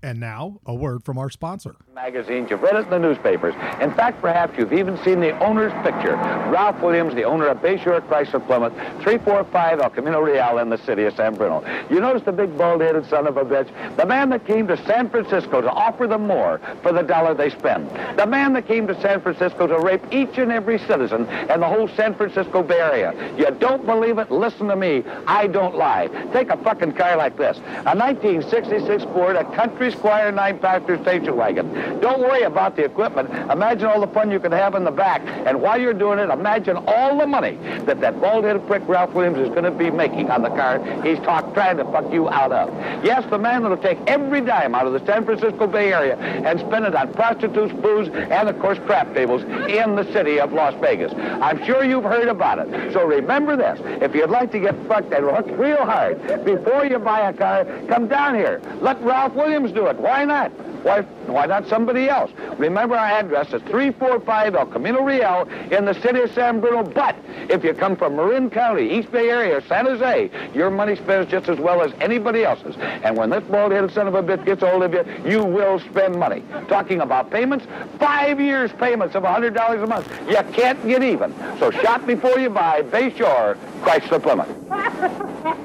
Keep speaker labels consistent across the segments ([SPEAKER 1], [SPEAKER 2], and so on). [SPEAKER 1] And now, a word from our sponsor.
[SPEAKER 2] Magazines, you've read it in the newspapers. In fact, perhaps you've even seen the owner's picture. Ralph Williams, the owner of Bayshore Chrysler Plymouth, 345 El Camino Real in the city of San Bruno. You notice the big bald-headed son of a bitch? The man that came to San Francisco to offer them more for the dollar they spend. The man that came to San Francisco to rape each and every citizen in the whole San Francisco Bay Area. You don't believe it? Listen to me. I don't lie. Take a fucking car like this. A 1966 Ford, a Country Squire nine-passenger station wagon. Don't worry about the equipment. Imagine all the fun you can have in the back. And while you're doing it, imagine all the money that that bald-headed prick Ralph Williams is going to be making on the car he's talk, trying to fuck you out of. Yes, the man that'll take every dime out of the San Francisco Bay Area and spend it on prostitutes, booze, and, of course, crap tables in the city of Las Vegas. I'm sure you've heard about it. So remember this. If you'd like to get fucked and hooked real hard before you buy a car, come down here. Let Ralph Williams do it. Why not? Why, why not somebody else? Remember our address is 345 El Camino Real in the city of San Bruno. But if you come from Marin County, East Bay Area, or San Jose, your money spends just as well as anybody else's. And when this bald-headed son of a bitch gets hold of you, you will spend money. Talking about payments, five years payments of $100 a month. You can't get even. So shop before you buy. Bayshore, Chrysler Plymouth.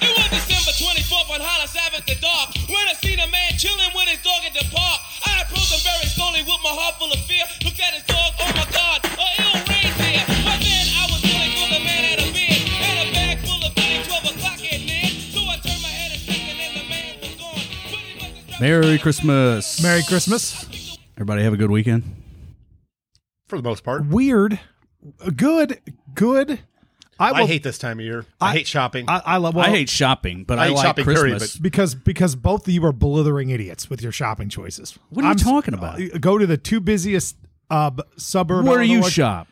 [SPEAKER 3] It was December 24th on Hollis Ave at the dark when I seen a man chilling with his dog at the park. I approached him very slowly with my heart full of fear. Looked at his dog, oh my god, a ill reindeer. But then I was feeling for the man had a beard and a bag full of money, 12 o'clock at night. So I turned my head a second and the man was gone. Pretty much the drop-
[SPEAKER 4] Merry Christmas.
[SPEAKER 1] Merry Christmas.
[SPEAKER 4] Everybody have a good weekend.
[SPEAKER 5] for the most part.
[SPEAKER 1] Weird. Good. Good.
[SPEAKER 5] I,
[SPEAKER 1] will-
[SPEAKER 5] hate this time of year. I,
[SPEAKER 1] I-
[SPEAKER 5] hate shopping.
[SPEAKER 1] I, I love. Well,
[SPEAKER 4] I hate shopping, but I,
[SPEAKER 5] hate
[SPEAKER 4] like
[SPEAKER 5] shopping,
[SPEAKER 4] Christmas.
[SPEAKER 5] period,
[SPEAKER 1] because because both of you are blithering idiots with your shopping choices.
[SPEAKER 4] What are you talking about?
[SPEAKER 1] uh, Go to the two busiest uh, b- suburb.
[SPEAKER 4] Where
[SPEAKER 1] of
[SPEAKER 4] you
[SPEAKER 1] Illinois.
[SPEAKER 4] shop?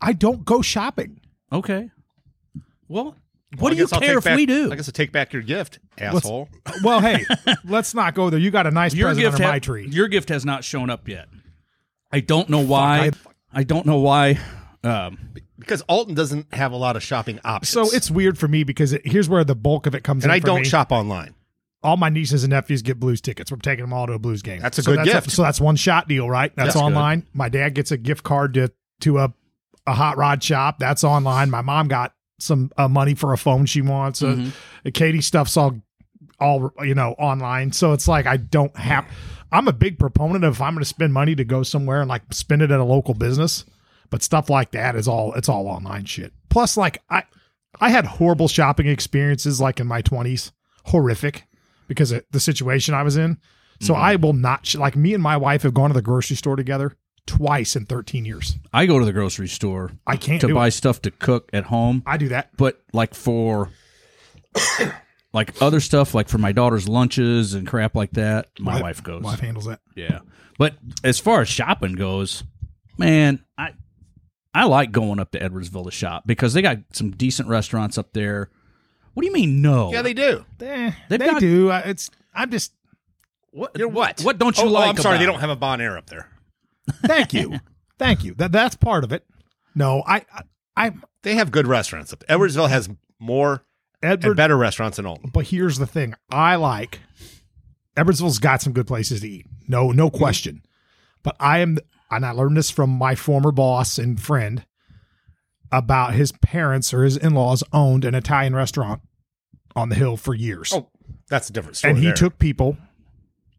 [SPEAKER 1] I don't go shopping.
[SPEAKER 4] Okay. Well,
[SPEAKER 5] Well,
[SPEAKER 4] what
[SPEAKER 5] I
[SPEAKER 4] do you
[SPEAKER 5] guess I'll
[SPEAKER 4] care
[SPEAKER 5] take
[SPEAKER 4] if
[SPEAKER 5] back-
[SPEAKER 4] we do?
[SPEAKER 5] I guess I'll take back your gift, asshole.
[SPEAKER 1] Well, hey, let's not go there. You got a nice present under
[SPEAKER 4] ha-
[SPEAKER 1] my tree.
[SPEAKER 4] your gift has not shown up yet. I don't know why. I, don't know why. Um,
[SPEAKER 5] Because Alton doesn't have a lot of shopping options.
[SPEAKER 1] so it's weird for me because it, here's where the bulk of it comes.
[SPEAKER 5] and
[SPEAKER 1] in
[SPEAKER 5] I
[SPEAKER 1] for
[SPEAKER 5] don't
[SPEAKER 1] me.
[SPEAKER 5] shop online.
[SPEAKER 1] All my nieces and nephews get Blues tickets. We're taking them all to a Blues game.
[SPEAKER 5] That's a
[SPEAKER 1] So
[SPEAKER 5] good gift.
[SPEAKER 1] so that's one shot deal, right? That's,
[SPEAKER 5] That's good.
[SPEAKER 1] online. My dad gets a gift card to to a a hot rod shop. That's online. My mom got some uh, money for a phone she wants. Uh,
[SPEAKER 5] Mm-hmm.
[SPEAKER 1] Katie stuff's all all you know online. So it's like I don't have. I'm a big proponent of if I'm going to spend money to go somewhere and like spend it at a local business, but stuff like that is all it's all online shit. Plus, like I I had horrible shopping experiences like in my 20s, horrific because of the situation I was in. So
[SPEAKER 4] Mm-hmm.
[SPEAKER 1] I will not sh- like me and my wife have gone to the grocery store together twice in 13 years.
[SPEAKER 4] I go to the grocery store
[SPEAKER 1] I can't
[SPEAKER 4] to
[SPEAKER 1] do
[SPEAKER 4] buy
[SPEAKER 1] it.
[SPEAKER 4] stuff to cook at home,
[SPEAKER 1] I do that.
[SPEAKER 4] but like for like other stuff, like for my daughter's lunches and crap like that, my wife goes.
[SPEAKER 1] Wife handles that.
[SPEAKER 4] Yeah. But as far as shopping goes, man, I I like going up to Edwardsville to shop because they got some decent restaurants up there. What do you mean no?
[SPEAKER 5] Yeah, they do.
[SPEAKER 1] Eh, they
[SPEAKER 4] They've got-
[SPEAKER 1] do. I, it's I'm just
[SPEAKER 5] What? You're what?
[SPEAKER 4] What don't you
[SPEAKER 5] Oh, oh,
[SPEAKER 4] like
[SPEAKER 5] I'm sorry,
[SPEAKER 4] about
[SPEAKER 5] they
[SPEAKER 4] it?
[SPEAKER 5] don't have a Bon Air up there.
[SPEAKER 1] thank you, thank you. That that's part of it. No, I I, I
[SPEAKER 5] They have good restaurants up. Edwardsville has more and
[SPEAKER 1] Edward.
[SPEAKER 5] better restaurants than Alton.
[SPEAKER 1] but here's the thing: I like Edwardsville's got some good places to eat. No, no question. But I am, and I learned this from my former boss and friend about his parents or his in laws owned an Italian restaurant on the hill for years.
[SPEAKER 5] Oh, that's a different story.
[SPEAKER 1] and he
[SPEAKER 5] there.
[SPEAKER 1] took people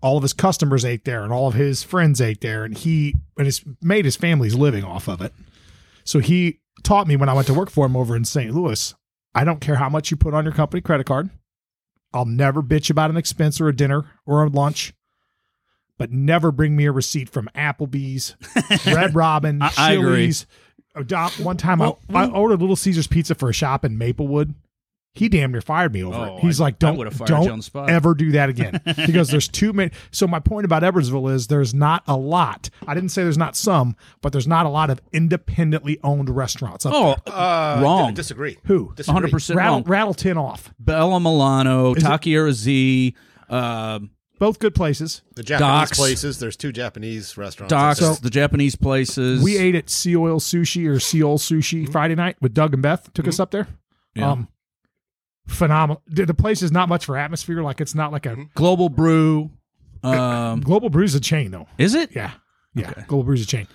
[SPEAKER 1] all of his customers ate there and all of his friends ate there and he and his made his family's living off of it so he taught me when i went to work for him over in st louis i don't care how much you put on your company credit card i'll never bitch about an expense or a dinner or a lunch but never bring me a receipt from applebee's red robin
[SPEAKER 4] I- I agree.
[SPEAKER 1] chili's Adopt- one time
[SPEAKER 4] Well,
[SPEAKER 1] I, I
[SPEAKER 4] we-
[SPEAKER 1] ordered little caesar's pizza for a shop in maplewood He damn near fired me over
[SPEAKER 4] Oh,
[SPEAKER 1] it. He's
[SPEAKER 4] I-
[SPEAKER 1] like,
[SPEAKER 4] I
[SPEAKER 1] don't,
[SPEAKER 4] would've fired you on the
[SPEAKER 1] don't
[SPEAKER 4] spot."
[SPEAKER 1] ever do that again because there's too many. So my point about Ebersville is there's not a lot. I didn't say there's not some, but there's not a lot of independently owned restaurants. Up
[SPEAKER 4] Oh,
[SPEAKER 5] Uh,
[SPEAKER 4] wrong.
[SPEAKER 5] disagree.
[SPEAKER 1] Who?
[SPEAKER 5] Disagree.
[SPEAKER 4] 100%
[SPEAKER 1] there. rattle,
[SPEAKER 4] wrong.
[SPEAKER 1] rattle ten off.
[SPEAKER 4] Bella Milano, Takiera Z, um,
[SPEAKER 1] Both good places.
[SPEAKER 5] The Japanese
[SPEAKER 4] Docs.
[SPEAKER 5] places. There's two Japanese restaurants.
[SPEAKER 4] Docs,
[SPEAKER 5] So-
[SPEAKER 4] the Japanese places.
[SPEAKER 1] We ate at Sea Oil Sushi or Seoul Sushi
[SPEAKER 4] Mm-hmm.
[SPEAKER 1] Friday night with Doug and Beth. Took us up there.
[SPEAKER 4] Yeah.
[SPEAKER 1] Um, phenomenal. The, the place is not much for atmosphere. Like it's not like a
[SPEAKER 4] Global Brew. Um,
[SPEAKER 1] Global Brews a chain though.
[SPEAKER 4] is it?
[SPEAKER 1] Yeah, yeah. Global Brews a chain.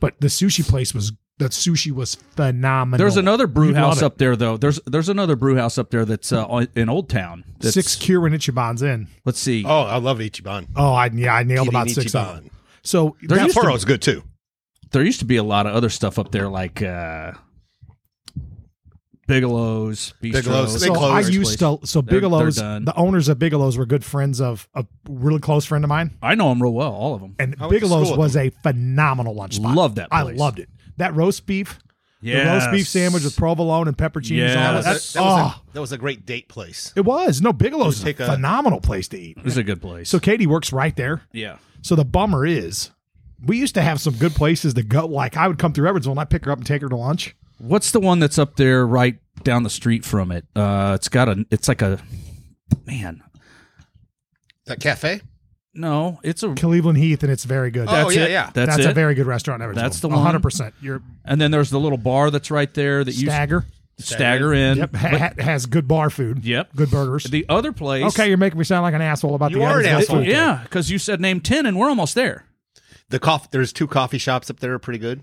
[SPEAKER 1] But the sushi place was the sushi was phenomenal.
[SPEAKER 4] There's another brew
[SPEAKER 1] You'd
[SPEAKER 4] house
[SPEAKER 1] love it.
[SPEAKER 4] up there though. There's there's another brew house up there that's uh, on- in Old Town. That's,
[SPEAKER 1] six Kieran Ichiban's in.
[SPEAKER 4] Let's see.
[SPEAKER 5] Oh, I love Ichiban.
[SPEAKER 1] Oh, I yeah, I nailed
[SPEAKER 5] Kirin
[SPEAKER 1] about six of
[SPEAKER 5] Ichiban.
[SPEAKER 1] them. So
[SPEAKER 4] There
[SPEAKER 1] that's
[SPEAKER 4] used to-
[SPEAKER 5] Sapporo's good too.
[SPEAKER 4] There used to be a lot of other stuff up there like uh, Bigelow's, Bistros.
[SPEAKER 5] Bigelow's, They
[SPEAKER 1] so I
[SPEAKER 5] closed.
[SPEAKER 1] used to so
[SPEAKER 4] They're- they're
[SPEAKER 1] Bigelow's
[SPEAKER 4] done.
[SPEAKER 1] the owners of Bigelow's were good friends of a really close friend of mine.
[SPEAKER 4] I know them real well, all of them.
[SPEAKER 1] And
[SPEAKER 5] I went to
[SPEAKER 1] Bigelow's
[SPEAKER 5] school with
[SPEAKER 1] was a phenomenal lunch spot.
[SPEAKER 4] Love that
[SPEAKER 1] I
[SPEAKER 4] place.
[SPEAKER 1] loved it. That roast beef, the roast beef
[SPEAKER 4] Yes.
[SPEAKER 1] sandwich with provolone and pepperoncini.
[SPEAKER 4] Yes.
[SPEAKER 1] on it.
[SPEAKER 5] That,
[SPEAKER 4] That-
[SPEAKER 1] That's,
[SPEAKER 5] that was
[SPEAKER 1] oh,
[SPEAKER 5] a, that was a great date place.
[SPEAKER 1] it was. No, Bigelow's
[SPEAKER 5] take
[SPEAKER 1] is a
[SPEAKER 5] a-
[SPEAKER 1] phenomenal place to eat.
[SPEAKER 4] It was a good place.
[SPEAKER 1] So Katie works right there.
[SPEAKER 4] yeah.
[SPEAKER 1] So the bummer is, we used to have some good places to go. Like I would come through Edwardsville and I'd pick her up and take her to lunch.
[SPEAKER 4] What's the one that's up there right down the street from it? Uh, it's got a it's like a man.
[SPEAKER 5] That cafe?
[SPEAKER 4] No, it's a
[SPEAKER 1] Cleveland Heath, and it's very good.
[SPEAKER 5] Oh, yeah,
[SPEAKER 4] it.
[SPEAKER 5] yeah.
[SPEAKER 4] That's,
[SPEAKER 1] That's
[SPEAKER 4] it.
[SPEAKER 1] a very good restaurant. in Edwardsville.
[SPEAKER 4] That's the one.
[SPEAKER 1] 100%. Your
[SPEAKER 4] and then there's the little bar that's right there that you
[SPEAKER 1] stagger.
[SPEAKER 4] stagger in.
[SPEAKER 1] Yep.
[SPEAKER 4] But
[SPEAKER 1] Ha- ha- has good bar food.
[SPEAKER 4] Yep.
[SPEAKER 1] Good burgers.
[SPEAKER 4] the other place
[SPEAKER 1] okay, you're making me sound like an asshole about
[SPEAKER 5] You
[SPEAKER 1] the
[SPEAKER 5] are an
[SPEAKER 1] Edwardsville
[SPEAKER 5] asshole.
[SPEAKER 1] food.
[SPEAKER 4] Yeah, because you said name ten, and we're almost there.
[SPEAKER 5] The coffee. There's two coffee shops up there. are Pretty good.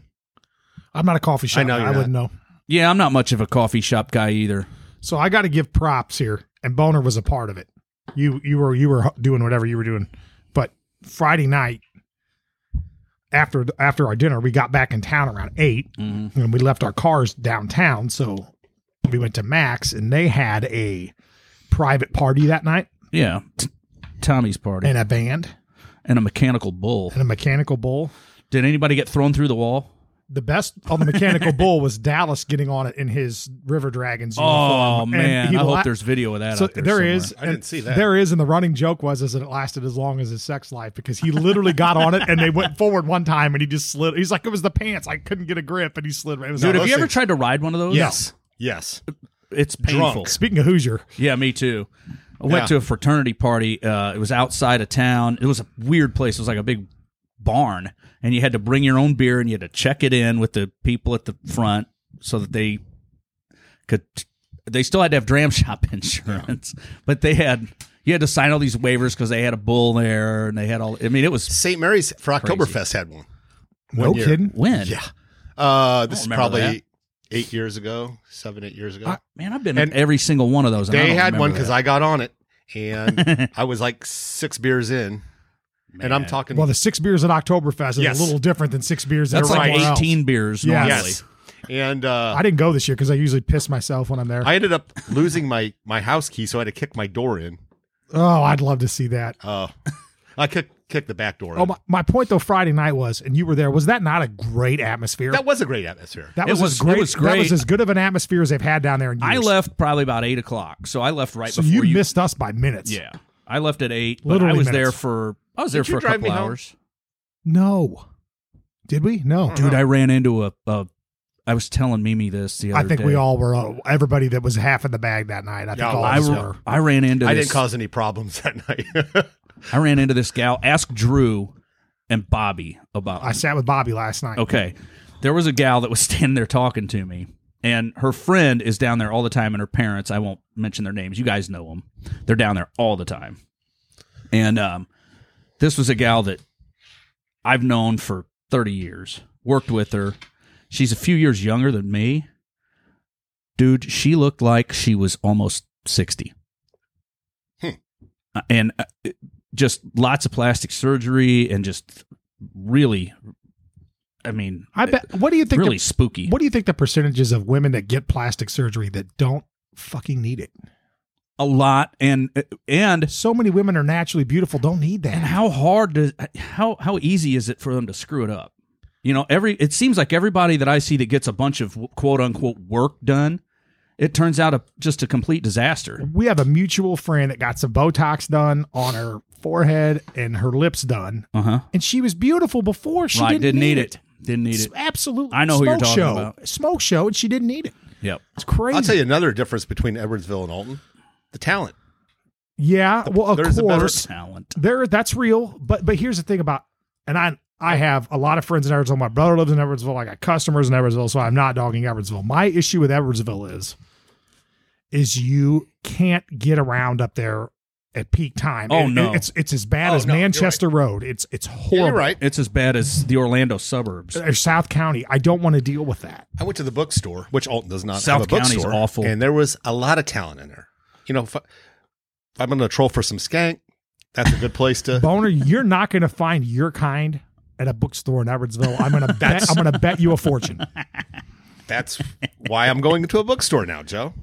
[SPEAKER 1] I'm not a coffee shop. I,
[SPEAKER 5] know you're
[SPEAKER 1] wouldn't know.
[SPEAKER 4] Yeah, I'm not much of a coffee shop guy either.
[SPEAKER 1] So I got to give props here, and Boner was a part of it. You you were you were doing whatever you were doing, but Friday night after after our dinner, we got back in town around 8
[SPEAKER 4] Mm-hmm.
[SPEAKER 1] and we left our cars downtown. So we went to Max, and they had a private party that night
[SPEAKER 4] Yeah, T- Tommy's party and,
[SPEAKER 1] and a band
[SPEAKER 4] a mechanical bull.
[SPEAKER 1] and a mechanical bull.
[SPEAKER 4] Did anybody get thrown through the wall?
[SPEAKER 1] The best on the mechanical bull was Dallas getting on it in his River Dragons.
[SPEAKER 4] Oh
[SPEAKER 1] uniform, and
[SPEAKER 4] man,
[SPEAKER 1] he
[SPEAKER 4] I hope
[SPEAKER 1] la-
[SPEAKER 4] there's video of that.
[SPEAKER 1] So
[SPEAKER 4] out there
[SPEAKER 1] there
[SPEAKER 4] somewhere.
[SPEAKER 1] is.
[SPEAKER 5] I didn't
[SPEAKER 1] and
[SPEAKER 5] see that.
[SPEAKER 1] There is, and the running joke was is that it lasted as long as his sex life because he literally got on it and they went forward one time and he just slid. He's like, it was the pants. I couldn't get a grip, and he slid. It was
[SPEAKER 4] Dude,
[SPEAKER 1] like-
[SPEAKER 4] have you ever
[SPEAKER 5] things-
[SPEAKER 4] tried to ride one of those?
[SPEAKER 5] Yes.
[SPEAKER 4] it's painful.
[SPEAKER 5] Drunks.
[SPEAKER 1] Speaking of Hoosier,
[SPEAKER 4] Yeah, me too. I went
[SPEAKER 5] Yeah.
[SPEAKER 4] to a fraternity party. Uh, it was outside of town. It was a weird place. It was like a big barn, and you had to bring your own beer and you had to check it in with the people at the front so that they could. They still had to have dram shop insurance, but they had you had to sign all these waivers because they had a bull there and they had all. I mean, it was
[SPEAKER 5] St. Mary's for Oktoberfest had one.
[SPEAKER 1] no
[SPEAKER 5] year.
[SPEAKER 1] kidding.
[SPEAKER 4] when.
[SPEAKER 5] Yeah. Uh, this is
[SPEAKER 4] remember
[SPEAKER 5] probably
[SPEAKER 4] that.
[SPEAKER 5] eight years ago, seven, eight years ago.
[SPEAKER 4] Man, I've been
[SPEAKER 5] And
[SPEAKER 4] at every single one of those. and I
[SPEAKER 5] they
[SPEAKER 4] don't
[SPEAKER 5] had one
[SPEAKER 4] remember
[SPEAKER 5] because
[SPEAKER 4] that.
[SPEAKER 5] I got on it, and I was like six beers in, and I'm talking.
[SPEAKER 1] Well, the six beers at Oktoberfest is
[SPEAKER 5] Yes.
[SPEAKER 1] a little different than six beers.
[SPEAKER 4] that's
[SPEAKER 1] at
[SPEAKER 4] like
[SPEAKER 1] somewhere else.
[SPEAKER 4] eighteen beers
[SPEAKER 1] Yes.
[SPEAKER 4] normally.
[SPEAKER 5] yes, and uh,
[SPEAKER 1] I didn't go this year because I usually piss myself when I'm there.
[SPEAKER 5] I ended up losing my my house key, so I had to kick my door in.
[SPEAKER 1] oh, I'd love to see that.
[SPEAKER 5] Uh, I kicked kicked the back door.
[SPEAKER 1] Oh,
[SPEAKER 5] in.
[SPEAKER 1] my, my point though, Friday night was, and you were there. Was that not a great atmosphere?
[SPEAKER 5] That was a great atmosphere.
[SPEAKER 1] That
[SPEAKER 4] It
[SPEAKER 1] was,
[SPEAKER 4] was-
[SPEAKER 1] as
[SPEAKER 4] it
[SPEAKER 1] great,
[SPEAKER 4] was
[SPEAKER 1] That was
[SPEAKER 4] great.
[SPEAKER 1] as good of an atmosphere as they've had down there in years.
[SPEAKER 4] I left probably about eight o'clock, so I left right
[SPEAKER 1] So
[SPEAKER 4] before
[SPEAKER 1] you,
[SPEAKER 4] you
[SPEAKER 1] missed us by minutes.
[SPEAKER 4] Yeah, I left at eight. But
[SPEAKER 1] Literally
[SPEAKER 4] I was
[SPEAKER 1] minutes.
[SPEAKER 4] there for I was there
[SPEAKER 5] Did
[SPEAKER 4] for
[SPEAKER 5] you
[SPEAKER 4] a
[SPEAKER 5] drive
[SPEAKER 4] couple
[SPEAKER 5] me home?
[SPEAKER 4] hours.
[SPEAKER 1] No. Did we? No.
[SPEAKER 4] Dude, I ran into a. a I was telling Mimi this the other
[SPEAKER 1] I
[SPEAKER 4] day.
[SPEAKER 1] think we all were. Uh, everybody that was half in the bag that night. I think
[SPEAKER 5] Yeah,
[SPEAKER 1] all
[SPEAKER 4] I,
[SPEAKER 1] of us
[SPEAKER 4] ra-
[SPEAKER 1] were.
[SPEAKER 4] I ran into.
[SPEAKER 5] I
[SPEAKER 4] this,
[SPEAKER 5] didn't cause any problems that night.
[SPEAKER 4] I ran into this gal. Ask Drew and Bobby about.
[SPEAKER 1] I sat with Bobby last night.
[SPEAKER 4] okay, there was a gal that was standing there talking to me, and her friend is down there all the time, and her parents. I won't mention their names. You guys know them. They're down there all the time, and um, this was a gal that I've known for 30 years, worked with her. She's a few years younger than me. Dude, she looked like she was almost 60. Uh, And uh, it- just lots of plastic surgery and just really, I mean,
[SPEAKER 1] I bet. What do you think?
[SPEAKER 4] really
[SPEAKER 1] the,
[SPEAKER 4] spooky.
[SPEAKER 1] what do you think the percentages of women that get plastic surgery that don't fucking need it?
[SPEAKER 4] A lot. And, and
[SPEAKER 1] So many women are naturally beautiful, don't need that.
[SPEAKER 4] and how hard does how how easy is it for them to screw it up you know every it seems like everybody that i see that gets a bunch of quote unquote work done It turns out a, just a complete disaster.
[SPEAKER 1] we have a mutual friend that got some Botox done on her forehead and her lips done,
[SPEAKER 4] Uh huh.
[SPEAKER 1] and she was beautiful before. She
[SPEAKER 4] Right.
[SPEAKER 1] didn't, need it.
[SPEAKER 4] Didn't need
[SPEAKER 1] It's
[SPEAKER 4] it.
[SPEAKER 1] absolutely.
[SPEAKER 4] I know who you're
[SPEAKER 1] smoke
[SPEAKER 4] talking
[SPEAKER 1] show.
[SPEAKER 4] about.
[SPEAKER 1] Smoke show, and she didn't need it.
[SPEAKER 4] Yep.
[SPEAKER 1] It's crazy.
[SPEAKER 5] I'll tell you another difference between Edwardsville and Alton: the talent.
[SPEAKER 1] Yeah, well, of
[SPEAKER 5] There's a better-
[SPEAKER 1] course,
[SPEAKER 4] Talent.
[SPEAKER 1] there that's real. But but here's the thing about, and I I have a lot of friends in Evansville. My brother lives in Evansville. I got customers in Evansville, so I'm not dogging Evansville. My issue with Evansville is, is you can't get around up there at peak time.
[SPEAKER 4] Oh,
[SPEAKER 1] It-
[SPEAKER 4] no.
[SPEAKER 1] it's it's as bad
[SPEAKER 5] Oh,
[SPEAKER 1] as
[SPEAKER 5] no, you're right.
[SPEAKER 1] Manchester Road. It's it's
[SPEAKER 5] Yeah,
[SPEAKER 1] horrible.
[SPEAKER 5] you're right.
[SPEAKER 4] It's as bad as the Orlando suburbs.
[SPEAKER 1] Or South County. I don't want to deal with that.
[SPEAKER 5] I went to the bookstore, which Alton does not
[SPEAKER 4] South
[SPEAKER 5] have a
[SPEAKER 4] County's
[SPEAKER 5] bookstore.
[SPEAKER 4] awful.
[SPEAKER 5] And there was a lot of talent in there. You know, if, I, if I'm going to troll for some skank, that's a good place to.
[SPEAKER 1] Boner, you're not going to find your kind at a bookstore in Evansville. I'm going to bet. I'm going to bet you a fortune.
[SPEAKER 5] that's why I'm going to a bookstore now, Joe.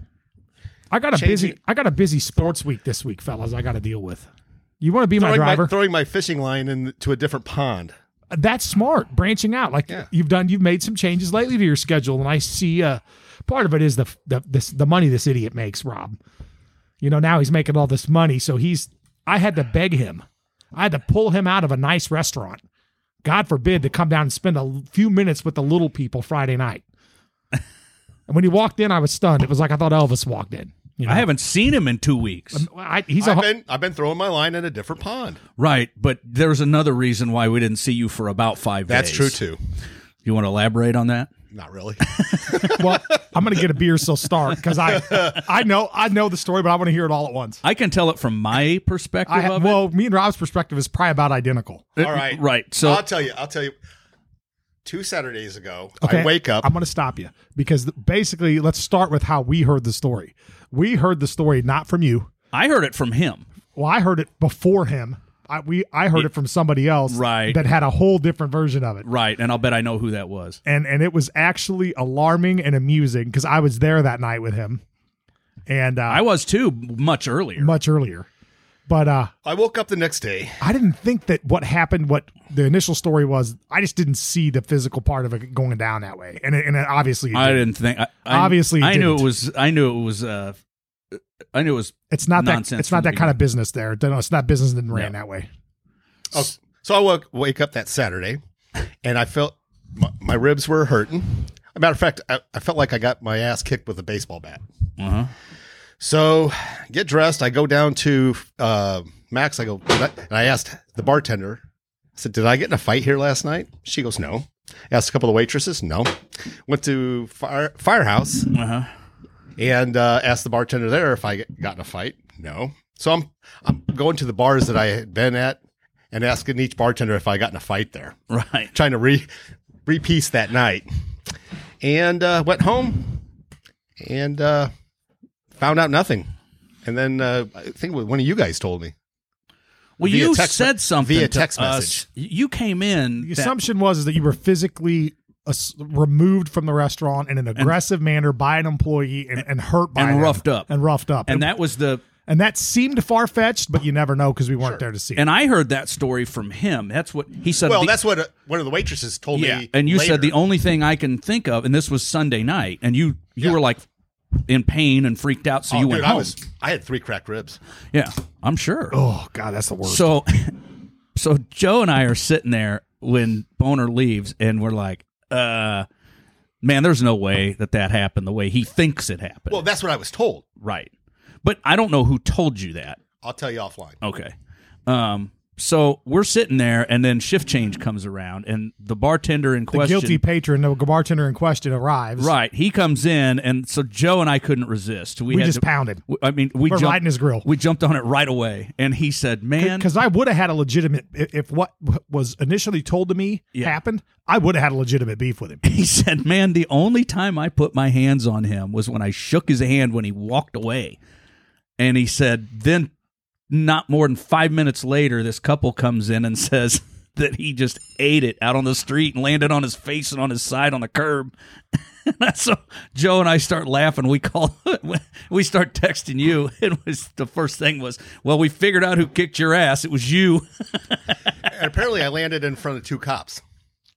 [SPEAKER 1] I got a busy.
[SPEAKER 5] Changing-
[SPEAKER 1] I got a busy sports week this week, fellas. I got to deal with. You want to be my
[SPEAKER 5] Throwing my,
[SPEAKER 1] driver?
[SPEAKER 5] throwing my fishing line into a different pond.
[SPEAKER 1] That's smart. Branching out, like
[SPEAKER 5] Yeah.
[SPEAKER 1] you've done. You've made some changes lately to your schedule, and I see. Uh, part of it is the the this, the money this idiot makes, Rob. You know, now he's making all this money, so he's. I had to beg him. I had to pull him out of a nice restaurant. God forbid to come down and spend a few minutes with the little people Friday night. and when he walked in, I was stunned. It was like I thought Elvis walked in. You know,
[SPEAKER 4] I haven't seen him in two weeks.
[SPEAKER 1] I, he's a
[SPEAKER 5] I've been I've been throwing my line in a different pond.
[SPEAKER 4] right. But there's another reason why we didn't see you for about five
[SPEAKER 5] That's
[SPEAKER 4] days.
[SPEAKER 5] true too.
[SPEAKER 4] You want to elaborate on that?
[SPEAKER 5] Not really.
[SPEAKER 1] well, I'm gonna get a beer, so start because I, I know, I know the story, but I want to hear it all at once.
[SPEAKER 4] I can tell it from my perspective
[SPEAKER 1] I
[SPEAKER 4] of it.
[SPEAKER 1] well, me and Rob's perspective is probably about identical.
[SPEAKER 5] All right,
[SPEAKER 4] Right. So
[SPEAKER 5] I'll tell you. I'll tell you. Two Saturdays ago,
[SPEAKER 1] Okay,
[SPEAKER 5] I wake up.
[SPEAKER 1] I'm gonna stop you because basically, let's start with how we heard the story. We heard the story not from you.
[SPEAKER 4] I heard it from him.
[SPEAKER 1] Well, I heard it before him. I we I heard it from somebody else,
[SPEAKER 4] Right.
[SPEAKER 1] That had a whole different version of it.
[SPEAKER 4] Right. And I'll bet I know who that was.
[SPEAKER 1] and and it was actually alarming and amusing because I was there that night with him, and uh,
[SPEAKER 4] I was too much earlier.
[SPEAKER 1] much earlier. But uh,
[SPEAKER 5] I woke up the next day.
[SPEAKER 1] I didn't think that what happened, what the initial story was, I just didn't see the physical part of it going down that way, and it, and it obviously it
[SPEAKER 4] I
[SPEAKER 1] didn't.
[SPEAKER 4] didn't think. I, I,
[SPEAKER 1] Obviously, you
[SPEAKER 4] I knew
[SPEAKER 1] didn't.
[SPEAKER 4] it was. I knew it was. Uh, I knew it was.
[SPEAKER 1] it's not that
[SPEAKER 4] Nonsense
[SPEAKER 1] it's
[SPEAKER 4] from
[SPEAKER 1] not
[SPEAKER 4] the
[SPEAKER 1] that kind of business there. No, it's not business that ran
[SPEAKER 4] No.
[SPEAKER 1] that way.
[SPEAKER 5] Oh, so I woke wake up that Saturday, and I felt my, my ribs were hurting. matter of fact, I, I felt like I got my ass kicked with a baseball bat.
[SPEAKER 4] Uh-huh.
[SPEAKER 5] So get dressed. I go down to uh, Max. I go "Did I-" and I asked the bartender. I said, "Did I get in a fight here last night?" She goes, "No." Asked a couple of waitresses. No. Went to fire, firehouse
[SPEAKER 4] Uh-huh.
[SPEAKER 5] and uh, asked the bartender there if I got in a fight. No. So I'm I'm going to the bars that I had been at and asking each bartender if I got in a fight there
[SPEAKER 4] Right.
[SPEAKER 5] trying to re repiece that night, and uh, went home and uh, found out nothing. And then uh, I think one of you guys told me.
[SPEAKER 4] Well,
[SPEAKER 5] Via
[SPEAKER 4] you
[SPEAKER 5] text me-
[SPEAKER 4] said something
[SPEAKER 5] via
[SPEAKER 4] to
[SPEAKER 5] text
[SPEAKER 4] us.
[SPEAKER 5] message.
[SPEAKER 4] You came in.
[SPEAKER 1] The
[SPEAKER 4] that-
[SPEAKER 1] assumption was is that you were physically ass- removed from the restaurant in an aggressive manner by an employee and, and hurt by
[SPEAKER 4] and
[SPEAKER 1] them.
[SPEAKER 4] roughed up.
[SPEAKER 1] and roughed up
[SPEAKER 4] and that was the.
[SPEAKER 1] and that seemed far fetched, but you never know because we weren't there to see. it.
[SPEAKER 4] And I heard that story from him. That's what he said.
[SPEAKER 5] Well,
[SPEAKER 4] the-
[SPEAKER 5] that's what uh one of the waitresses told
[SPEAKER 4] yeah.
[SPEAKER 5] me.
[SPEAKER 4] And you
[SPEAKER 5] later.
[SPEAKER 4] said the only thing I can think of, and this was Sunday night, and you you
[SPEAKER 5] Yeah.
[SPEAKER 4] were like in pain and freaked out, so
[SPEAKER 5] Oh,
[SPEAKER 4] you
[SPEAKER 5] dude,
[SPEAKER 4] went
[SPEAKER 5] I
[SPEAKER 4] home.
[SPEAKER 5] was I had three cracked ribs.
[SPEAKER 4] yeah, I'm sure.
[SPEAKER 1] oh god, that's the worst.
[SPEAKER 4] So, so Joe and I are sitting there when Boner leaves, and we're like, uh, man, there's no way that that happened the way he thinks it happened.
[SPEAKER 5] Well, that's what I was told.
[SPEAKER 4] right. But I don't know who told you that.
[SPEAKER 5] I'll tell you offline.
[SPEAKER 4] Okay. Um, so we're sitting there, and then shift change comes around, and the bartender in
[SPEAKER 1] the
[SPEAKER 4] question,
[SPEAKER 1] guilty patron, the bartender in question, arrives.
[SPEAKER 4] right? He comes in, and so Joe and I couldn't resist. We,
[SPEAKER 1] We
[SPEAKER 4] had
[SPEAKER 1] just
[SPEAKER 4] to-
[SPEAKER 1] pounded.
[SPEAKER 4] w- I mean, we
[SPEAKER 1] We're
[SPEAKER 4] jumped,
[SPEAKER 1] riding his grill.
[SPEAKER 4] We jumped on it right away, and he said, "Man,
[SPEAKER 1] because I would have had a legitimate i- if what w- was initially told to me
[SPEAKER 4] Yeah.
[SPEAKER 1] happened, I would have had a legitimate beef with him.
[SPEAKER 4] he said, "Man, the only time I put my hands on him was when I shook his hand when he walked away." And he said, "Then not more than 5 minutes later this couple comes in and says that he just ate it out on the street and landed on his face and on his side on the curb." so Joe and I start laughing. We call, we start texting you. It was the first thing was, well, we figured out who kicked your ass. It was you.
[SPEAKER 5] and apparently, I landed in front of two cops.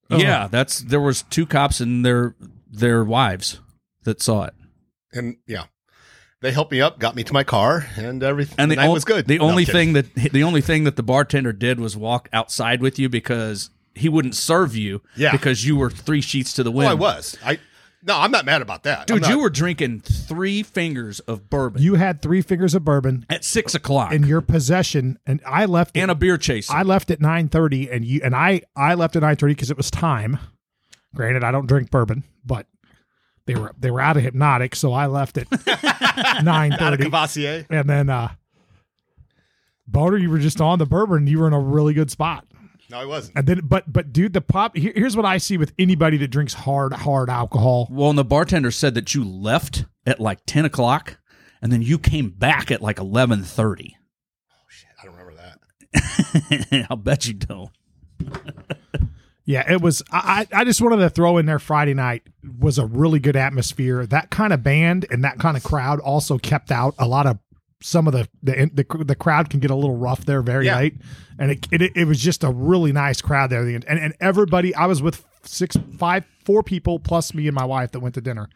[SPEAKER 4] Yeah, that's there was two cops and their their wives that saw it.
[SPEAKER 5] and yeah, they helped me up, got me to my car, and everything.
[SPEAKER 4] And the
[SPEAKER 5] night
[SPEAKER 4] ol-
[SPEAKER 5] was good.
[SPEAKER 4] The
[SPEAKER 5] No, I'm
[SPEAKER 4] only
[SPEAKER 5] kidding.
[SPEAKER 4] thing that the only thing that the bartender did was walk outside with you because he wouldn't serve you
[SPEAKER 5] Yeah.
[SPEAKER 4] because you were three sheets to the
[SPEAKER 5] Oh,
[SPEAKER 4] wind.
[SPEAKER 5] I was. I no, I'm not mad about that, I'm
[SPEAKER 4] Dude,
[SPEAKER 5] not-
[SPEAKER 4] you were drinking three fingers of bourbon
[SPEAKER 1] You had three fingers of bourbon
[SPEAKER 4] at six o'clock
[SPEAKER 1] in
[SPEAKER 4] and,
[SPEAKER 1] your possession, and I left. at-
[SPEAKER 4] a beer chaser.
[SPEAKER 1] I left at nine thirty, and you and I I left at nine thirty because it was time. Granted, I don't drink bourbon, but they were they were out of hypnotic, so I left at nine
[SPEAKER 5] out of
[SPEAKER 1] thirty,
[SPEAKER 5] Cavassier.
[SPEAKER 1] and then uh, Boner, you were just on the bourbon. You were in a really good spot.
[SPEAKER 5] No, I wasn't.
[SPEAKER 1] And then, but but dude, the pop. Here, here's what I see with anybody that drinks hard hard alcohol.
[SPEAKER 4] well, and the bartender said that you left at like ten o'clock, and then you came back at like eleven thirty.
[SPEAKER 5] I don't remember that.
[SPEAKER 4] I'll bet you don't.
[SPEAKER 1] Yeah, it was. I I I just wanted to throw in there. Friday night was a really good atmosphere. That kind of band and that kind of crowd also kept out a lot of some of the the the, the crowd can get a little rough there very
[SPEAKER 5] Yeah.
[SPEAKER 1] late, and it, it it was just a really nice crowd there. And and everybody, I was with six five four people plus me and my wife that went to dinner.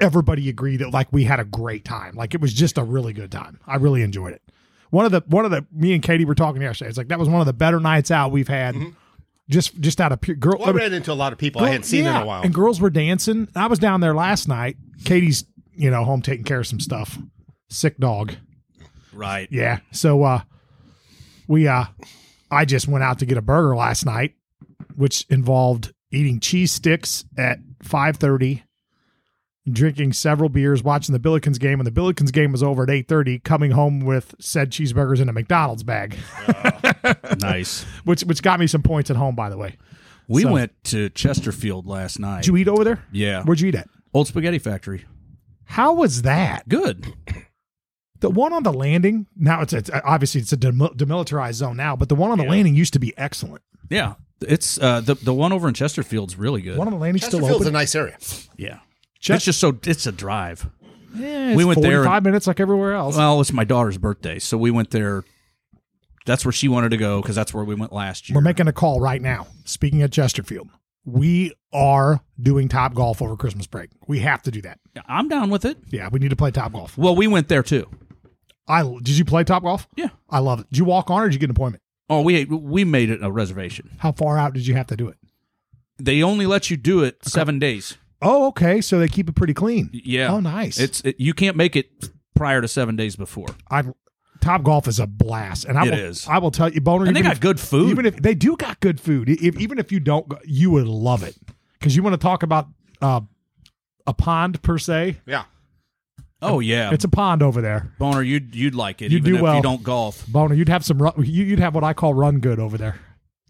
[SPEAKER 1] everybody agreed that like we had a great time. Like it was just a really good time. I really enjoyed it. One of the one of the me and Katie were talking yesterday. It's like that was one of the better nights out we've had. Just just out of pure girl.
[SPEAKER 5] Mm-hmm. Well, I ran into a lot of people I hadn't seen in
[SPEAKER 1] yeah,
[SPEAKER 5] a while.
[SPEAKER 1] And girls were dancing. I was down there last night. Katie's you know home taking care of some stuff. Sick dog.
[SPEAKER 4] Right.
[SPEAKER 1] Yeah. So uh we uh I just went out to get a burger last night, which involved eating cheese sticks at 5:30, drinking several beers, watching the Billikens game, and the Billikens game was over at 8:30, coming home with said cheeseburgers in a McDonald's bag,
[SPEAKER 4] Nice.
[SPEAKER 1] which which got me some points at home by the way.
[SPEAKER 4] We
[SPEAKER 1] So-
[SPEAKER 4] went to Chesterfield last night.
[SPEAKER 1] Did you eat over there?
[SPEAKER 4] yeah.
[SPEAKER 1] Where'd you eat at?
[SPEAKER 4] Old Spaghetti Factory.
[SPEAKER 1] How was that?
[SPEAKER 4] Good.
[SPEAKER 1] The one on the landing, now it's, it's obviously it's a demil- demilitarized zone now, but the one on the landing used to be excellent.
[SPEAKER 4] Yeah. It's uh the the one over in Chesterfield's really good.
[SPEAKER 1] One on the landing's still
[SPEAKER 5] Chesterfield's
[SPEAKER 1] open.
[SPEAKER 5] a nice area.
[SPEAKER 4] yeah.
[SPEAKER 1] Chest-
[SPEAKER 4] it's just so it's a drive.
[SPEAKER 1] Yeah,
[SPEAKER 4] We
[SPEAKER 1] Eh, it's
[SPEAKER 4] went there and-
[SPEAKER 1] 45 minutes like everywhere else.
[SPEAKER 4] Well, it's my daughter's birthday, so we went there. That's where she wanted to go because that's where we went last year.
[SPEAKER 1] We're making a call right now. Speaking at Chesterfield, we are doing top golf over Christmas break. We have to do that.
[SPEAKER 4] I'm down with it.
[SPEAKER 1] Yeah, we need to play top golf.
[SPEAKER 4] Well, we went there too.
[SPEAKER 1] I did you play top golf?
[SPEAKER 4] Yeah.
[SPEAKER 1] I love it. Did you walk on or did you get an appointment?
[SPEAKER 4] Oh, we we made it a reservation.
[SPEAKER 1] How far out did you have to do it?
[SPEAKER 4] They only let you do it seven days.
[SPEAKER 1] Oh, okay. So they keep it pretty clean.
[SPEAKER 4] Yeah.
[SPEAKER 1] Oh, nice.
[SPEAKER 4] It's it, you can't make it prior to seven days before.
[SPEAKER 1] I top golf is a blast, and I
[SPEAKER 4] It
[SPEAKER 1] will,
[SPEAKER 4] is.
[SPEAKER 1] I will tell you, boner.
[SPEAKER 4] And they
[SPEAKER 1] even
[SPEAKER 4] got
[SPEAKER 1] if-
[SPEAKER 4] good food.
[SPEAKER 1] Even if they do got good food, I- if, even if you don't, go- you would love it because you want to talk about uh, a pond per se.
[SPEAKER 5] Yeah.
[SPEAKER 4] Oh yeah,
[SPEAKER 1] It's a pond over there.
[SPEAKER 4] boner. You'd you'd like it.
[SPEAKER 1] You
[SPEAKER 4] even
[SPEAKER 1] do
[SPEAKER 4] if
[SPEAKER 1] well.
[SPEAKER 4] You don't golf.
[SPEAKER 1] Boner, you'd have some. Run, you- you'd have what I call run good over there.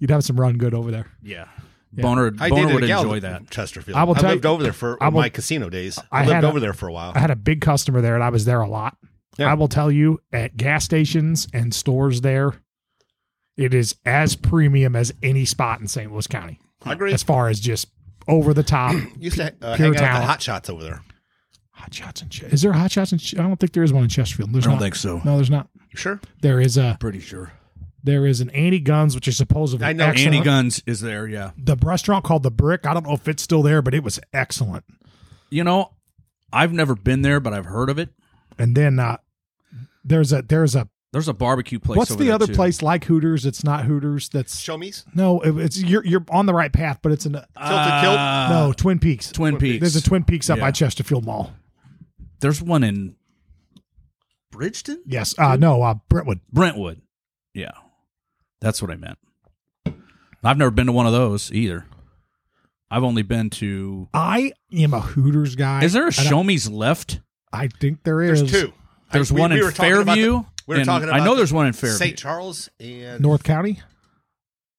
[SPEAKER 1] You'd have some run good over there.
[SPEAKER 4] Yeah. Boner
[SPEAKER 5] I
[SPEAKER 4] boner
[SPEAKER 5] dated
[SPEAKER 4] would
[SPEAKER 5] a gal
[SPEAKER 4] enjoy
[SPEAKER 5] that-
[SPEAKER 4] that.
[SPEAKER 5] Chesterfield.
[SPEAKER 1] I
[SPEAKER 5] I,
[SPEAKER 1] will tell
[SPEAKER 5] lived
[SPEAKER 1] you-
[SPEAKER 5] over there for
[SPEAKER 1] I will-
[SPEAKER 5] my casino days.
[SPEAKER 1] I
[SPEAKER 5] I,
[SPEAKER 1] had
[SPEAKER 5] lived
[SPEAKER 1] a-
[SPEAKER 5] over there for a while.
[SPEAKER 1] I had a big customer there, and I was there a lot.
[SPEAKER 5] Yeah.
[SPEAKER 1] I will tell you, at gas stations and stores there, it is as premium as any spot in St. Louis County,
[SPEAKER 5] I agree.
[SPEAKER 1] as far as just over the top.
[SPEAKER 5] Used to
[SPEAKER 1] pure
[SPEAKER 5] uh, hang out at the
[SPEAKER 1] talent.
[SPEAKER 5] hot shots over there.
[SPEAKER 1] hot shots and is there a hot shots? In Ch- I don't think there is one in Chesterfield. There's
[SPEAKER 4] I don't
[SPEAKER 1] not.
[SPEAKER 4] think so.
[SPEAKER 1] No, there's not.
[SPEAKER 5] You sure?
[SPEAKER 1] There is a
[SPEAKER 4] Pretty sure.
[SPEAKER 1] there is an anti guns, which is supposedly
[SPEAKER 5] I know
[SPEAKER 1] excellent.
[SPEAKER 4] Anti guns is there. Yeah.
[SPEAKER 1] The restaurant called the Brick. I don't know if it's still there, but it was excellent.
[SPEAKER 4] You know, I've never been there, but I've heard of it.
[SPEAKER 1] And then uh, there's a there's a
[SPEAKER 4] There's a barbecue place.
[SPEAKER 1] what's
[SPEAKER 4] over
[SPEAKER 1] the
[SPEAKER 4] there,
[SPEAKER 1] other
[SPEAKER 4] too.
[SPEAKER 1] place like Hooters? It's not Hooters. That's
[SPEAKER 5] Show me's.
[SPEAKER 1] no. it- it's you're you're on the right path, but it's an
[SPEAKER 5] Tilted Kilt.
[SPEAKER 4] Uh,
[SPEAKER 1] no Twin Peaks.
[SPEAKER 4] Twin Peaks.
[SPEAKER 1] There's a Twin Peaks up
[SPEAKER 4] Yeah.
[SPEAKER 1] by Chesterfield Mall.
[SPEAKER 4] There's one in Bridgeton,
[SPEAKER 1] Yes. Uh, no. Uh, Brentwood.
[SPEAKER 4] Brentwood. Yeah, that's what I meant. I've never been to one of those either. I've only been to.
[SPEAKER 1] I am a Hooters guy.
[SPEAKER 4] Is there a
[SPEAKER 1] and I-
[SPEAKER 4] Show Me's left?
[SPEAKER 1] I think there is.
[SPEAKER 5] There's two. I-
[SPEAKER 4] There's one in
[SPEAKER 5] talking about the-
[SPEAKER 4] Fairview,
[SPEAKER 5] we were
[SPEAKER 4] and
[SPEAKER 5] talking
[SPEAKER 4] I
[SPEAKER 5] about
[SPEAKER 4] know there's one in Fairview.
[SPEAKER 5] St. Charles and
[SPEAKER 1] North County.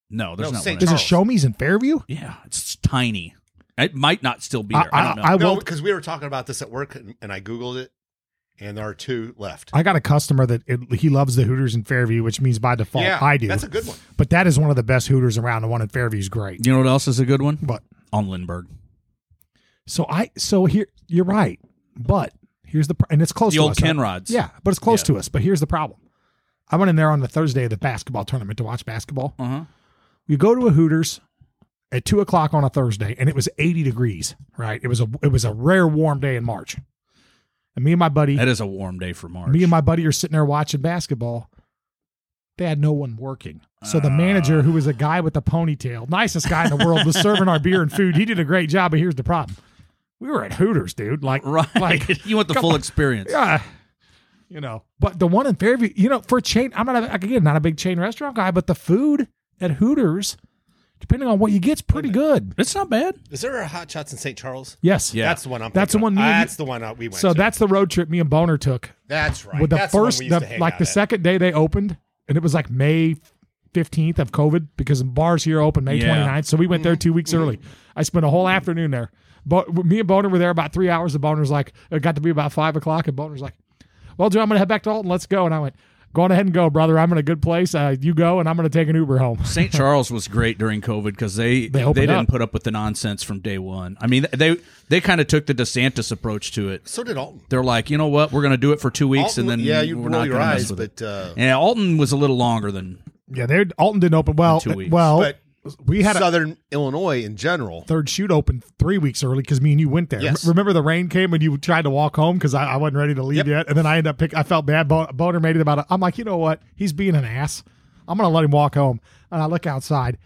[SPEAKER 4] No, there's
[SPEAKER 5] No,
[SPEAKER 4] not
[SPEAKER 5] St.
[SPEAKER 4] one.
[SPEAKER 1] There's a
[SPEAKER 5] Charles.
[SPEAKER 1] show me's in Fairview.
[SPEAKER 4] Yeah, it's tiny. It might not still be
[SPEAKER 1] I,
[SPEAKER 4] there. I,
[SPEAKER 1] I,
[SPEAKER 4] don't know.
[SPEAKER 1] I
[SPEAKER 5] No,
[SPEAKER 1] will.
[SPEAKER 5] because we were talking about this at work, and, and I googled it, and there are two left.
[SPEAKER 1] I got a customer that it, he loves the Hooters in Fairview, which means by default
[SPEAKER 5] yeah,
[SPEAKER 1] I do.
[SPEAKER 5] That's a good one.
[SPEAKER 1] but that is one of the best Hooters around. The one in Fairview is great.
[SPEAKER 4] you know what else is a good one?
[SPEAKER 1] But
[SPEAKER 4] On Lindbergh.
[SPEAKER 1] so I so here you're right. But here's the pr- and it's close
[SPEAKER 4] The
[SPEAKER 1] to
[SPEAKER 4] old
[SPEAKER 1] us, huh?
[SPEAKER 4] Kenrods.
[SPEAKER 1] Yeah, but it's close
[SPEAKER 4] Yeah.
[SPEAKER 1] to us. But here's the problem. I went in there on the Thursday of the basketball tournament to watch basketball.
[SPEAKER 4] Uh huh.
[SPEAKER 1] You go to a Hooters at two o'clock on a Thursday, and it was eighty degrees. Right, it was a it was a rare warm day in March. And me and my buddy,
[SPEAKER 4] That is a warm day for March.
[SPEAKER 1] me and my buddy are sitting there watching basketball. They had no one working. So the manager, who was a guy with a ponytail, nicest guy in the world, was serving our beer and food. He did a great job, but here's the problem. We were at Hooters, dude. Like,
[SPEAKER 4] right.
[SPEAKER 1] like
[SPEAKER 4] you want the full experience.
[SPEAKER 1] yeah, you know. But the one in Fairview, you know, for a chain, I'm not a, again not a big chain restaurant guy, but the food at Hooters, depending on what you get, is pretty good.
[SPEAKER 4] It's not bad.
[SPEAKER 5] Is there a Hot Shots in St. Charles?
[SPEAKER 1] Yes,
[SPEAKER 4] Yeah.
[SPEAKER 5] That's the one I'm.
[SPEAKER 1] That's the
[SPEAKER 5] thinking
[SPEAKER 1] one
[SPEAKER 5] of.
[SPEAKER 1] me and you-
[SPEAKER 5] That's the one uh, we went.
[SPEAKER 1] So
[SPEAKER 5] to.
[SPEAKER 1] that's the road trip me and Boner took.
[SPEAKER 5] that's right.
[SPEAKER 1] With the
[SPEAKER 5] that's
[SPEAKER 1] first,
[SPEAKER 5] the, one we used
[SPEAKER 1] the-
[SPEAKER 5] to hang
[SPEAKER 1] like
[SPEAKER 5] out
[SPEAKER 1] the
[SPEAKER 5] at.
[SPEAKER 1] second day they opened, and it was like May 15th of COVID because bars here open May
[SPEAKER 4] Yeah.
[SPEAKER 1] 29th. So we went there two weeks early. I spent a whole afternoon there. But me and Boner were there about three hours. The Boner's like, it got to be about five o'clock, and Boner's like, well, Joe, I'm going to head back to Alton. Let's go. And I went, go on ahead and go, brother. I'm in a good place. Uh, you go, and I'm going to take an Uber home.
[SPEAKER 4] St. Charles was great during COVID because they
[SPEAKER 1] They
[SPEAKER 4] they,
[SPEAKER 1] opened
[SPEAKER 4] didn't
[SPEAKER 1] up.
[SPEAKER 4] put up with the nonsense from day one. I mean, they they kind of took the DeSantis approach to it.
[SPEAKER 5] So did Alton.
[SPEAKER 4] They're like, you know what, we're going to do it for two weeks,
[SPEAKER 5] Alton-
[SPEAKER 4] and then
[SPEAKER 5] yeah, you
[SPEAKER 4] we're
[SPEAKER 5] roll
[SPEAKER 4] not
[SPEAKER 5] your
[SPEAKER 4] gonna
[SPEAKER 5] eyes,
[SPEAKER 4] mess with
[SPEAKER 5] but, uh,
[SPEAKER 4] it. Yeah, Alton was a little longer than
[SPEAKER 1] yeah, they Alton didn't open. Well,
[SPEAKER 4] two weeks.
[SPEAKER 1] well,
[SPEAKER 5] But
[SPEAKER 1] we had a
[SPEAKER 5] Southern Illinois in general.
[SPEAKER 1] third shoot opened three weeks early because me and you went there.
[SPEAKER 5] Yes.
[SPEAKER 1] M- Remember the rain came and you tried to walk home because I, I wasn't ready to leave
[SPEAKER 5] Yep.
[SPEAKER 1] yet, and then I ended up pick. I felt bad. Bo- Boner made it about. A, I'm like, you know what? He's being an ass. I'm gonna let him walk home. And I look outside,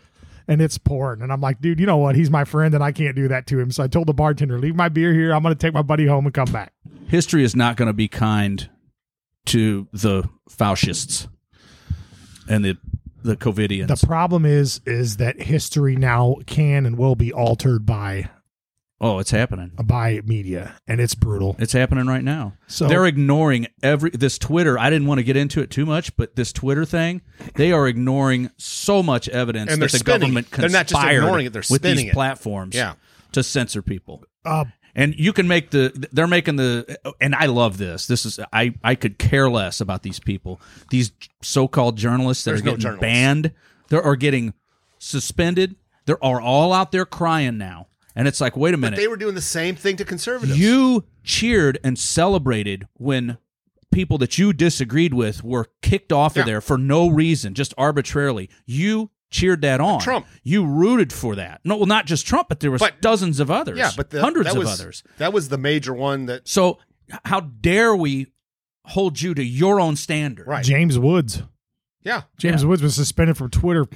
[SPEAKER 1] and it's pouring. And I'm like, dude, you know what? He's my friend, and I can't do that to him. So I told the bartender, leave my beer here. I'm gonna take my buddy home and come back.
[SPEAKER 4] history is not going to be kind to the fascists and the the COVIDians.
[SPEAKER 1] The problem is, is that history now can and will be altered by
[SPEAKER 4] oh, it's happening.
[SPEAKER 1] by media, and it's brutal.
[SPEAKER 4] It's happening right now.
[SPEAKER 1] So-
[SPEAKER 4] they're ignoring every this Twitter. I didn't want to get into it too much, but this Twitter thing, they are ignoring so much evidence
[SPEAKER 5] And
[SPEAKER 4] that the
[SPEAKER 5] they're spinning
[SPEAKER 4] government
[SPEAKER 5] it. They're
[SPEAKER 4] conspired
[SPEAKER 5] not just ignoring it, they're
[SPEAKER 4] with these
[SPEAKER 5] spinning it.
[SPEAKER 4] platforms
[SPEAKER 5] Yeah.
[SPEAKER 4] to censor people.
[SPEAKER 1] Uh,
[SPEAKER 4] And you can make the they're making the and I love this. This is I I could care less about these people. These so-called journalists that
[SPEAKER 5] There's
[SPEAKER 4] are
[SPEAKER 5] no
[SPEAKER 4] getting
[SPEAKER 5] journalists.
[SPEAKER 4] banned, they are getting suspended. They are all out there crying now. And it's like, wait a minute.
[SPEAKER 5] They were doing the same thing to conservatives.
[SPEAKER 4] You cheered and celebrated when people that you disagreed with were kicked off of
[SPEAKER 5] Yeah.
[SPEAKER 4] there for no reason, just arbitrarily. You cheered that on.
[SPEAKER 5] Trump.
[SPEAKER 4] You rooted for that. No, well, not just Trump, but there was
[SPEAKER 5] But-
[SPEAKER 4] dozens of others.
[SPEAKER 5] yeah, but the,
[SPEAKER 4] hundreds
[SPEAKER 5] that
[SPEAKER 4] of
[SPEAKER 5] was,
[SPEAKER 4] others.
[SPEAKER 5] That was the major one that
[SPEAKER 4] So h- how dare we hold you to your own standard?
[SPEAKER 5] right.
[SPEAKER 1] James Woods.
[SPEAKER 5] Yeah,
[SPEAKER 1] James
[SPEAKER 4] Yeah.
[SPEAKER 1] Woods was suspended from Twitter.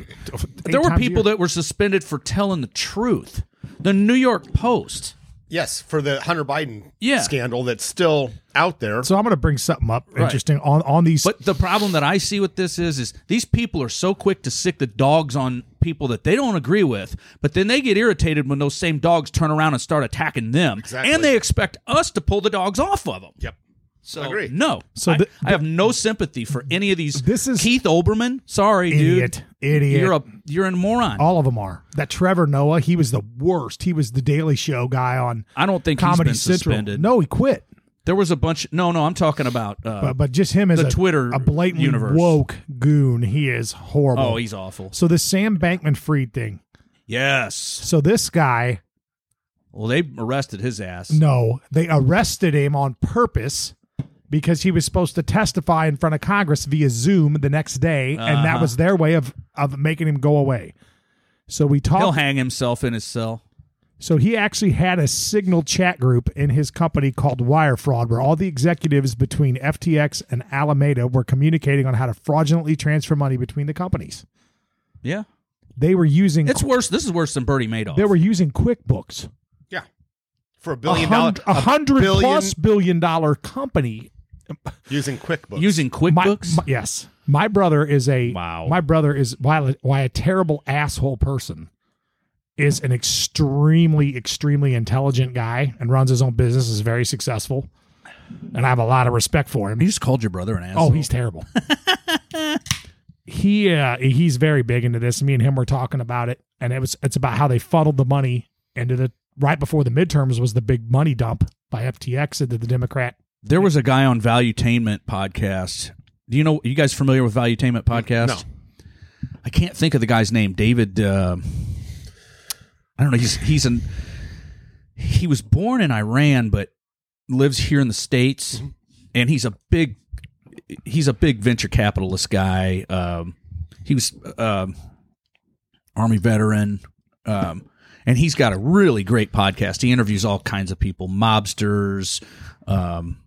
[SPEAKER 4] There were people that were suspended for telling the truth. The New York Post.
[SPEAKER 5] yes, for the Hunter Biden
[SPEAKER 4] Yeah.
[SPEAKER 5] scandal that's still out there.
[SPEAKER 1] So I'm going to bring something up interesting on on these.
[SPEAKER 4] But the problem that I see with this is, is these people are so quick to sick the dogs on people that they don't agree with, but then they get irritated when those same dogs turn around and start attacking them,
[SPEAKER 5] Exactly.
[SPEAKER 4] and they expect us to pull the dogs off of them.
[SPEAKER 5] yep.
[SPEAKER 4] So
[SPEAKER 5] Agree.
[SPEAKER 4] no,
[SPEAKER 1] So
[SPEAKER 4] so
[SPEAKER 1] the-
[SPEAKER 4] I, have no sympathy for any of these.
[SPEAKER 1] This is-
[SPEAKER 4] Keith Olbermann. Sorry,
[SPEAKER 1] idiot,
[SPEAKER 4] dude,
[SPEAKER 1] idiot.
[SPEAKER 4] You're a you're a moron.
[SPEAKER 1] All of them are. That Trevor Noah, he was the worst. He was the Daily Show guy on
[SPEAKER 4] I don't think he's
[SPEAKER 1] Comedy
[SPEAKER 4] been
[SPEAKER 1] Central.
[SPEAKER 4] suspended.
[SPEAKER 1] No, he quit.
[SPEAKER 4] There was a bunch. No, no, I'm talking about. Uh,
[SPEAKER 1] But, but just him as
[SPEAKER 4] The
[SPEAKER 1] a
[SPEAKER 4] Twitter
[SPEAKER 1] a blatantly
[SPEAKER 4] universe.
[SPEAKER 1] woke goon. He is horrible.
[SPEAKER 4] oh, he's awful.
[SPEAKER 1] so this Sam Bankman Fried thing.
[SPEAKER 4] Yes.
[SPEAKER 1] So this guy,
[SPEAKER 4] Well, they arrested his ass.
[SPEAKER 1] no, they arrested him on purpose because he was supposed to testify in front of Congress via Zoom the next day, and
[SPEAKER 4] Uh-huh.
[SPEAKER 1] that was their way of of making him go away. So we talked.
[SPEAKER 4] He'll hang himself in his cell.
[SPEAKER 1] So he actually had a signal chat group in his company called Wire Fraud, where all the executives between FTX and Alameda were communicating on how to fraudulently transfer money between the companies.
[SPEAKER 4] Yeah.
[SPEAKER 1] They were using
[SPEAKER 4] It's worse. This is worse than Bernie Madoff.
[SPEAKER 1] they were using QuickBooks,
[SPEAKER 5] Yeah, for a
[SPEAKER 1] a
[SPEAKER 5] billion dollar,
[SPEAKER 1] hundred, a hundred
[SPEAKER 5] billion-
[SPEAKER 1] plus billion dollar company.
[SPEAKER 5] using QuickBooks.
[SPEAKER 4] using
[SPEAKER 1] My-
[SPEAKER 4] QuickBooks.
[SPEAKER 1] my- yes, my brother is a
[SPEAKER 4] Wow.
[SPEAKER 1] My brother is why why a terrible asshole person is an extremely extremely intelligent guy and runs his own business is very successful, and I have a lot of respect for him.
[SPEAKER 4] you just called your brother an asshole.
[SPEAKER 1] Oh, he's terrible. he uh, he's very big into this. Me and him were talking about it, and it was it's about how they funneled the money into the right before the midterms was the big money dump by FTX into the Democrat.
[SPEAKER 4] there was a guy on Valuetainment podcast. Do you know? You guys familiar with Valuetainment podcast?
[SPEAKER 5] No.
[SPEAKER 4] I can't think of the guy's name. David. Uh, I don't know. He's he's an he was born in Iran, but lives here in the states, and he's a big he's a big venture capitalist guy. Um, he was um, army veteran, um, and he's got a really great podcast. He interviews all kinds of people, mobsters, um,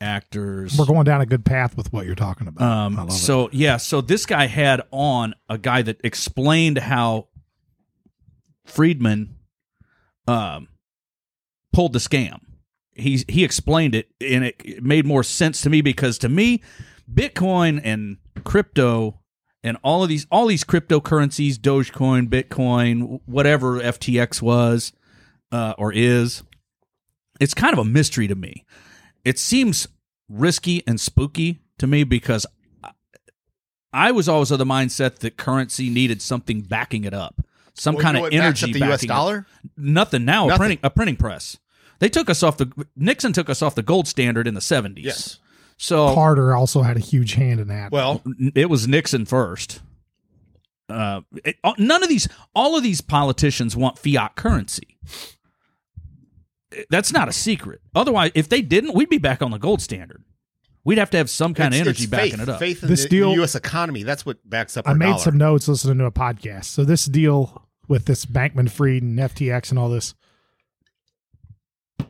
[SPEAKER 4] actors.
[SPEAKER 1] We're going down a good path with what you're talking about. I
[SPEAKER 4] Um,
[SPEAKER 1] love it.
[SPEAKER 4] so yeah, so this guy had on a guy that explained how Friedman um, pulled the scam. He he explained it, and it, it made more sense to me because to me, Bitcoin and crypto and all of these all these cryptocurrencies, Dogecoin, Bitcoin, whatever FTX was uh, or is, it's kind of a mystery to me. It seems risky and spooky to me because I- I was always of the mindset that currency needed something backing it up, some kind of energy.
[SPEAKER 5] the U.S.
[SPEAKER 4] backing it up.
[SPEAKER 5] dollar.
[SPEAKER 4] Nothing now. A
[SPEAKER 5] Nothing.
[SPEAKER 4] printing a printing press. They took us off the Nixon took us off the gold standard in the seventies.
[SPEAKER 5] Yes.
[SPEAKER 4] So
[SPEAKER 1] Carter also had a huge hand in that.
[SPEAKER 5] Well,
[SPEAKER 4] it was Nixon first. Uh, it- all- none of these, all of these politicians want fiat currency. That's not a secret. Otherwise, if they didn't, we'd be back on the gold standard. We'd have to have some kind
[SPEAKER 5] it's-
[SPEAKER 4] of energy
[SPEAKER 5] it's
[SPEAKER 4] backing
[SPEAKER 5] faith,
[SPEAKER 4] it up.
[SPEAKER 5] Faith in
[SPEAKER 1] This
[SPEAKER 5] the,
[SPEAKER 1] deal-
[SPEAKER 5] the U.S. economy. That's what backs up.
[SPEAKER 1] I
[SPEAKER 5] our
[SPEAKER 1] made
[SPEAKER 5] dollar.
[SPEAKER 1] some notes listening to a podcast. So this deal with this Bankman Fried and FTX and all this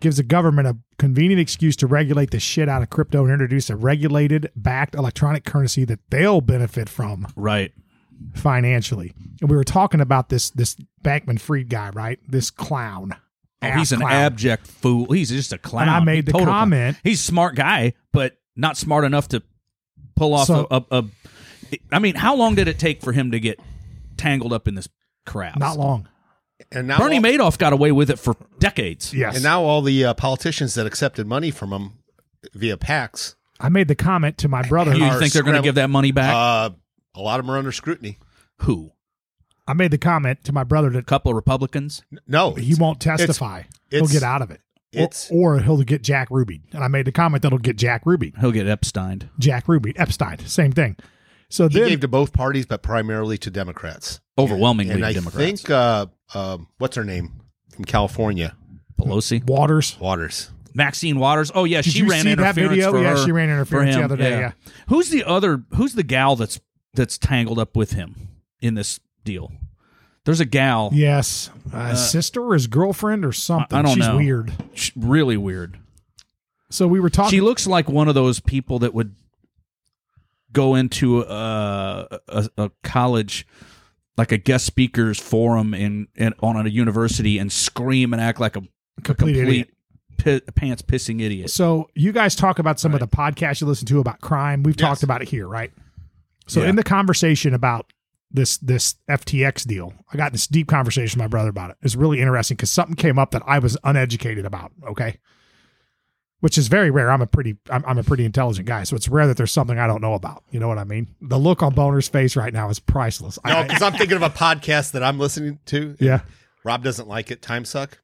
[SPEAKER 1] gives the government a convenient excuse to regulate the shit out of crypto and introduce a regulated backed electronic currency that they'll benefit from
[SPEAKER 4] Right. Oh,
[SPEAKER 1] financially. And we were talking about this this Bankman Fried guy, right? This clown.
[SPEAKER 4] Oh,
[SPEAKER 1] Ass
[SPEAKER 4] he's an
[SPEAKER 1] Ah, clown.
[SPEAKER 4] abject fool. He's just a clown.
[SPEAKER 1] And I made the
[SPEAKER 4] Total clown.
[SPEAKER 1] comment.
[SPEAKER 4] He's a smart guy, but not smart enough to pull off
[SPEAKER 1] So-
[SPEAKER 4] a, a, a. I mean, how long did it take for him to get tangled up in this crap?
[SPEAKER 1] Not long.
[SPEAKER 5] And now
[SPEAKER 4] Bernie
[SPEAKER 5] all,
[SPEAKER 4] Madoff got away with it for decades.
[SPEAKER 1] Yes.
[SPEAKER 5] And now all the uh, politicians that accepted money from him via PACs,
[SPEAKER 1] I made the comment to my brother.
[SPEAKER 4] You
[SPEAKER 5] Are
[SPEAKER 4] think they're going to
[SPEAKER 5] scrambled-
[SPEAKER 4] give that money back?
[SPEAKER 5] uh, a lot of them are under scrutiny.
[SPEAKER 4] Who?
[SPEAKER 1] I made the comment to my brother
[SPEAKER 4] A
[SPEAKER 1] that
[SPEAKER 4] couple of Republicans?
[SPEAKER 5] N- No,
[SPEAKER 1] he won't testify. he'll
[SPEAKER 5] it's-
[SPEAKER 1] get out of it. Or,
[SPEAKER 5] it's-
[SPEAKER 1] or he'll get Jack Ruby. And I made the comment that'll get Jack Ruby.
[SPEAKER 4] He'll get Epstein.
[SPEAKER 1] Jack Ruby, Epstein, same thing. So
[SPEAKER 5] he
[SPEAKER 1] then
[SPEAKER 5] gave to both parties, but primarily to Democrats.
[SPEAKER 4] Overwhelmingly
[SPEAKER 5] And I
[SPEAKER 4] Democrats.
[SPEAKER 5] think uh, um, what's her name from California,
[SPEAKER 4] Pelosi,
[SPEAKER 1] Waters.
[SPEAKER 5] Waters.
[SPEAKER 4] Maxine Waters. Oh yeah, she
[SPEAKER 1] you
[SPEAKER 4] ran
[SPEAKER 1] see that
[SPEAKER 4] interference
[SPEAKER 1] video?
[SPEAKER 4] for
[SPEAKER 1] Yeah,
[SPEAKER 4] her-
[SPEAKER 1] she ran
[SPEAKER 4] for
[SPEAKER 1] interference the
[SPEAKER 4] him.
[SPEAKER 1] other day, yeah.
[SPEAKER 4] Who's the other? Who's the gal that's that's tangled up with him in this deal? There's a gal.
[SPEAKER 1] Yes. Uh, sister or his girlfriend or something.
[SPEAKER 4] I- I don't
[SPEAKER 1] She's
[SPEAKER 4] know.
[SPEAKER 1] weird.
[SPEAKER 4] sh- Really weird.
[SPEAKER 1] So we were talking.
[SPEAKER 4] She looks like one of those people that would go into uh, a, a college, like a guest speakers forum in, in on a university, and scream and act like a
[SPEAKER 1] Complete
[SPEAKER 4] complete,
[SPEAKER 1] idiot.
[SPEAKER 4] pi- pants pissing idiot.
[SPEAKER 1] so you guys talk about some of the podcasts you listen to about crime. We've talked about it here, right? So
[SPEAKER 4] Yeah.
[SPEAKER 1] in the conversation about this this FTX deal, I got in this deep conversation with my brother about it. It's really interesting because something came up that I was uneducated about. Okay. Which is very rare. I'm a pretty I'm, I'm a pretty intelligent guy, so it's rare that there's something I don't know about. You know what I mean? The look on Boner's face right now is priceless. I-
[SPEAKER 5] No,
[SPEAKER 1] I-
[SPEAKER 5] because I'm thinking of a podcast that I'm listening to.
[SPEAKER 1] yeah,
[SPEAKER 5] Rob doesn't like it. Time suck.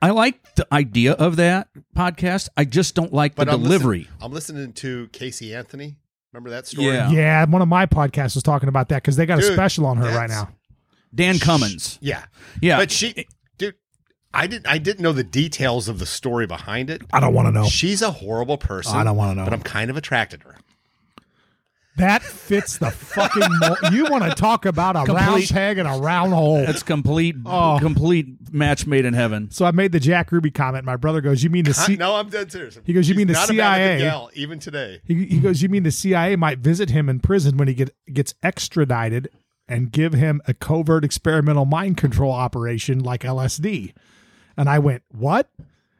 [SPEAKER 4] I like the idea of that podcast. I just don't like the
[SPEAKER 5] But I'm
[SPEAKER 4] delivery.
[SPEAKER 5] Listening, I'm listening to Casey Anthony. Remember that story?
[SPEAKER 4] Yeah.
[SPEAKER 1] yeah. One of my podcasts was talking about that because they got a
[SPEAKER 5] Dude,
[SPEAKER 1] special on her right
[SPEAKER 5] that's-
[SPEAKER 1] now.
[SPEAKER 4] Dan Cummins.
[SPEAKER 5] Yeah.
[SPEAKER 4] Yeah.
[SPEAKER 5] But she, dude, I didn't. I didn't know the details of the story behind it.
[SPEAKER 1] I don't want to know.
[SPEAKER 5] She's a horrible person.
[SPEAKER 1] I don't wanna know.
[SPEAKER 5] But I'm kind of attracted to her.
[SPEAKER 1] That fits the fucking. mo- you want to talk about a round
[SPEAKER 4] Complete-
[SPEAKER 1] peg and a round hole?
[SPEAKER 4] That's complete,
[SPEAKER 5] Oh.
[SPEAKER 4] complete match made in heaven.
[SPEAKER 1] So I made the Jack Ruby comment. My brother goes, "You mean the
[SPEAKER 5] I-
[SPEAKER 1] C-
[SPEAKER 5] no, I'm dead serious.
[SPEAKER 1] He goes, "You
[SPEAKER 5] She's
[SPEAKER 1] mean the
[SPEAKER 5] not a bad-looking
[SPEAKER 1] CIA?"
[SPEAKER 5] gal, even today.
[SPEAKER 1] he, he goes, "You mean the CIA might visit him in prison when he get gets extradited and give him a covert experimental mind control operation like LSD?" And I went, "What?"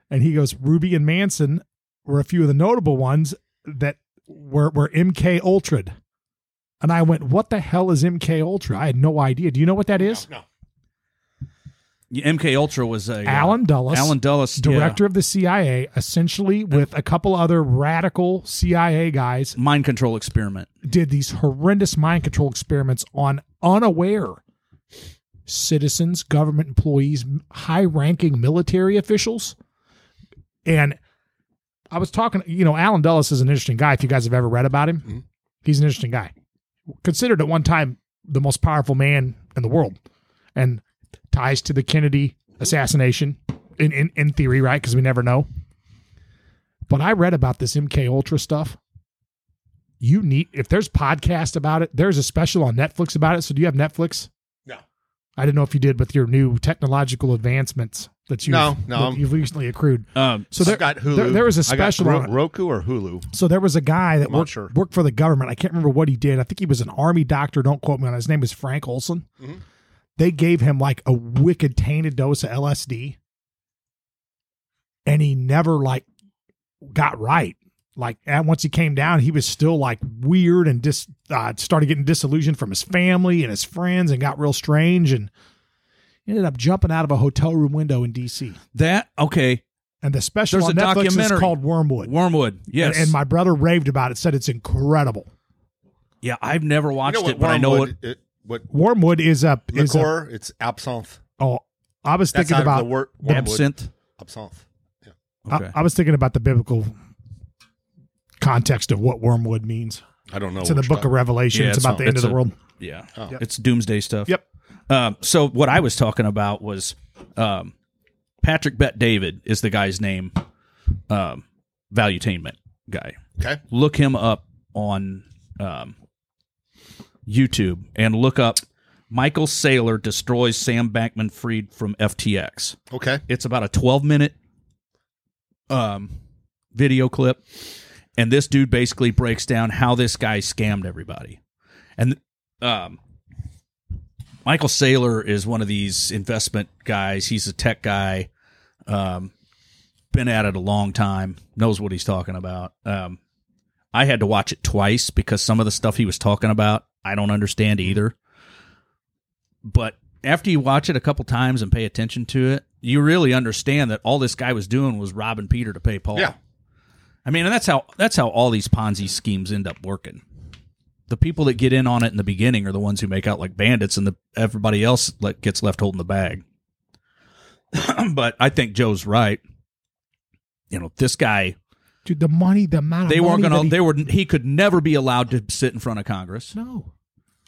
[SPEAKER 1] And he goes, "Ruby and Manson were a few of the notable ones that were were MK ultra'd." And I went, "What the hell is MK ultra?" I had no idea. Do you know what that is?
[SPEAKER 5] No,
[SPEAKER 4] MK Ultra was a uh,
[SPEAKER 1] Alan Dulles.
[SPEAKER 4] Alan Dulles,
[SPEAKER 1] director of the CIA, essentially with a couple other radical CIA guys,
[SPEAKER 4] yeah, mind control experiment.
[SPEAKER 1] did these horrendous mind control experiments on unaware citizens, government employees, high ranking military officials. And I was talking, you know, Alan Dulles is an interesting guy. If you guys have ever read about him,
[SPEAKER 5] Mm-hmm.
[SPEAKER 1] he's an interesting guy. Considered at one time the most powerful man in the world and ties to the Kennedy assassination in, in, in theory, right? Because we never know. But I read about this MK Ultra stuff you need if there's podcast about it there's a special on netflix about it so do you have netflix
[SPEAKER 5] no.
[SPEAKER 1] I didn't know if you did with your new technological advancements that you
[SPEAKER 5] No, no, I'm-
[SPEAKER 1] you've recently accrued.
[SPEAKER 4] Um,
[SPEAKER 1] So there,
[SPEAKER 5] I've got Hulu.
[SPEAKER 1] there, there was a
[SPEAKER 5] I got
[SPEAKER 1] special.
[SPEAKER 5] Ro-
[SPEAKER 1] on it.
[SPEAKER 5] Roku or Hulu.
[SPEAKER 1] So there was a guy that
[SPEAKER 5] not
[SPEAKER 1] worked,
[SPEAKER 5] sure.
[SPEAKER 1] worked for the government. I can't remember what he did. I think he was an army doctor. Don't quote me on it. his name was Frank Olson.
[SPEAKER 5] Mm-hmm.
[SPEAKER 1] They gave him like a wicked tainted dose of LSD, and he never like got right. Like and once he came down, he was still like weird and just uh, started getting disillusioned from his family and his friends, and got real strange and ended up jumping out of a hotel room window in D.C.
[SPEAKER 4] that okay.
[SPEAKER 1] And the special
[SPEAKER 4] There's
[SPEAKER 1] on
[SPEAKER 4] a
[SPEAKER 1] Netflix
[SPEAKER 4] documentary.
[SPEAKER 1] is called Wormwood.
[SPEAKER 4] Wormwood. Yes.
[SPEAKER 1] And, and my brother raved about it, said it's incredible.
[SPEAKER 4] yeah, I've never watched it, but I know
[SPEAKER 5] Wormwood-
[SPEAKER 4] it.
[SPEAKER 5] it- What
[SPEAKER 1] Wormwood is a is a,
[SPEAKER 5] liqueur? It's absinthe.
[SPEAKER 1] oh, I was
[SPEAKER 5] That's
[SPEAKER 1] thinking
[SPEAKER 5] out of
[SPEAKER 1] about
[SPEAKER 5] the wor- Wormwood.
[SPEAKER 4] Absinthe.
[SPEAKER 5] Absinthe.
[SPEAKER 1] I-
[SPEAKER 4] Okay.
[SPEAKER 1] I, was thinking about the biblical context of what wormwood means.
[SPEAKER 5] I don't know.
[SPEAKER 1] It's in the
[SPEAKER 5] which
[SPEAKER 1] Book of
[SPEAKER 5] one.
[SPEAKER 1] Revelation.
[SPEAKER 4] Yeah,
[SPEAKER 1] it's
[SPEAKER 4] it's
[SPEAKER 1] about
[SPEAKER 4] not-
[SPEAKER 1] the end
[SPEAKER 4] it's
[SPEAKER 1] of the
[SPEAKER 4] a-
[SPEAKER 1] world.
[SPEAKER 4] yeah.
[SPEAKER 5] Oh.
[SPEAKER 1] Yep.
[SPEAKER 4] It's doomsday stuff.
[SPEAKER 1] Yep.
[SPEAKER 4] Um, so what I was talking about was um, Patrick Bet David is the guy's name, um, valuetainment guy.
[SPEAKER 5] Okay.
[SPEAKER 4] Look him up on um, YouTube and look up Michael Saylor destroys Sam Bankman Freed from FTX.
[SPEAKER 5] Okay.
[SPEAKER 4] It's about a 12 minute um, video clip. And this dude basically breaks down how this guy scammed everybody. And um, Michael Saylor is one of these investment guys. He's a tech guy, um, been at it a long time, knows what he's talking about. Um, I had to watch it twice because some of the stuff he was talking about, I don't understand either but after you watch it a couple times and pay attention to it, you really understand that all this guy was doing was robbing Peter to pay Paul.
[SPEAKER 5] Yeah.
[SPEAKER 4] I mean, and that's how that's how all these Ponzi schemes end up working. The people that get in on it in the beginning are the ones who make out like bandits, and the everybody else like gets left holding the bag. but I think Joe's right. You know, this guy
[SPEAKER 1] Dude, the money, the amount of
[SPEAKER 4] they
[SPEAKER 1] money
[SPEAKER 4] weren't
[SPEAKER 1] that
[SPEAKER 4] gonna
[SPEAKER 1] he-
[SPEAKER 4] they were he could never be allowed to sit in front of Congress,
[SPEAKER 1] no.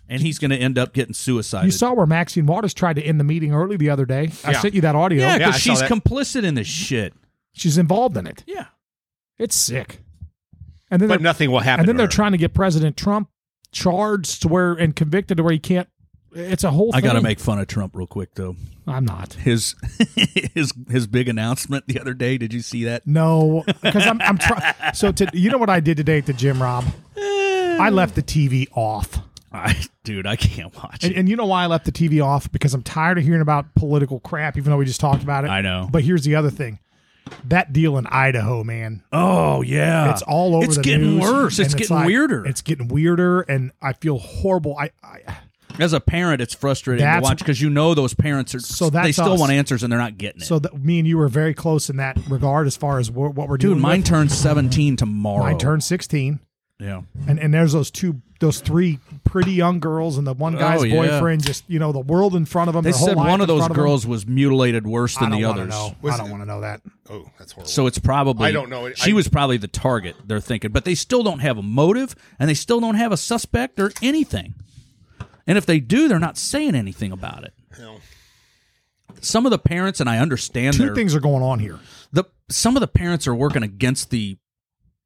[SPEAKER 4] and he's gonna end up getting suicided.
[SPEAKER 1] You saw where Maxine Waters tried to end the meeting early the other day. I
[SPEAKER 4] Yeah.
[SPEAKER 1] sent you that audio.
[SPEAKER 4] yeah,
[SPEAKER 5] Yeah, I
[SPEAKER 4] because
[SPEAKER 5] saw
[SPEAKER 4] she's
[SPEAKER 5] that.
[SPEAKER 4] complicit in this shit.
[SPEAKER 1] She's involved in it.
[SPEAKER 4] Yeah.
[SPEAKER 1] It's sick. And then
[SPEAKER 5] But
[SPEAKER 1] they're-
[SPEAKER 5] nothing will happen.
[SPEAKER 1] and then
[SPEAKER 5] to
[SPEAKER 1] they're
[SPEAKER 5] her.
[SPEAKER 1] trying to get President Trump charged to where and convicted to where he can't. It's a whole.
[SPEAKER 4] I got to
[SPEAKER 1] thing.
[SPEAKER 4] make fun of Trump real quick though.
[SPEAKER 1] I'm not.
[SPEAKER 4] His his his big announcement the other day. Did you see that?
[SPEAKER 1] No, because I'm, I'm trying. so to, you know what I did today at the gym, Rob? I left the TV off,
[SPEAKER 4] I dude, I can't watch
[SPEAKER 1] and,
[SPEAKER 4] it.
[SPEAKER 1] and you know why I left the TV off? Because I'm tired of hearing about political crap, even though we just talked about it.
[SPEAKER 4] I know.
[SPEAKER 1] But here's the other thing: that deal in Idaho, man,
[SPEAKER 4] Oh yeah,
[SPEAKER 1] it's all over.
[SPEAKER 4] It's
[SPEAKER 1] the
[SPEAKER 4] getting
[SPEAKER 1] news,
[SPEAKER 4] worse.
[SPEAKER 1] and
[SPEAKER 4] It's getting
[SPEAKER 1] like-
[SPEAKER 4] weirder.
[SPEAKER 1] It's getting weirder, and I feel horrible. I, I
[SPEAKER 4] As a parent, it's frustrating to
[SPEAKER 1] That's-
[SPEAKER 4] watch because you know those parents are.
[SPEAKER 1] So
[SPEAKER 4] they
[SPEAKER 1] that's
[SPEAKER 4] still
[SPEAKER 1] us.
[SPEAKER 4] want answers and they're not getting it.
[SPEAKER 1] so that me and you were very close in that regard as far as wh- what we're
[SPEAKER 4] dude,
[SPEAKER 1] doing.
[SPEAKER 4] mine
[SPEAKER 1] with-
[SPEAKER 4] turns seventeen tomorrow.
[SPEAKER 1] mine turned 16.
[SPEAKER 4] Yeah.
[SPEAKER 1] and and there's those two those three pretty young girls and the one guy's
[SPEAKER 4] Oh, yeah.
[SPEAKER 1] boyfriend just you know the world in front of them
[SPEAKER 4] They
[SPEAKER 1] their whole
[SPEAKER 4] said
[SPEAKER 1] life
[SPEAKER 4] one of
[SPEAKER 1] in
[SPEAKER 4] those
[SPEAKER 1] front them.
[SPEAKER 4] girls was mutilated worse
[SPEAKER 1] I
[SPEAKER 4] than
[SPEAKER 1] don't
[SPEAKER 4] the
[SPEAKER 1] wanna
[SPEAKER 4] others.
[SPEAKER 1] know.
[SPEAKER 5] Was
[SPEAKER 1] I don't
[SPEAKER 5] it-
[SPEAKER 1] want to know that
[SPEAKER 5] Oh, that's horrible.
[SPEAKER 4] So it's probably
[SPEAKER 5] I don't know.
[SPEAKER 4] She
[SPEAKER 5] I-
[SPEAKER 4] was probably the target they're thinking, but they still don't have a motive and they still don't have a suspect or anything. And if they do, they're not saying anything about it.
[SPEAKER 5] No.
[SPEAKER 4] Some of the parents and I understand
[SPEAKER 1] two
[SPEAKER 4] they're-
[SPEAKER 1] things are going on here
[SPEAKER 4] the some of the parents are working against the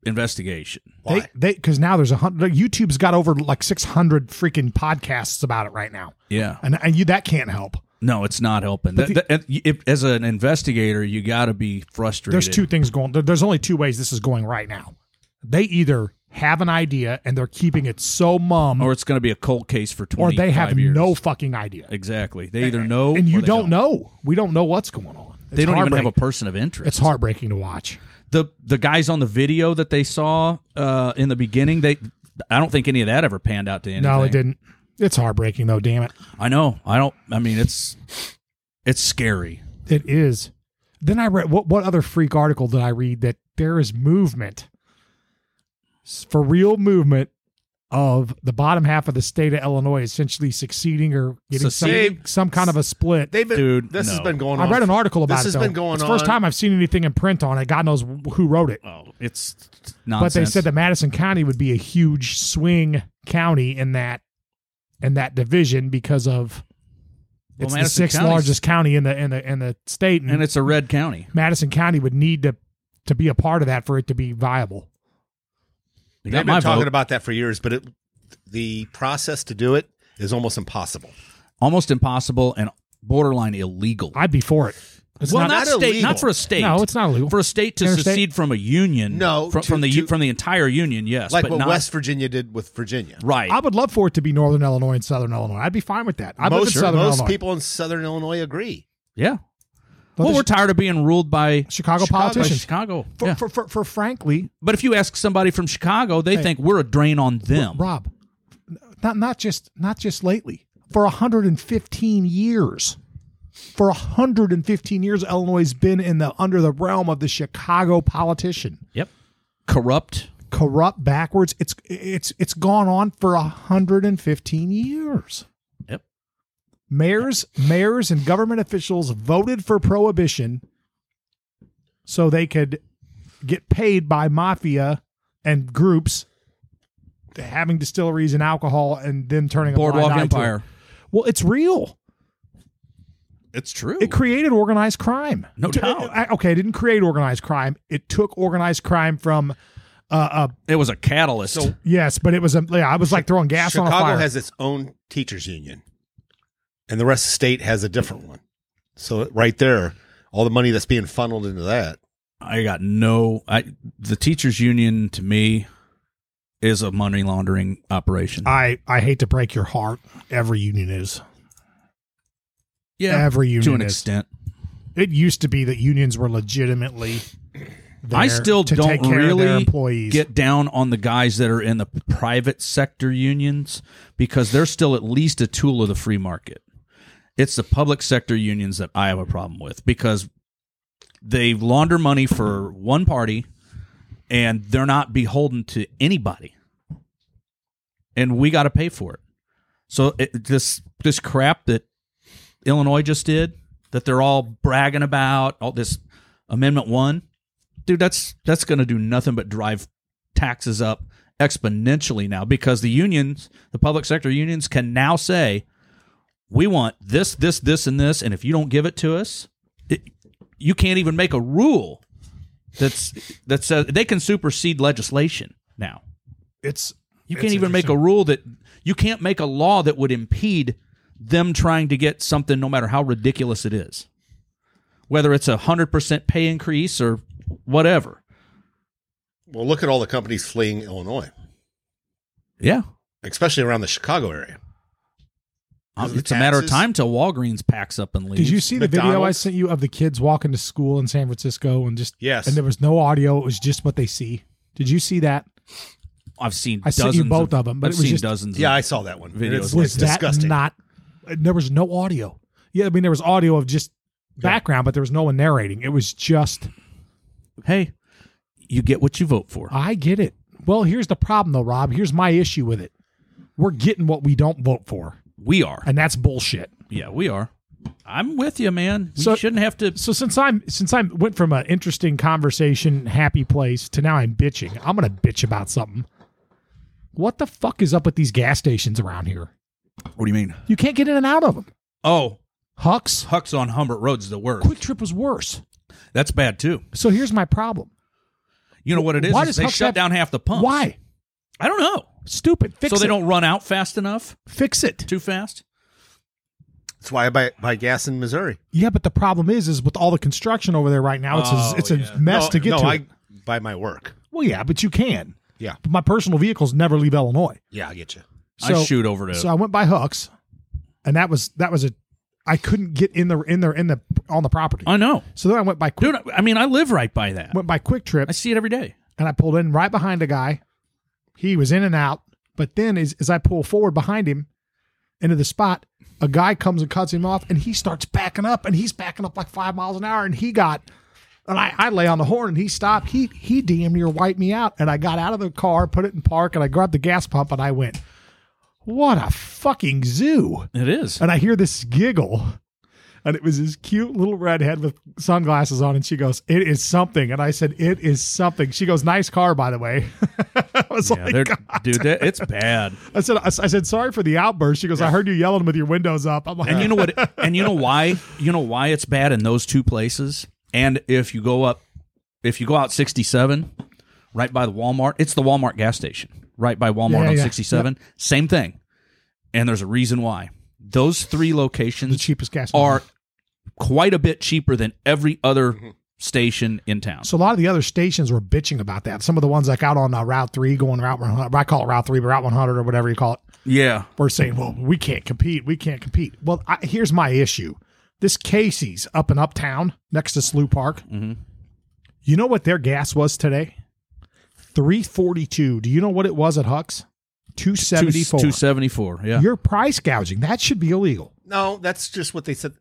[SPEAKER 4] investigation.
[SPEAKER 5] Why?
[SPEAKER 1] they they because now there's a hundred YouTube's got over like 600 freaking podcasts about it right now
[SPEAKER 4] Yeah.
[SPEAKER 1] and and you that can't help
[SPEAKER 4] No, it's not helping.
[SPEAKER 1] But
[SPEAKER 4] Th- th- if- as an investigator, you got to be frustrated.
[SPEAKER 1] there's two things going there- there's only two ways this is going right now they either have an idea and they're keeping it so mum
[SPEAKER 4] or it's going to be a cold case for 20
[SPEAKER 1] or they have no fucking idea
[SPEAKER 4] Exactly. They either know
[SPEAKER 1] and
[SPEAKER 4] or
[SPEAKER 1] you
[SPEAKER 4] they
[SPEAKER 1] don't know we don't know what's going on it's
[SPEAKER 4] They don't even have
[SPEAKER 1] heartbreaking.
[SPEAKER 4] a person of interest.
[SPEAKER 1] it's heartbreaking to watch
[SPEAKER 4] the the guys on the video that they saw uh, in the beginning, they I don't think any of that ever panned out to anything.
[SPEAKER 1] No, it didn't. It's heartbreaking though, damn it.
[SPEAKER 4] I know. I don't. I mean, it's it's scary.
[SPEAKER 1] It is. Then I read what what other freak article did I read that there is movement s- for real movement of the bottom half of the state of Illinois essentially succeeding or getting some,
[SPEAKER 5] Secede.
[SPEAKER 1] some kind of a split.
[SPEAKER 5] They've been,
[SPEAKER 4] Dude,
[SPEAKER 5] This has
[SPEAKER 4] no.
[SPEAKER 5] been going. on.
[SPEAKER 1] I read an article about
[SPEAKER 5] this
[SPEAKER 1] it.
[SPEAKER 5] has
[SPEAKER 1] though.
[SPEAKER 5] been going
[SPEAKER 1] it's the first
[SPEAKER 5] on.
[SPEAKER 1] time I've seen anything in print on it. God knows who wrote it.
[SPEAKER 4] Oh, it's
[SPEAKER 1] but
[SPEAKER 4] nonsense.
[SPEAKER 1] they said that Madison County would be a huge swing county in that in that division because of
[SPEAKER 4] Well,
[SPEAKER 1] it's the
[SPEAKER 4] Madison
[SPEAKER 1] sixth
[SPEAKER 4] County's-
[SPEAKER 1] largest county in the in the in the state,
[SPEAKER 4] and it's a red county.
[SPEAKER 1] Madison County would need to to be a part of that for it to be viable.
[SPEAKER 4] They
[SPEAKER 5] They've
[SPEAKER 4] got
[SPEAKER 5] been
[SPEAKER 4] my
[SPEAKER 5] talking
[SPEAKER 4] vote.
[SPEAKER 5] about that for years, but it, the process to do it is almost impossible.
[SPEAKER 4] almost impossible, and borderline illegal.
[SPEAKER 1] I'd be for it. It's
[SPEAKER 4] well,
[SPEAKER 1] not,
[SPEAKER 4] not, state,
[SPEAKER 5] illegal.
[SPEAKER 4] not for a state.
[SPEAKER 1] No, it's not illegal.
[SPEAKER 4] for a state to
[SPEAKER 1] Interstate?
[SPEAKER 4] secede from a union.
[SPEAKER 5] No,
[SPEAKER 4] from,
[SPEAKER 5] to-
[SPEAKER 4] from the
[SPEAKER 5] to-
[SPEAKER 4] from the entire union. Yes,
[SPEAKER 5] like
[SPEAKER 4] but
[SPEAKER 5] what
[SPEAKER 4] not,
[SPEAKER 5] West Virginia did with Virginia.
[SPEAKER 4] Right.
[SPEAKER 1] I would love for it to be Northern Illinois and Southern Illinois. I'd be fine with that. I live in
[SPEAKER 5] most
[SPEAKER 1] Southern
[SPEAKER 5] most
[SPEAKER 1] Illinois.
[SPEAKER 5] people in Southern Illinois agree.
[SPEAKER 4] yeah.
[SPEAKER 1] Don't
[SPEAKER 4] Well,
[SPEAKER 1] the
[SPEAKER 4] we're
[SPEAKER 1] Chi-
[SPEAKER 4] tired of being ruled by
[SPEAKER 1] Chicago,
[SPEAKER 5] Chicago-
[SPEAKER 4] by
[SPEAKER 1] politicians.
[SPEAKER 4] Chicago.
[SPEAKER 1] For,
[SPEAKER 4] Yeah.
[SPEAKER 1] for, for, for frankly,
[SPEAKER 4] but if you ask somebody from Chicago, they think we're a drain on them.
[SPEAKER 1] Rob, not not just not just lately. For 115 years, for 115 years, Illinois has been in the under the realm of the Chicago politician,
[SPEAKER 4] Yep. Corrupt.
[SPEAKER 1] corrupt, backwards. It's it's it's gone on for 115 years.
[SPEAKER 4] Yep.
[SPEAKER 1] Mayors, mayors, and government officials voted for prohibition so they could get paid by mafia and groups having distilleries and alcohol and then turning a blind
[SPEAKER 4] Boardwalk
[SPEAKER 1] eye to it.
[SPEAKER 4] Empire.
[SPEAKER 1] Well, it's real.
[SPEAKER 4] It's true.
[SPEAKER 1] It created organized crime.
[SPEAKER 4] No
[SPEAKER 1] T-
[SPEAKER 4] doubt.
[SPEAKER 1] I- okay, it didn't create organized crime. It took organized crime from
[SPEAKER 4] it was a catalyst.
[SPEAKER 5] So-
[SPEAKER 1] yes, but it was a yeah, I was like throwing gas on a
[SPEAKER 5] Chicago
[SPEAKER 1] fire.
[SPEAKER 5] has its own teachers union, and the rest of the state has a different one. So right there, all the money that's being funneled into that.
[SPEAKER 4] I got no. I the teachers union to me is a money laundering operation.
[SPEAKER 1] I I hate to break your heart. Every union is. every union
[SPEAKER 4] to an
[SPEAKER 1] is.
[SPEAKER 4] extent.
[SPEAKER 1] It used to be that unions were legitimately. There
[SPEAKER 4] I still
[SPEAKER 1] to
[SPEAKER 4] don't
[SPEAKER 1] take care of
[SPEAKER 4] really
[SPEAKER 1] their employees.
[SPEAKER 4] get down on the guys that are in the private sector unions because they're still at least a tool of the free market. It's the public sector unions that I have a problem with because they launder money for one party and they're not beholden to anybody. And we got to pay for it. So it, this this crap that Illinois just did that they're all bragging about all this amendment 1 dude that's that's going to do nothing but drive taxes up exponentially now because the unions the public sector unions can now say we want this this this and this and if you don't give it to us it, you can't even make a rule that's that says they can supersede legislation now
[SPEAKER 1] it's
[SPEAKER 4] you can't even make a rule that you can't make a law that would impede them trying to get something, no matter how ridiculous it is, whether it's a hundred percent pay increase or whatever.
[SPEAKER 5] Well, look at all the companies fleeing Illinois,
[SPEAKER 4] Yeah,
[SPEAKER 5] especially around the Chicago area.
[SPEAKER 4] Um,
[SPEAKER 5] Because
[SPEAKER 4] it's
[SPEAKER 5] of
[SPEAKER 4] a matter of
[SPEAKER 5] taxes.
[SPEAKER 4] time till Walgreens packs up and leaves.
[SPEAKER 1] Did you see the video I
[SPEAKER 5] McDonald's?
[SPEAKER 1] sent you of the kids walking to school in San Francisco and just
[SPEAKER 5] Yes.
[SPEAKER 1] and there was no audio. It was just what they see. Did you see that?
[SPEAKER 4] I've seen.
[SPEAKER 1] I sent
[SPEAKER 4] dozens
[SPEAKER 1] you both of them, but
[SPEAKER 4] I've
[SPEAKER 1] it was
[SPEAKER 4] seen
[SPEAKER 1] just-
[SPEAKER 4] dozens.
[SPEAKER 5] Yeah, I
[SPEAKER 4] of,
[SPEAKER 5] saw that one.
[SPEAKER 4] Videos.
[SPEAKER 5] It's,
[SPEAKER 1] Mm-hmm. Was
[SPEAKER 5] it's
[SPEAKER 1] that
[SPEAKER 5] disgusting.
[SPEAKER 1] not? There was no audio. Yeah, I mean there was audio of just background, but there was no one narrating. It was just
[SPEAKER 4] hey, you get what you vote for.
[SPEAKER 1] I get it. Well, here's the problem though, Rob. Here's my issue with it. We're getting what we don't vote for,
[SPEAKER 4] we are.
[SPEAKER 1] and that's bullshit.
[SPEAKER 4] yeah, we are. I'm with you, man. We
[SPEAKER 1] So-
[SPEAKER 4] shouldn't have to.
[SPEAKER 1] so since I'm since I went from an interesting conversation, happy place to now I'm bitching. I'm gonna bitch about something. What the fuck is up with these gas stations around here?
[SPEAKER 4] What do you mean?
[SPEAKER 1] You can't get in and out of them.
[SPEAKER 4] Oh,
[SPEAKER 1] Hucks,
[SPEAKER 4] Huck's on Humbert Road's the worst.
[SPEAKER 1] Quick Trip was worse.
[SPEAKER 4] That's bad too.
[SPEAKER 1] So here's my problem.
[SPEAKER 4] You know what it is?
[SPEAKER 1] Why
[SPEAKER 4] is
[SPEAKER 1] does
[SPEAKER 4] they
[SPEAKER 1] Huck's
[SPEAKER 4] shut
[SPEAKER 1] have-
[SPEAKER 4] down half the pumps.
[SPEAKER 1] Why?
[SPEAKER 4] I don't know.
[SPEAKER 1] Stupid. Fix
[SPEAKER 4] so they
[SPEAKER 1] it.
[SPEAKER 4] don't run out fast enough,
[SPEAKER 1] fix it.
[SPEAKER 4] too fast.
[SPEAKER 5] That's why I buy, buy gas in Missouri.
[SPEAKER 1] Yeah, but the problem is, is with all the construction over there right now, it's
[SPEAKER 4] Oh,
[SPEAKER 1] a, it's a
[SPEAKER 4] yeah.
[SPEAKER 1] mess
[SPEAKER 5] no,
[SPEAKER 1] to get
[SPEAKER 5] no,
[SPEAKER 1] to.
[SPEAKER 5] I
[SPEAKER 1] it.
[SPEAKER 5] buy my work.
[SPEAKER 1] Well, yeah, but you can.
[SPEAKER 5] Yeah.
[SPEAKER 1] But my personal vehicles never leave Illinois.
[SPEAKER 5] Yeah, I get you.
[SPEAKER 1] So-
[SPEAKER 4] I shoot over to.
[SPEAKER 1] So I went by Hucks, and that was that was a. I couldn't get in the in there in the on the property.
[SPEAKER 4] I know,
[SPEAKER 1] So then I went by quick,
[SPEAKER 4] dude. I mean, I live right by that.
[SPEAKER 1] went by Quick Trip,
[SPEAKER 4] I see it every day.
[SPEAKER 1] and I pulled in right behind a guy. He was in and out, but then as, as I pull forward behind him into the spot, a guy comes and cuts him off, and he starts backing up, and he's backing up like five miles an hour, and he got. And I, I lay on the horn and he stopped. He he damn near wiped me out. And I got out of the car, put it in park, and I grabbed the gas pump and I went, What a fucking zoo.
[SPEAKER 4] It is.
[SPEAKER 1] And I hear this giggle. And it was this cute little redhead with sunglasses on. And she goes, It is something. And I said, It is something. She goes, Nice car, by the way. I was
[SPEAKER 4] Yeah,
[SPEAKER 1] like,
[SPEAKER 4] they're-
[SPEAKER 1] "God."
[SPEAKER 4] dude, that, it's bad.
[SPEAKER 1] I said, I, said, Sorry for the outburst. She goes, I heard you yelling with your windows up. I'm like,
[SPEAKER 4] And you know what? And you know why? You know why it's bad in those two places. And if you go up, if you go out 67, right by the Walmart, it's the Walmart gas station, right by Walmart
[SPEAKER 1] Yeah,
[SPEAKER 4] on
[SPEAKER 1] yeah.
[SPEAKER 4] 67. Same thing. And there's a reason why. those three locations
[SPEAKER 1] The cheapest gas station.
[SPEAKER 4] are quite a bit cheaper than every other station in town.
[SPEAKER 1] So a lot of the other stations were bitching about that. Some of the ones like out on uh, Route Three, going Route One Hundred, I call it Route Three, but Route One Hundred or whatever you call it,
[SPEAKER 4] yeah.
[SPEAKER 1] were saying, "Well, we can't compete. We can't compete." Well, I, here's my issue: this Casey's up in Uptown next to Slough Park. You know what their gas was today? Three forty-two. Do you know what it was at Huck's? Two seventy-four.
[SPEAKER 4] 274. Yeah.
[SPEAKER 1] You're price gouging. That should be illegal.
[SPEAKER 5] No, that's just what they said.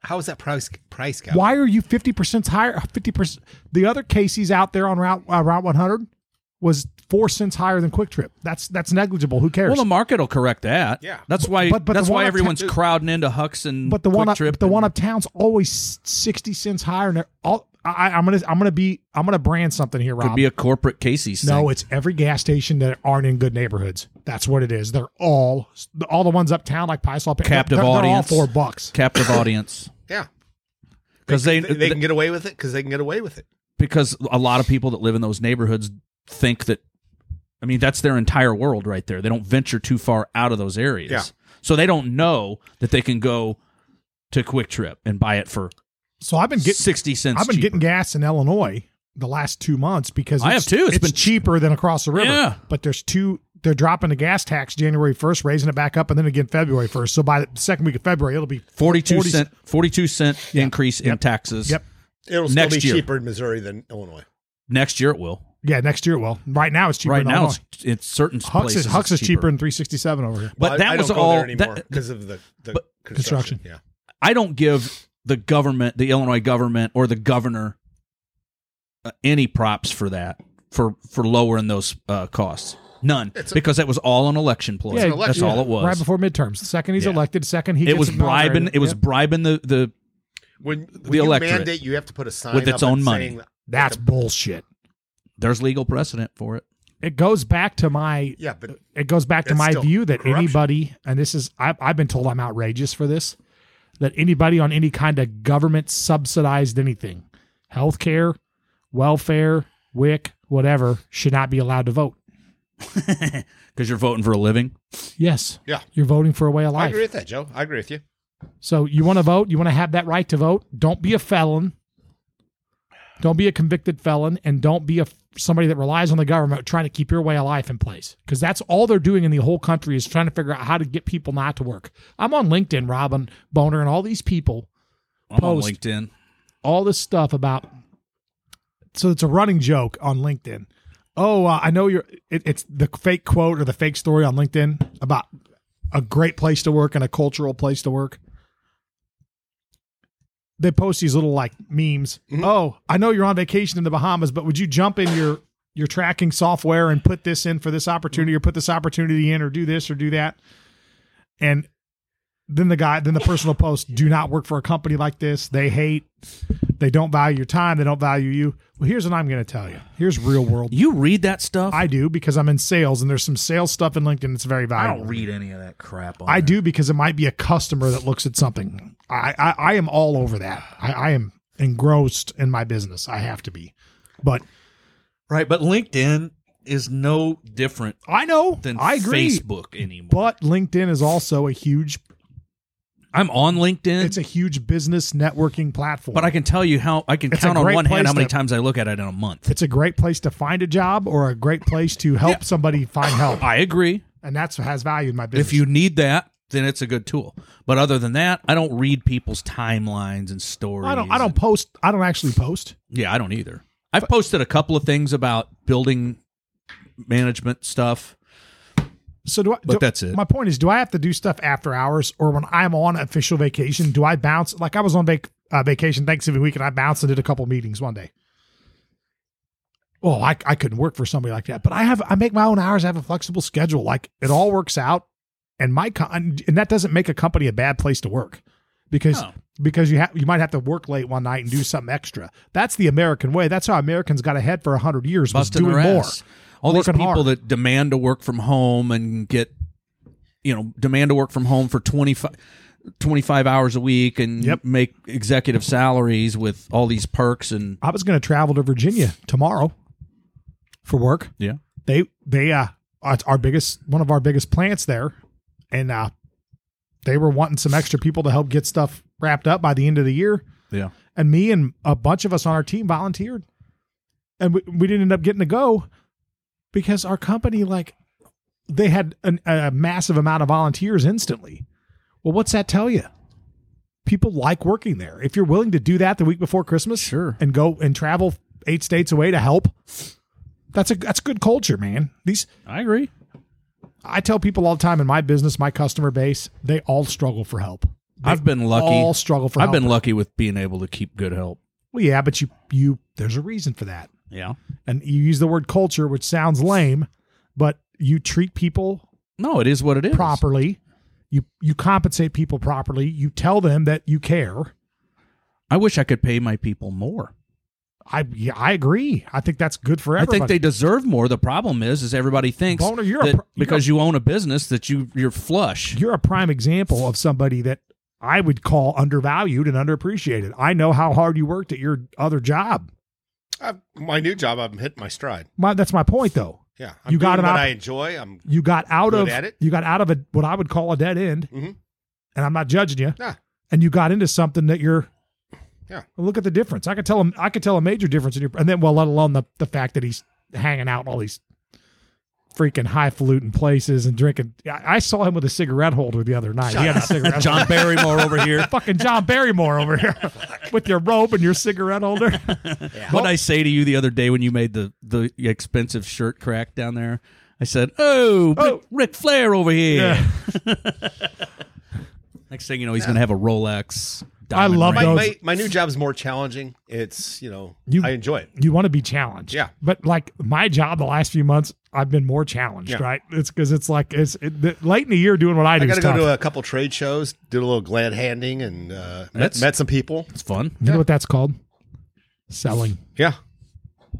[SPEAKER 5] How is that price price gap?
[SPEAKER 1] Why are you fifty percent higher? Fifty percent. The other Casey's out there on route uh, route one hundred was four cents higher than Quick Trip. That's that's negligible. Who cares?
[SPEAKER 4] well, the market will correct that.
[SPEAKER 5] Yeah.
[SPEAKER 4] That's why
[SPEAKER 1] But- but the
[SPEAKER 4] that's
[SPEAKER 1] one
[SPEAKER 4] why
[SPEAKER 1] I-
[SPEAKER 4] everyone's crowding into Hucks and
[SPEAKER 1] but the
[SPEAKER 4] Quick
[SPEAKER 1] one up,
[SPEAKER 4] Trip
[SPEAKER 1] the
[SPEAKER 4] and-
[SPEAKER 1] one uptown's always sixty cents higher. And they're all I, I'm gonna I'm gonna be I'm gonna brand something here, Rob.
[SPEAKER 4] could be a corporate Casey's.
[SPEAKER 1] no,
[SPEAKER 4] thing.
[SPEAKER 1] it's every gas station that aren't in good neighborhoods. That's what it is. They're all all the ones uptown like Paisley.
[SPEAKER 4] Captive
[SPEAKER 1] they're,
[SPEAKER 4] audience.
[SPEAKER 1] They're all four bucks.
[SPEAKER 4] captive audience
[SPEAKER 5] Yeah,
[SPEAKER 4] because they,
[SPEAKER 5] they, they can get away with it because they can get away with it.
[SPEAKER 4] because a lot of people that live in those neighborhoods think that I mean that's their entire world right there. They don't venture too far out of those areas.
[SPEAKER 5] Yeah.
[SPEAKER 4] So they don't know that they can go to Quick Trip and buy it for
[SPEAKER 1] So I've been getting
[SPEAKER 4] 60 cents
[SPEAKER 1] I've been
[SPEAKER 4] cheaper.
[SPEAKER 1] getting gas in Illinois the last two months because
[SPEAKER 4] I have too. It's
[SPEAKER 1] It's,
[SPEAKER 4] been-
[SPEAKER 1] been cheaper than across the river.
[SPEAKER 4] Yeah.
[SPEAKER 1] But there's two. They're dropping the gas tax January first, raising it back up, and then again February first. So by the second week of February, it'll be
[SPEAKER 4] 42
[SPEAKER 1] 40
[SPEAKER 4] cent 42 cent increase in taxes.
[SPEAKER 1] Yep.
[SPEAKER 5] It'll
[SPEAKER 4] still Next be
[SPEAKER 5] still be
[SPEAKER 4] year. cheaper
[SPEAKER 5] cheaper in Missouri than Illinois.
[SPEAKER 4] Next year it will.
[SPEAKER 1] Yeah, next year. Well, right now it's cheaper.
[SPEAKER 4] right
[SPEAKER 1] in
[SPEAKER 4] now
[SPEAKER 1] Illinois.
[SPEAKER 4] it's, it's certain
[SPEAKER 1] Hux
[SPEAKER 4] places
[SPEAKER 1] is Hux
[SPEAKER 4] it's
[SPEAKER 1] is cheaper than three sixty seven over here.
[SPEAKER 4] But that was all that-
[SPEAKER 5] because of the, the
[SPEAKER 4] but-
[SPEAKER 1] Construction.
[SPEAKER 5] construction. Yeah,
[SPEAKER 4] I don't give the government, the Illinois government, or the governor uh, any props for that for for lowering those uh, costs. None, because that was all an election ploy.
[SPEAKER 1] Yeah,
[SPEAKER 4] That's all it was.
[SPEAKER 1] Right before midterms, the second he's
[SPEAKER 4] Yeah.
[SPEAKER 1] elected, second he
[SPEAKER 4] it
[SPEAKER 1] gets
[SPEAKER 4] was bribing.
[SPEAKER 1] inaugurated.
[SPEAKER 4] It was
[SPEAKER 1] Yep.
[SPEAKER 4] bribing the the.
[SPEAKER 5] when, when
[SPEAKER 4] The
[SPEAKER 5] you
[SPEAKER 4] electorate.
[SPEAKER 5] mandate, you have to put a sign
[SPEAKER 4] With its
[SPEAKER 5] up
[SPEAKER 4] own
[SPEAKER 5] and
[SPEAKER 4] money.
[SPEAKER 5] saying that-
[SPEAKER 1] that's bullshit.
[SPEAKER 4] There's legal precedent for it.
[SPEAKER 1] It goes back to my
[SPEAKER 5] yeah, but
[SPEAKER 1] it goes back to
[SPEAKER 5] That's
[SPEAKER 1] my
[SPEAKER 5] still
[SPEAKER 1] view that
[SPEAKER 5] corruption.
[SPEAKER 1] anybody, and this is, I've, I've been told I'm outrageous for this, that anybody on any kind of government subsidized anything, healthcare, welfare, WIC, whatever, should not be allowed to vote.
[SPEAKER 4] Because you're voting for a living.
[SPEAKER 1] Yes.
[SPEAKER 5] Yeah.
[SPEAKER 1] You're voting for a way of
[SPEAKER 5] I
[SPEAKER 1] life.
[SPEAKER 5] agree with that, Joe. I agree with you.
[SPEAKER 1] So you want to vote, you want to have that right to vote. Don't be a felon. Don't be a convicted felon, and don't be a somebody that relies on the government trying to keep your way of life in place. Because that's all they're doing in the whole country is trying to figure out how to get people not to work. I'm on LinkedIn, Robin Boner, and all these people,
[SPEAKER 4] I'm
[SPEAKER 1] Post.
[SPEAKER 4] on LinkedIn.
[SPEAKER 1] all this stuff about. So it's a running joke on LinkedIn. Oh, uh, I know you're. It, it's the fake quote or the fake story on LinkedIn about a great place to work and a cultural place to work. They post these little like memes.
[SPEAKER 4] Mm-hmm.
[SPEAKER 1] Oh, I know you're on vacation in the Bahamas, but would you jump in your your tracking software and put this in for this opportunity or put this opportunity in or do this or do that? And then the guy, then the person will post, do not work for a company like this. They hate, they don't value your time, they don't value you. Well, here's what I'm going to tell you. Here's real world
[SPEAKER 4] You read that stuff?
[SPEAKER 1] I do because I'm in sales and there's some sales stuff in LinkedIn that's very
[SPEAKER 4] I
[SPEAKER 1] valuable.
[SPEAKER 4] don't read any of that crap. On
[SPEAKER 1] I
[SPEAKER 4] there.
[SPEAKER 1] do because it might be a customer that looks at something. I I, I am all over that. I, I am engrossed in my business. I have to be. But
[SPEAKER 4] right, but LinkedIn is no different
[SPEAKER 1] I know
[SPEAKER 4] than
[SPEAKER 1] I agree.
[SPEAKER 4] Facebook anymore.
[SPEAKER 1] But LinkedIn is also a huge
[SPEAKER 4] I'm on LinkedIn.
[SPEAKER 1] it's a huge business networking platform.
[SPEAKER 4] But I can tell you how I can
[SPEAKER 1] It's a
[SPEAKER 4] count on
[SPEAKER 1] great
[SPEAKER 4] one hand
[SPEAKER 1] place
[SPEAKER 4] how many
[SPEAKER 1] to-
[SPEAKER 4] times I look at it in a month.
[SPEAKER 1] it's a great place to find a job or a great place to help somebody find help.
[SPEAKER 4] I agree.
[SPEAKER 1] And that's what has value in my business.
[SPEAKER 4] If you need that, then it's a good tool. But other than that, I don't read people's timelines and stories.
[SPEAKER 1] I don't I don't post I don't actually post.
[SPEAKER 4] Yeah, I don't either. I've posted a couple of things about building management stuff.
[SPEAKER 1] So do I?
[SPEAKER 4] But
[SPEAKER 1] do-
[SPEAKER 4] that's it.
[SPEAKER 1] My point is, do I have to do stuff after hours or when I'm on official vacation? Do I bounce? Like I was on vac- uh, vacation Thanksgiving week and I bounced and did a couple meetings one day. Well, I, I couldn't work for somebody like that, but I have I make my own hours. I have a flexible schedule. Like it all works out, and my con- and that doesn't make a company a bad place to work because
[SPEAKER 4] No.
[SPEAKER 1] because you have you might have to work late one night and do something extra. That's the American way. That's how Americans got ahead for hundred years was
[SPEAKER 4] Busting
[SPEAKER 1] doing
[SPEAKER 4] their
[SPEAKER 1] more.
[SPEAKER 4] ass. All these
[SPEAKER 1] Working
[SPEAKER 4] people
[SPEAKER 1] hard.
[SPEAKER 4] that demand to work from home and get, you know, demand to work from home for 25, 25 hours a week and
[SPEAKER 1] Yep.
[SPEAKER 4] make executive salaries with all these perks and
[SPEAKER 1] I was going to travel to Virginia tomorrow for work.
[SPEAKER 4] yeah.
[SPEAKER 1] They they uh it's our biggest one of our biggest plants there, and uh they were wanting some extra people to help get stuff wrapped up by the end of the year.
[SPEAKER 4] Yeah.
[SPEAKER 1] And me and a bunch of us on our team volunteered. And we, we didn't end up getting to go because our company, like, they had an, a massive amount of volunteers instantly. Well, what's that tell you? People like working there. If you're willing to do that the week before Christmas
[SPEAKER 4] Sure.
[SPEAKER 1] and go and travel eight states away to help, that's a that's good culture, man. These
[SPEAKER 4] I agree.
[SPEAKER 1] I tell people all the time in my business, my customer base, they all struggle for help. They
[SPEAKER 4] I've been lucky.
[SPEAKER 1] All struggle for
[SPEAKER 4] I've
[SPEAKER 1] help.
[SPEAKER 4] been lucky with being able to keep good help.
[SPEAKER 1] Well, yeah, but you you there's a reason for that.
[SPEAKER 4] Yeah.
[SPEAKER 1] And you use the word culture, which sounds lame, but you treat people
[SPEAKER 4] No, it is what it is.
[SPEAKER 1] properly. You you compensate people properly. You tell them that you care.
[SPEAKER 4] I wish I could pay my people more.
[SPEAKER 1] I yeah, I agree. I think that's good for everybody.
[SPEAKER 4] I think they deserve more. The problem is, is everybody thinks
[SPEAKER 1] Boner, you're a
[SPEAKER 4] that
[SPEAKER 1] pro- you're
[SPEAKER 4] because you own a business that you you're flush.
[SPEAKER 1] you're a prime example of somebody that I would call undervalued and underappreciated. I know how hard you worked at your other job.
[SPEAKER 5] I've, my new job, I'm hitting my stride.
[SPEAKER 1] My, that's my point, though.
[SPEAKER 5] Yeah,
[SPEAKER 1] You got
[SPEAKER 5] doing
[SPEAKER 1] an
[SPEAKER 5] what
[SPEAKER 1] op-
[SPEAKER 5] I enjoy. I'm
[SPEAKER 1] You got out
[SPEAKER 5] Good
[SPEAKER 1] of
[SPEAKER 5] at it.
[SPEAKER 1] you got out of a what I would call a dead end,
[SPEAKER 5] Mhm.
[SPEAKER 1] and I'm not judging you.
[SPEAKER 5] Nah.
[SPEAKER 1] And you got into something that you're.
[SPEAKER 5] Yeah.
[SPEAKER 1] Well, look at the difference. I could tell him. I could tell a major difference in your. And then, well, let alone the the fact that he's hanging out in all these freaking highfalutin places and drinking. I, I saw him with a cigarette holder the other night. he had a cigarette. holder.
[SPEAKER 4] John Barrymore over here.
[SPEAKER 1] fucking John Barrymore over here with your robe and your cigarette holder.
[SPEAKER 4] What I say to you the other day when you made the the expensive shirt crack down there, I said, "Oh, Rick,
[SPEAKER 1] Oh.
[SPEAKER 4] Ric Flair over here."
[SPEAKER 1] Yeah.
[SPEAKER 4] Next thing you know, he's gonna have a Rolex. diamond
[SPEAKER 1] love
[SPEAKER 4] ring.
[SPEAKER 5] my,
[SPEAKER 1] those-
[SPEAKER 5] my, my new job's more challenging. It's you know
[SPEAKER 1] You-
[SPEAKER 5] I enjoy it.
[SPEAKER 1] you want to be challenged.
[SPEAKER 5] Yeah.
[SPEAKER 1] But like my job the last few months, I've been more challenged,
[SPEAKER 5] Yeah.
[SPEAKER 1] right? It's because it's like, it's it, the, late in the year doing what I do.
[SPEAKER 5] I got
[SPEAKER 1] is
[SPEAKER 5] to go
[SPEAKER 1] tough.
[SPEAKER 5] to a couple trade shows, did a little glad handing, and uh, met,
[SPEAKER 4] That's-
[SPEAKER 5] met some people.
[SPEAKER 4] It's fun.
[SPEAKER 1] you know what that's called? Selling.
[SPEAKER 5] Yeah.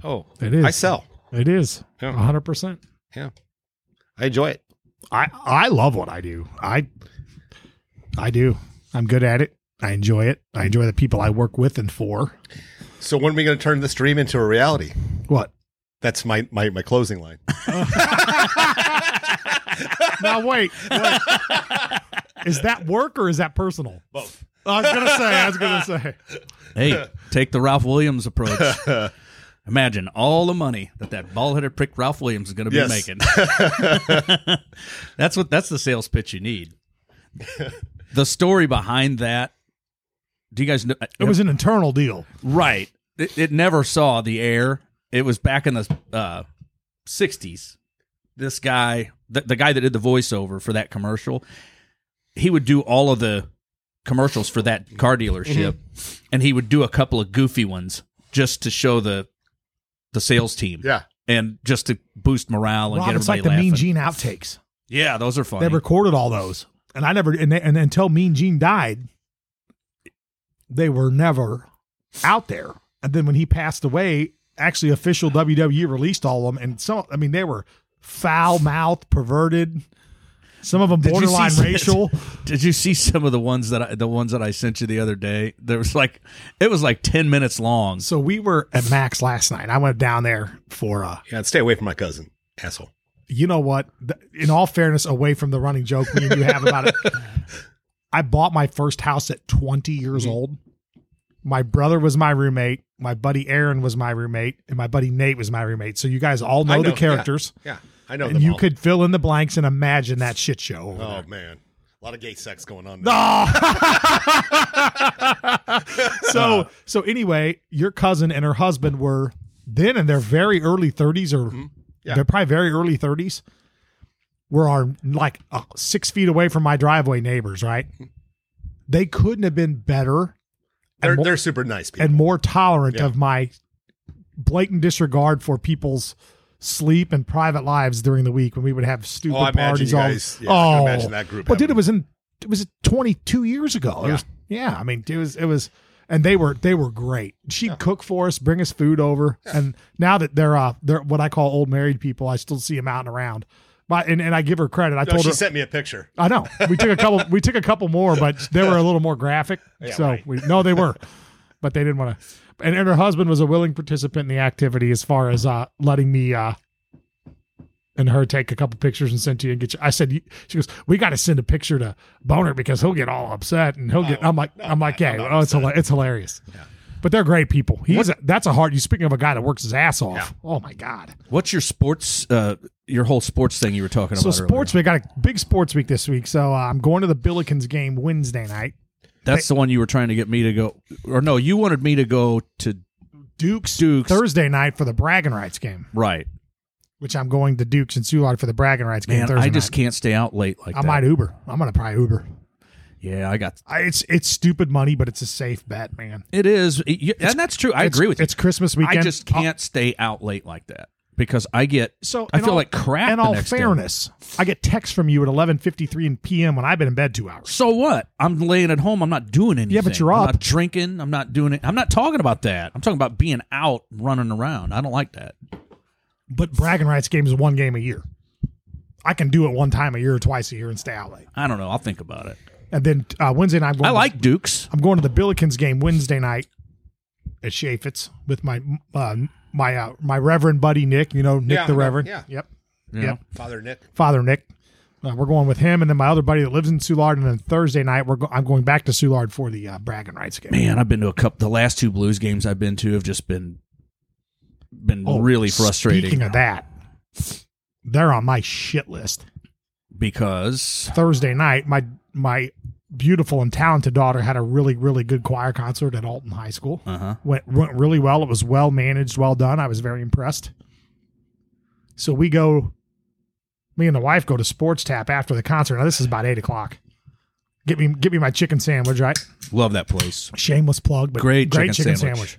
[SPEAKER 5] Oh,
[SPEAKER 1] It is.
[SPEAKER 5] I sell.
[SPEAKER 1] It is.
[SPEAKER 5] Yeah.
[SPEAKER 1] 100%.
[SPEAKER 5] Yeah, I enjoy it.
[SPEAKER 1] I, I love what I do. I, I do. I'm good at it. I enjoy it. I enjoy the people I work with and for.
[SPEAKER 5] So when are we going to turn this dream into a reality?
[SPEAKER 1] What?
[SPEAKER 5] That's my my, my closing line.
[SPEAKER 1] Now wait, wait. is that work or is that personal? Both. I was gonna say. I was gonna say.
[SPEAKER 4] Hey, take the Ralph Williams approach. Imagine all the money that that bald-headed prick Ralph Williams is going to be
[SPEAKER 5] Yes.
[SPEAKER 4] making. that's what that's the sales pitch you need. the story behind that. Do you guys know?
[SPEAKER 1] It was an internal deal.
[SPEAKER 4] right. It, it never saw the air. It was back in the uh, '60s. This guy, the, the guy that did the voiceover for that commercial, he would do all of the commercials for that car dealership and he would do a couple of goofy ones just to show the the sales team
[SPEAKER 5] Yeah.
[SPEAKER 4] and just to boost morale and
[SPEAKER 1] Rob, it's
[SPEAKER 4] get
[SPEAKER 1] like
[SPEAKER 4] everybody
[SPEAKER 1] the
[SPEAKER 4] laughing.
[SPEAKER 1] Mean Gene outtakes.
[SPEAKER 4] Yeah, those are funny.
[SPEAKER 1] They recorded all those, and I never and, they, and until Mean Gene died, they were never out there. And then when he passed away, actually, official WWE released all of them, and some. I mean, they were foul mouthed, perverted. Some of them
[SPEAKER 4] Did you see
[SPEAKER 1] borderline
[SPEAKER 4] some-
[SPEAKER 1] racial.
[SPEAKER 4] Did you see some of the ones that I, the ones that I sent you the other day? There was like it was like 10 minutes long.
[SPEAKER 1] So we were at Max last night. I went down there for uh
[SPEAKER 5] Yeah, and stay away from my cousin, asshole.
[SPEAKER 1] you know what? Th- In all fairness, away from the running joke me and you have about it, I bought my first house at 20 years
[SPEAKER 5] Mm-hmm.
[SPEAKER 1] old. My brother was my roommate. My buddy Aaron was my roommate, and my buddy Nate was my roommate. So you guys all know,
[SPEAKER 5] I know,
[SPEAKER 1] the
[SPEAKER 5] yeah.
[SPEAKER 1] characters,
[SPEAKER 5] Yeah, I know.
[SPEAKER 1] and
[SPEAKER 5] them
[SPEAKER 1] you
[SPEAKER 5] all.
[SPEAKER 1] could fill in the blanks and imagine that shit show. over
[SPEAKER 5] Oh
[SPEAKER 1] there.
[SPEAKER 5] man, a lot of gay sex going on. there.
[SPEAKER 1] No. so so anyway, your cousin and her husband were then in their very early 30s or
[SPEAKER 5] Yeah.
[SPEAKER 1] they're probably very early 30s. Were our like uh, six feet away from my driveway neighbors, right? They couldn't have been better
[SPEAKER 5] They're
[SPEAKER 1] and more-
[SPEAKER 5] they're super nice people.
[SPEAKER 1] and more tolerant
[SPEAKER 5] Yeah.
[SPEAKER 1] of my blatant disregard for people's sleep and private lives during the week when we would have stupid
[SPEAKER 5] Oh, I imagine
[SPEAKER 1] parties.
[SPEAKER 5] you
[SPEAKER 1] all-
[SPEAKER 5] guys- yeah, I can imagine that group
[SPEAKER 1] Well, dude, it
[SPEAKER 5] having-
[SPEAKER 1] was in it was 22 years ago. It
[SPEAKER 5] Yeah.
[SPEAKER 1] was- Yeah. I mean, it was it was, and they were they were great. She'd cook for us, bring us food over, and now that they're uh they're what I call old married people, I still see them out and around. But and, and I give her credit. I
[SPEAKER 5] no,
[SPEAKER 1] told
[SPEAKER 5] she
[SPEAKER 1] her
[SPEAKER 5] sent me a picture.
[SPEAKER 1] I know. We took a couple. we took a couple more, but they were a little more graphic. so
[SPEAKER 5] right.
[SPEAKER 1] we no, they were, but they didn't want to. And, and her husband was a willing participant in the activity, as far as uh, letting me uh, and her take a couple pictures and send to you and get you. I said, you- she goes, we got to send a picture to Boner because he'll get all upset and he'll get. I'm like, I'm like, yeah, oh, it's hila- it's hilarious. But they're great people. He's a, that's a hard. You speaking of a guy that works his ass off. Oh my god.
[SPEAKER 4] What's your sports? Uh, your whole sports thing you were talking
[SPEAKER 1] So
[SPEAKER 4] about.
[SPEAKER 1] sports week got a big sports week this week. So uh, I'm going to the Billikens game Wednesday night.
[SPEAKER 4] Earlier. That's the one you were trying to get me to go, or no, you wanted me to go to Duke's. Duke's.
[SPEAKER 1] Thursday night for the bragging rights game,
[SPEAKER 4] right,
[SPEAKER 1] which I'm going to Dukes and Soulard for the bragging rights game
[SPEAKER 4] man.
[SPEAKER 1] Thursday
[SPEAKER 4] I just
[SPEAKER 1] night.
[SPEAKER 4] can't stay out late like
[SPEAKER 1] I
[SPEAKER 4] that.
[SPEAKER 1] might Uber. I'm gonna probably Uber.
[SPEAKER 4] Yeah, I got
[SPEAKER 1] I, it's it's stupid money, but it's a safe bet, man.
[SPEAKER 4] it. Is it- you- and that's true. I
[SPEAKER 1] It's-
[SPEAKER 4] agree with you.
[SPEAKER 1] It's Christmas weekend.
[SPEAKER 4] I just
[SPEAKER 1] I'll-
[SPEAKER 4] can't stay out late like that because I get
[SPEAKER 1] So
[SPEAKER 4] I
[SPEAKER 1] in
[SPEAKER 4] feel
[SPEAKER 1] all-
[SPEAKER 4] like crap.
[SPEAKER 1] In
[SPEAKER 4] the
[SPEAKER 1] all
[SPEAKER 4] next day.
[SPEAKER 1] fairness, I get texts from you at 11:53 and p.m. when I've been in bed two hours.
[SPEAKER 4] So what? I'm laying at home. I'm not doing anything.
[SPEAKER 1] Yeah, but you're
[SPEAKER 4] I'm
[SPEAKER 1] up.
[SPEAKER 4] not drinking. I'm not doing it. I'm not talking about that. I'm talking about being out, running around. I don't like that.
[SPEAKER 1] But bragging rights game is one game a year. I can do it one time a year or twice a year and stay out late.
[SPEAKER 4] I don't know. I'll think about it.
[SPEAKER 1] And then uh, Wednesday night, I'm going
[SPEAKER 4] I
[SPEAKER 1] to-
[SPEAKER 4] like Dukes.
[SPEAKER 1] I'm going to the Billikens game Wednesday night at Shafitz with my uh, my uh, my Reverend buddy Nick. You know Nick
[SPEAKER 5] Yeah,
[SPEAKER 1] the
[SPEAKER 5] I know.
[SPEAKER 1] Reverend.
[SPEAKER 5] Yeah.
[SPEAKER 1] Yep.
[SPEAKER 4] you
[SPEAKER 1] Yep.
[SPEAKER 4] know?
[SPEAKER 5] Father Nick.
[SPEAKER 1] Father Nick. Uh, we're going with him, and then my other buddy that lives in Soulard. And then Thursday night, we're go- I'm going back to Soulard for the uh, bragging rights game.
[SPEAKER 4] Man, I've been to a couple. The last two Blues games I've been to have just been been
[SPEAKER 1] Oh,
[SPEAKER 4] really frustrating
[SPEAKER 1] Speaking of that, they're on my shit list.
[SPEAKER 4] because
[SPEAKER 1] Thursday night, my my beautiful and talented daughter had a really really good choir concert at Alton High School.
[SPEAKER 4] uh-huh.
[SPEAKER 1] Went went really well. It was well managed, well done. I was very impressed. So we go, me and the wife go to Sports Tap after the concert. Now this is about eight o'clock. Get me get me my chicken sandwich, right?
[SPEAKER 4] love that place.
[SPEAKER 1] Shameless plug, but
[SPEAKER 4] Great
[SPEAKER 1] great,
[SPEAKER 4] chicken
[SPEAKER 1] chicken,
[SPEAKER 4] sandwich.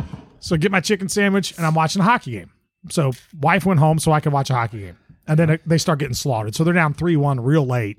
[SPEAKER 1] sandwich. So get my chicken sandwich, and I'm watching a hockey game. So wife went home so I could watch a hockey game, and then they start getting slaughtered. So they're down three one real late,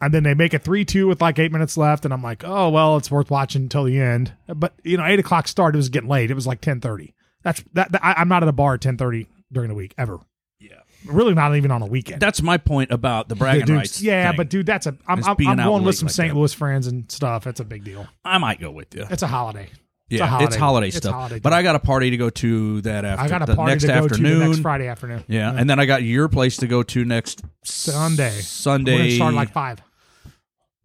[SPEAKER 1] and then they make it three two with like eight minutes left, and I'm like, oh well, it's worth watching until the end. But you know, eight o'clock start. It was getting late. It was like ten thirty. That's that. that I, I'm not at a bar at ten thirty during the week ever.
[SPEAKER 4] Yeah.
[SPEAKER 1] Really, not even on a weekend.
[SPEAKER 4] That's my point about the
[SPEAKER 1] The
[SPEAKER 4] bragging
[SPEAKER 1] dudes-
[SPEAKER 4] rights.
[SPEAKER 1] yeah,
[SPEAKER 4] thing.
[SPEAKER 1] but dude, that's a. I'm,
[SPEAKER 4] It's
[SPEAKER 1] I'm,
[SPEAKER 4] being
[SPEAKER 1] I'm
[SPEAKER 4] out
[SPEAKER 1] going
[SPEAKER 4] late
[SPEAKER 1] with some
[SPEAKER 4] like
[SPEAKER 1] St.
[SPEAKER 4] that.
[SPEAKER 1] Louis friends and stuff. It's a big deal.
[SPEAKER 4] I might go with you.
[SPEAKER 1] It's a holiday. It's a
[SPEAKER 4] yeah,
[SPEAKER 1] holiday.
[SPEAKER 4] it's holiday
[SPEAKER 1] It's
[SPEAKER 4] stuff.
[SPEAKER 1] holiday
[SPEAKER 4] but
[SPEAKER 1] time.
[SPEAKER 4] I got a party to go to that after
[SPEAKER 1] I got
[SPEAKER 4] the
[SPEAKER 1] a party
[SPEAKER 4] next
[SPEAKER 1] to go
[SPEAKER 4] afternoon.
[SPEAKER 1] to the next Friday afternoon.
[SPEAKER 4] Yeah, and then I got your place to go to next
[SPEAKER 1] Sunday. We're
[SPEAKER 4] Sunday.
[SPEAKER 1] gonna start at like five.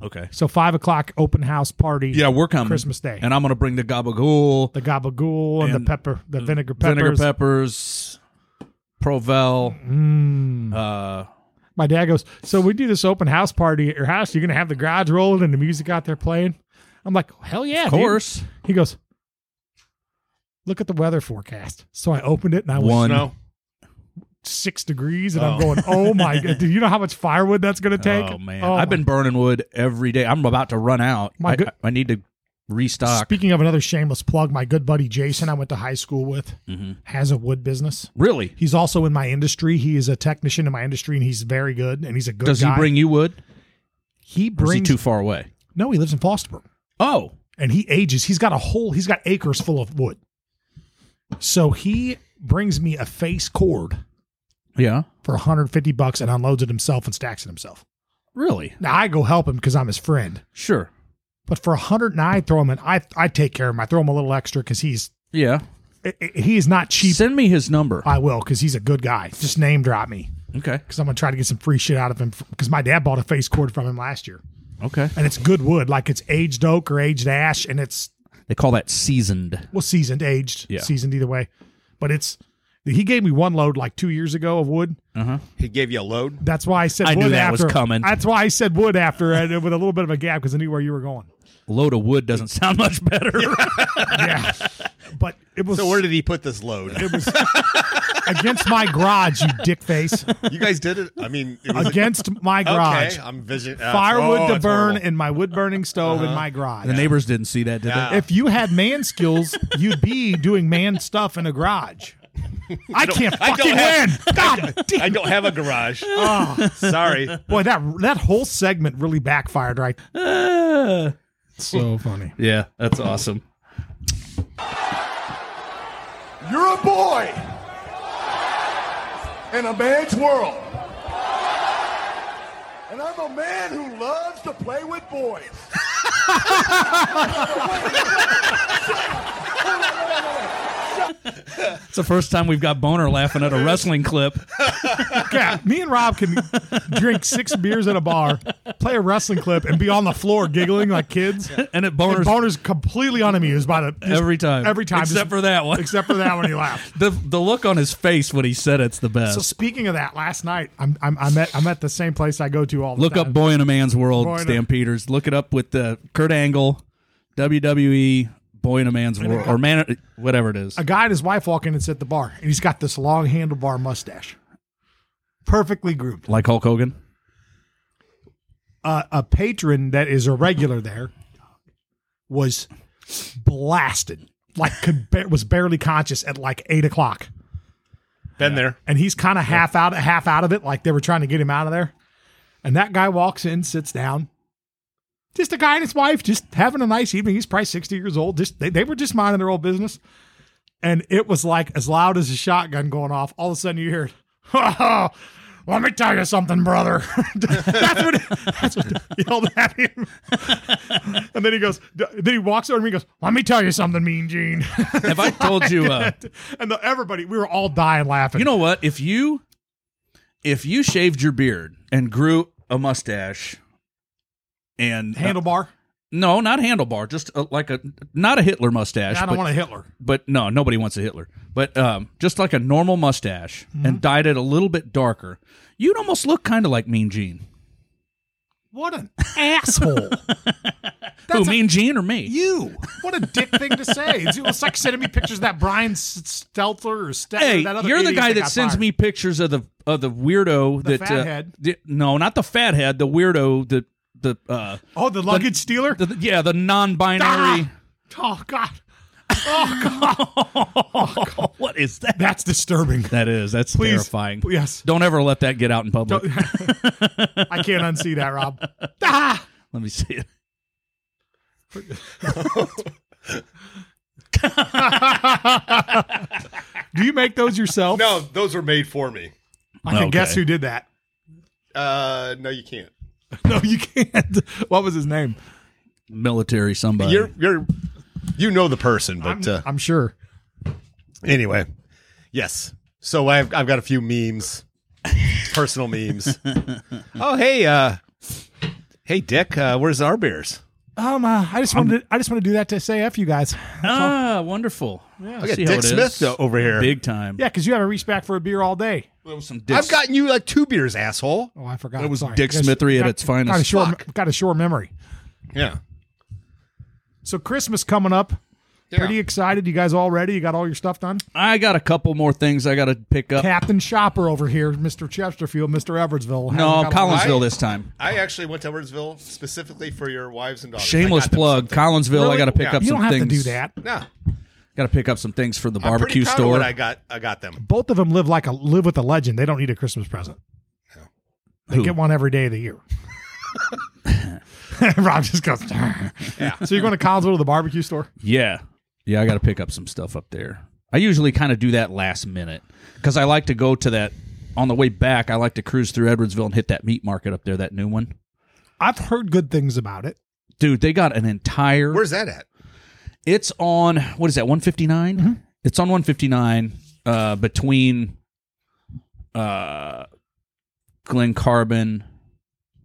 [SPEAKER 4] okay.
[SPEAKER 1] So five o'clock open house party.
[SPEAKER 4] Yeah, we're coming
[SPEAKER 1] Christmas Day.
[SPEAKER 4] and I'm gonna bring the gabagool,
[SPEAKER 1] the gabagool and,
[SPEAKER 4] And
[SPEAKER 1] the pepper, the vinegar peppers.
[SPEAKER 4] vinegar peppers, Provel.
[SPEAKER 1] Mm.
[SPEAKER 4] Uh,
[SPEAKER 1] My dad goes, so we do this open house party at your house. You're gonna have the garage rolling and the music out there playing. I'm like, hell yeah,
[SPEAKER 4] of
[SPEAKER 1] dude."
[SPEAKER 4] course,
[SPEAKER 1] He goes, look at the weather forecast. So I opened it and I was
[SPEAKER 4] one.
[SPEAKER 5] No.
[SPEAKER 1] six degrees, and
[SPEAKER 5] Oh.
[SPEAKER 1] I'm going, oh my god, do you know how much firewood that's gonna take?
[SPEAKER 4] Oh man,
[SPEAKER 1] Oh,
[SPEAKER 4] I've
[SPEAKER 1] my
[SPEAKER 4] been burning wood every day. I'm about to run out.
[SPEAKER 1] My
[SPEAKER 4] I,
[SPEAKER 1] good-
[SPEAKER 4] I need to restock.
[SPEAKER 1] Speaking of another shameless plug, my good buddy Jason, I went to high school with,
[SPEAKER 4] Mm-hmm.
[SPEAKER 1] has a wood business.
[SPEAKER 4] really?
[SPEAKER 1] He's also in my industry. He is a technician in my industry, and he's very good. And he's a good.
[SPEAKER 4] Does
[SPEAKER 1] guy.
[SPEAKER 4] he bring you wood?
[SPEAKER 1] He
[SPEAKER 4] Or is he
[SPEAKER 1] brings.
[SPEAKER 4] too far away?
[SPEAKER 1] no, he lives in Fosterburg,
[SPEAKER 4] Oh,
[SPEAKER 1] and he ages. He's got a whole. He's got acres full of wood. So he brings me a face cord
[SPEAKER 4] yeah.
[SPEAKER 1] for 150 bucks and unloads it himself and stacks it himself.
[SPEAKER 4] Really?
[SPEAKER 1] Now I go help him because I'm his friend.
[SPEAKER 4] Sure.
[SPEAKER 1] But for 100, and I throw him and I I take care of him. I throw him a little extra because he's
[SPEAKER 4] Yeah.
[SPEAKER 1] i- i- he is not cheap.
[SPEAKER 4] Send me his number.
[SPEAKER 1] I will because he's a good guy. Just name drop me
[SPEAKER 4] Okay.
[SPEAKER 1] because I'm gonna try to get some free shit out of him because my dad bought a face cord from him last year
[SPEAKER 4] Okay.
[SPEAKER 1] and it's good wood like it's aged oak or aged ash and it's
[SPEAKER 4] They call that seasoned.
[SPEAKER 1] well seasoned aged
[SPEAKER 4] Yeah.
[SPEAKER 1] seasoned either way, but it's he gave me one load like two years ago of wood.
[SPEAKER 5] He gave you a load.
[SPEAKER 1] That's why I said
[SPEAKER 4] I knew
[SPEAKER 1] wood
[SPEAKER 4] that was
[SPEAKER 1] after.
[SPEAKER 4] coming.
[SPEAKER 1] That's why I said wood after and with a little bit of a gap because I knew where you were going.
[SPEAKER 4] Load of wood doesn't sound much better.
[SPEAKER 1] Yeah, but it was
[SPEAKER 5] So where did he put this load?
[SPEAKER 1] against my garage, you dick face.
[SPEAKER 5] you guys did it. I mean, it was
[SPEAKER 1] Against my
[SPEAKER 5] okay.
[SPEAKER 1] garage.
[SPEAKER 5] I'm vision uh,
[SPEAKER 1] Firewood
[SPEAKER 5] oh,
[SPEAKER 1] to
[SPEAKER 5] it's
[SPEAKER 1] burn
[SPEAKER 5] horrible. Uh-huh.
[SPEAKER 1] in my wood burning stove in my garage.
[SPEAKER 4] the neighbors didn't see that, did
[SPEAKER 5] Yeah.
[SPEAKER 4] they?
[SPEAKER 1] If you had man skills, you'd be doing man stuff in a garage. I, can't
[SPEAKER 5] I
[SPEAKER 1] fucking
[SPEAKER 5] don't have-
[SPEAKER 1] win. God damn.
[SPEAKER 5] I don't have a garage.
[SPEAKER 1] Oh.
[SPEAKER 5] Sorry.
[SPEAKER 1] Boy, that that whole segment really backfired, right?
[SPEAKER 4] Ah.
[SPEAKER 1] so funny.
[SPEAKER 4] Yeah, that's awesome.
[SPEAKER 6] You're a boy in a man's world. And I'm a man who loves to play with boys. Wait, wait, wait, wait. Hold on, hold on, hold on.
[SPEAKER 4] It's the first time we've got Boner laughing at a wrestling clip.
[SPEAKER 1] Yeah, me and Rob can drink six beers at a bar, play a wrestling clip, and be on the floor giggling like kids.
[SPEAKER 4] And it
[SPEAKER 1] And
[SPEAKER 4] boners
[SPEAKER 1] Boner's completely unamused by the just
[SPEAKER 4] every time.
[SPEAKER 1] Every time,
[SPEAKER 4] Except
[SPEAKER 1] just-
[SPEAKER 4] for that one.
[SPEAKER 1] except for that one. He laughed.
[SPEAKER 4] the the look on his face when he said it's the best.
[SPEAKER 1] So speaking of that, last night I'm I'm I'm at I'm at the same place I go to all the
[SPEAKER 4] Look
[SPEAKER 1] time.
[SPEAKER 4] up Boy in a Man's World,
[SPEAKER 1] Boy in a-
[SPEAKER 4] Stampeders. Look it up with the Kurt Angle, WWE, Boy in a Man's World, or Man, whatever it is.
[SPEAKER 1] a guy and his wife walk in and sit at the bar, and he's got this long handlebar mustache, perfectly groomed.
[SPEAKER 4] Like Hulk Hogan.
[SPEAKER 1] Uh, a patron that is a regular there was blasted, like could ba- was barely conscious at like eight o'clock,
[SPEAKER 5] Been there.
[SPEAKER 1] and he's kind of half out, half out of it, like they were trying to get him out of there. And that guy walks in, sits down. Just a guy and his wife, just having a nice evening. He's probably sixty years old. Just they, they were just minding their old business, and it was like as loud as a shotgun going off. All of a sudden, you hear. Let me tell you something, brother. that's what that's what they yelled at him. and then he goes, then he walks over to me and goes, Let me tell you something, Mean Gene.
[SPEAKER 4] If I told you, uh,
[SPEAKER 1] and the, everybody, we were all dying laughing.
[SPEAKER 4] you know what? If you if you shaved your beard and grew a mustache and uh,
[SPEAKER 1] handlebar.
[SPEAKER 4] no, not handlebar, just a, like a not a Hitler mustache.
[SPEAKER 1] I
[SPEAKER 4] but-
[SPEAKER 1] don't want a Hitler.
[SPEAKER 4] but no, nobody wants a Hitler. But um, just like a normal mustache
[SPEAKER 1] Mm-hmm.
[SPEAKER 4] and dyed it a little bit darker, you'd almost look kind of like Mean Gene.
[SPEAKER 1] What an asshole.
[SPEAKER 4] Who, Mean Gene or me?
[SPEAKER 1] You. What a dick thing to say. It's, it's like sending me pictures of that Brian S- Stelter or Stelter.
[SPEAKER 4] hey,
[SPEAKER 1] that other
[SPEAKER 4] you're the
[SPEAKER 1] idiot
[SPEAKER 4] guy that
[SPEAKER 1] got
[SPEAKER 4] sends
[SPEAKER 1] fired.
[SPEAKER 4] me pictures of the of the weirdo that uh,
[SPEAKER 1] fathead.
[SPEAKER 4] the- no, not the fathead, the weirdo, the the uh,
[SPEAKER 1] Oh, the luggage stealer?
[SPEAKER 4] the, yeah, the non-binary.
[SPEAKER 1] Ah! Oh, God. Oh,
[SPEAKER 4] what is that?
[SPEAKER 1] That's disturbing.
[SPEAKER 4] That is that's
[SPEAKER 1] Please.
[SPEAKER 4] terrifying.
[SPEAKER 1] Yes.
[SPEAKER 4] Don't ever let that get out in public.
[SPEAKER 1] I can't unsee that, Rob. Ah!
[SPEAKER 4] Let me see it.
[SPEAKER 1] Do you make those yourself?
[SPEAKER 5] No, those were made for me.
[SPEAKER 1] I can
[SPEAKER 4] Okay.
[SPEAKER 1] guess who did that.
[SPEAKER 5] Uh, no, you can't.
[SPEAKER 1] No, you can't. What was his name?
[SPEAKER 4] Military somebody.
[SPEAKER 5] You're you're you know the person, but uh,
[SPEAKER 1] I'm sure.
[SPEAKER 5] anyway, yes. So I've I've got a few memes, personal memes. oh hey, uh, hey Dick, uh, where's our beers?
[SPEAKER 1] Um, uh, I just wanted to, I just want to do that to say f you guys.
[SPEAKER 4] ah, wonderful. Yeah,
[SPEAKER 5] Look at Dick Smith uh, over here.
[SPEAKER 4] Big time.
[SPEAKER 1] Yeah, because you haven't reached back for a beer all day.
[SPEAKER 4] Some dicks.
[SPEAKER 5] I've gotten you like two beers, asshole.
[SPEAKER 1] Oh, I forgot.
[SPEAKER 4] That was
[SPEAKER 1] Sorry.
[SPEAKER 4] Dick
[SPEAKER 1] Got-
[SPEAKER 4] Smithery at
[SPEAKER 1] got-
[SPEAKER 4] its finest.
[SPEAKER 1] Got a short,
[SPEAKER 5] Fuck.
[SPEAKER 1] got a short memory.
[SPEAKER 5] Yeah.
[SPEAKER 1] So Christmas coming up. Pretty excited. You guys all ready? You got all your stuff done?
[SPEAKER 4] I got a couple more things I got to pick up.
[SPEAKER 1] Captain Shopper over here, Mr. Chesterfield, Mr. Evertsville.
[SPEAKER 4] no,
[SPEAKER 1] Hasn't got all-
[SPEAKER 4] Collinsville
[SPEAKER 5] Right?
[SPEAKER 4] this time.
[SPEAKER 5] I actually went to Edwardsville specifically for your wives and daughters.
[SPEAKER 4] Shameless plug, Collinsville. I
[SPEAKER 5] Really?
[SPEAKER 4] got to pick
[SPEAKER 5] Yeah.
[SPEAKER 4] up
[SPEAKER 1] You
[SPEAKER 4] some
[SPEAKER 1] don't have
[SPEAKER 4] things.
[SPEAKER 1] to do that.
[SPEAKER 5] No,
[SPEAKER 4] Got to pick up some things for the
[SPEAKER 5] I'm pretty
[SPEAKER 4] barbecue
[SPEAKER 5] proud of what
[SPEAKER 4] store.
[SPEAKER 5] I got I got them.
[SPEAKER 1] Both of them live like a live with a legend. They don't need a Christmas present. They
[SPEAKER 4] Who?
[SPEAKER 1] get one every day of the year. Rob just goes. Yeah. So you're going to Collinsville to the barbecue store?
[SPEAKER 4] yeah, yeah. I got to pick up some stuff up there. I usually kind of do that last minute because I like to go to that on the way back. I like to cruise through Edwardsville and hit that meat market up there, that new one.
[SPEAKER 1] I've heard good things about it.
[SPEAKER 4] Dude, they got an entire.
[SPEAKER 5] Where's that at?
[SPEAKER 4] It's on what is that? One It's on one fifty nine uh, between uh, Glen Carbon.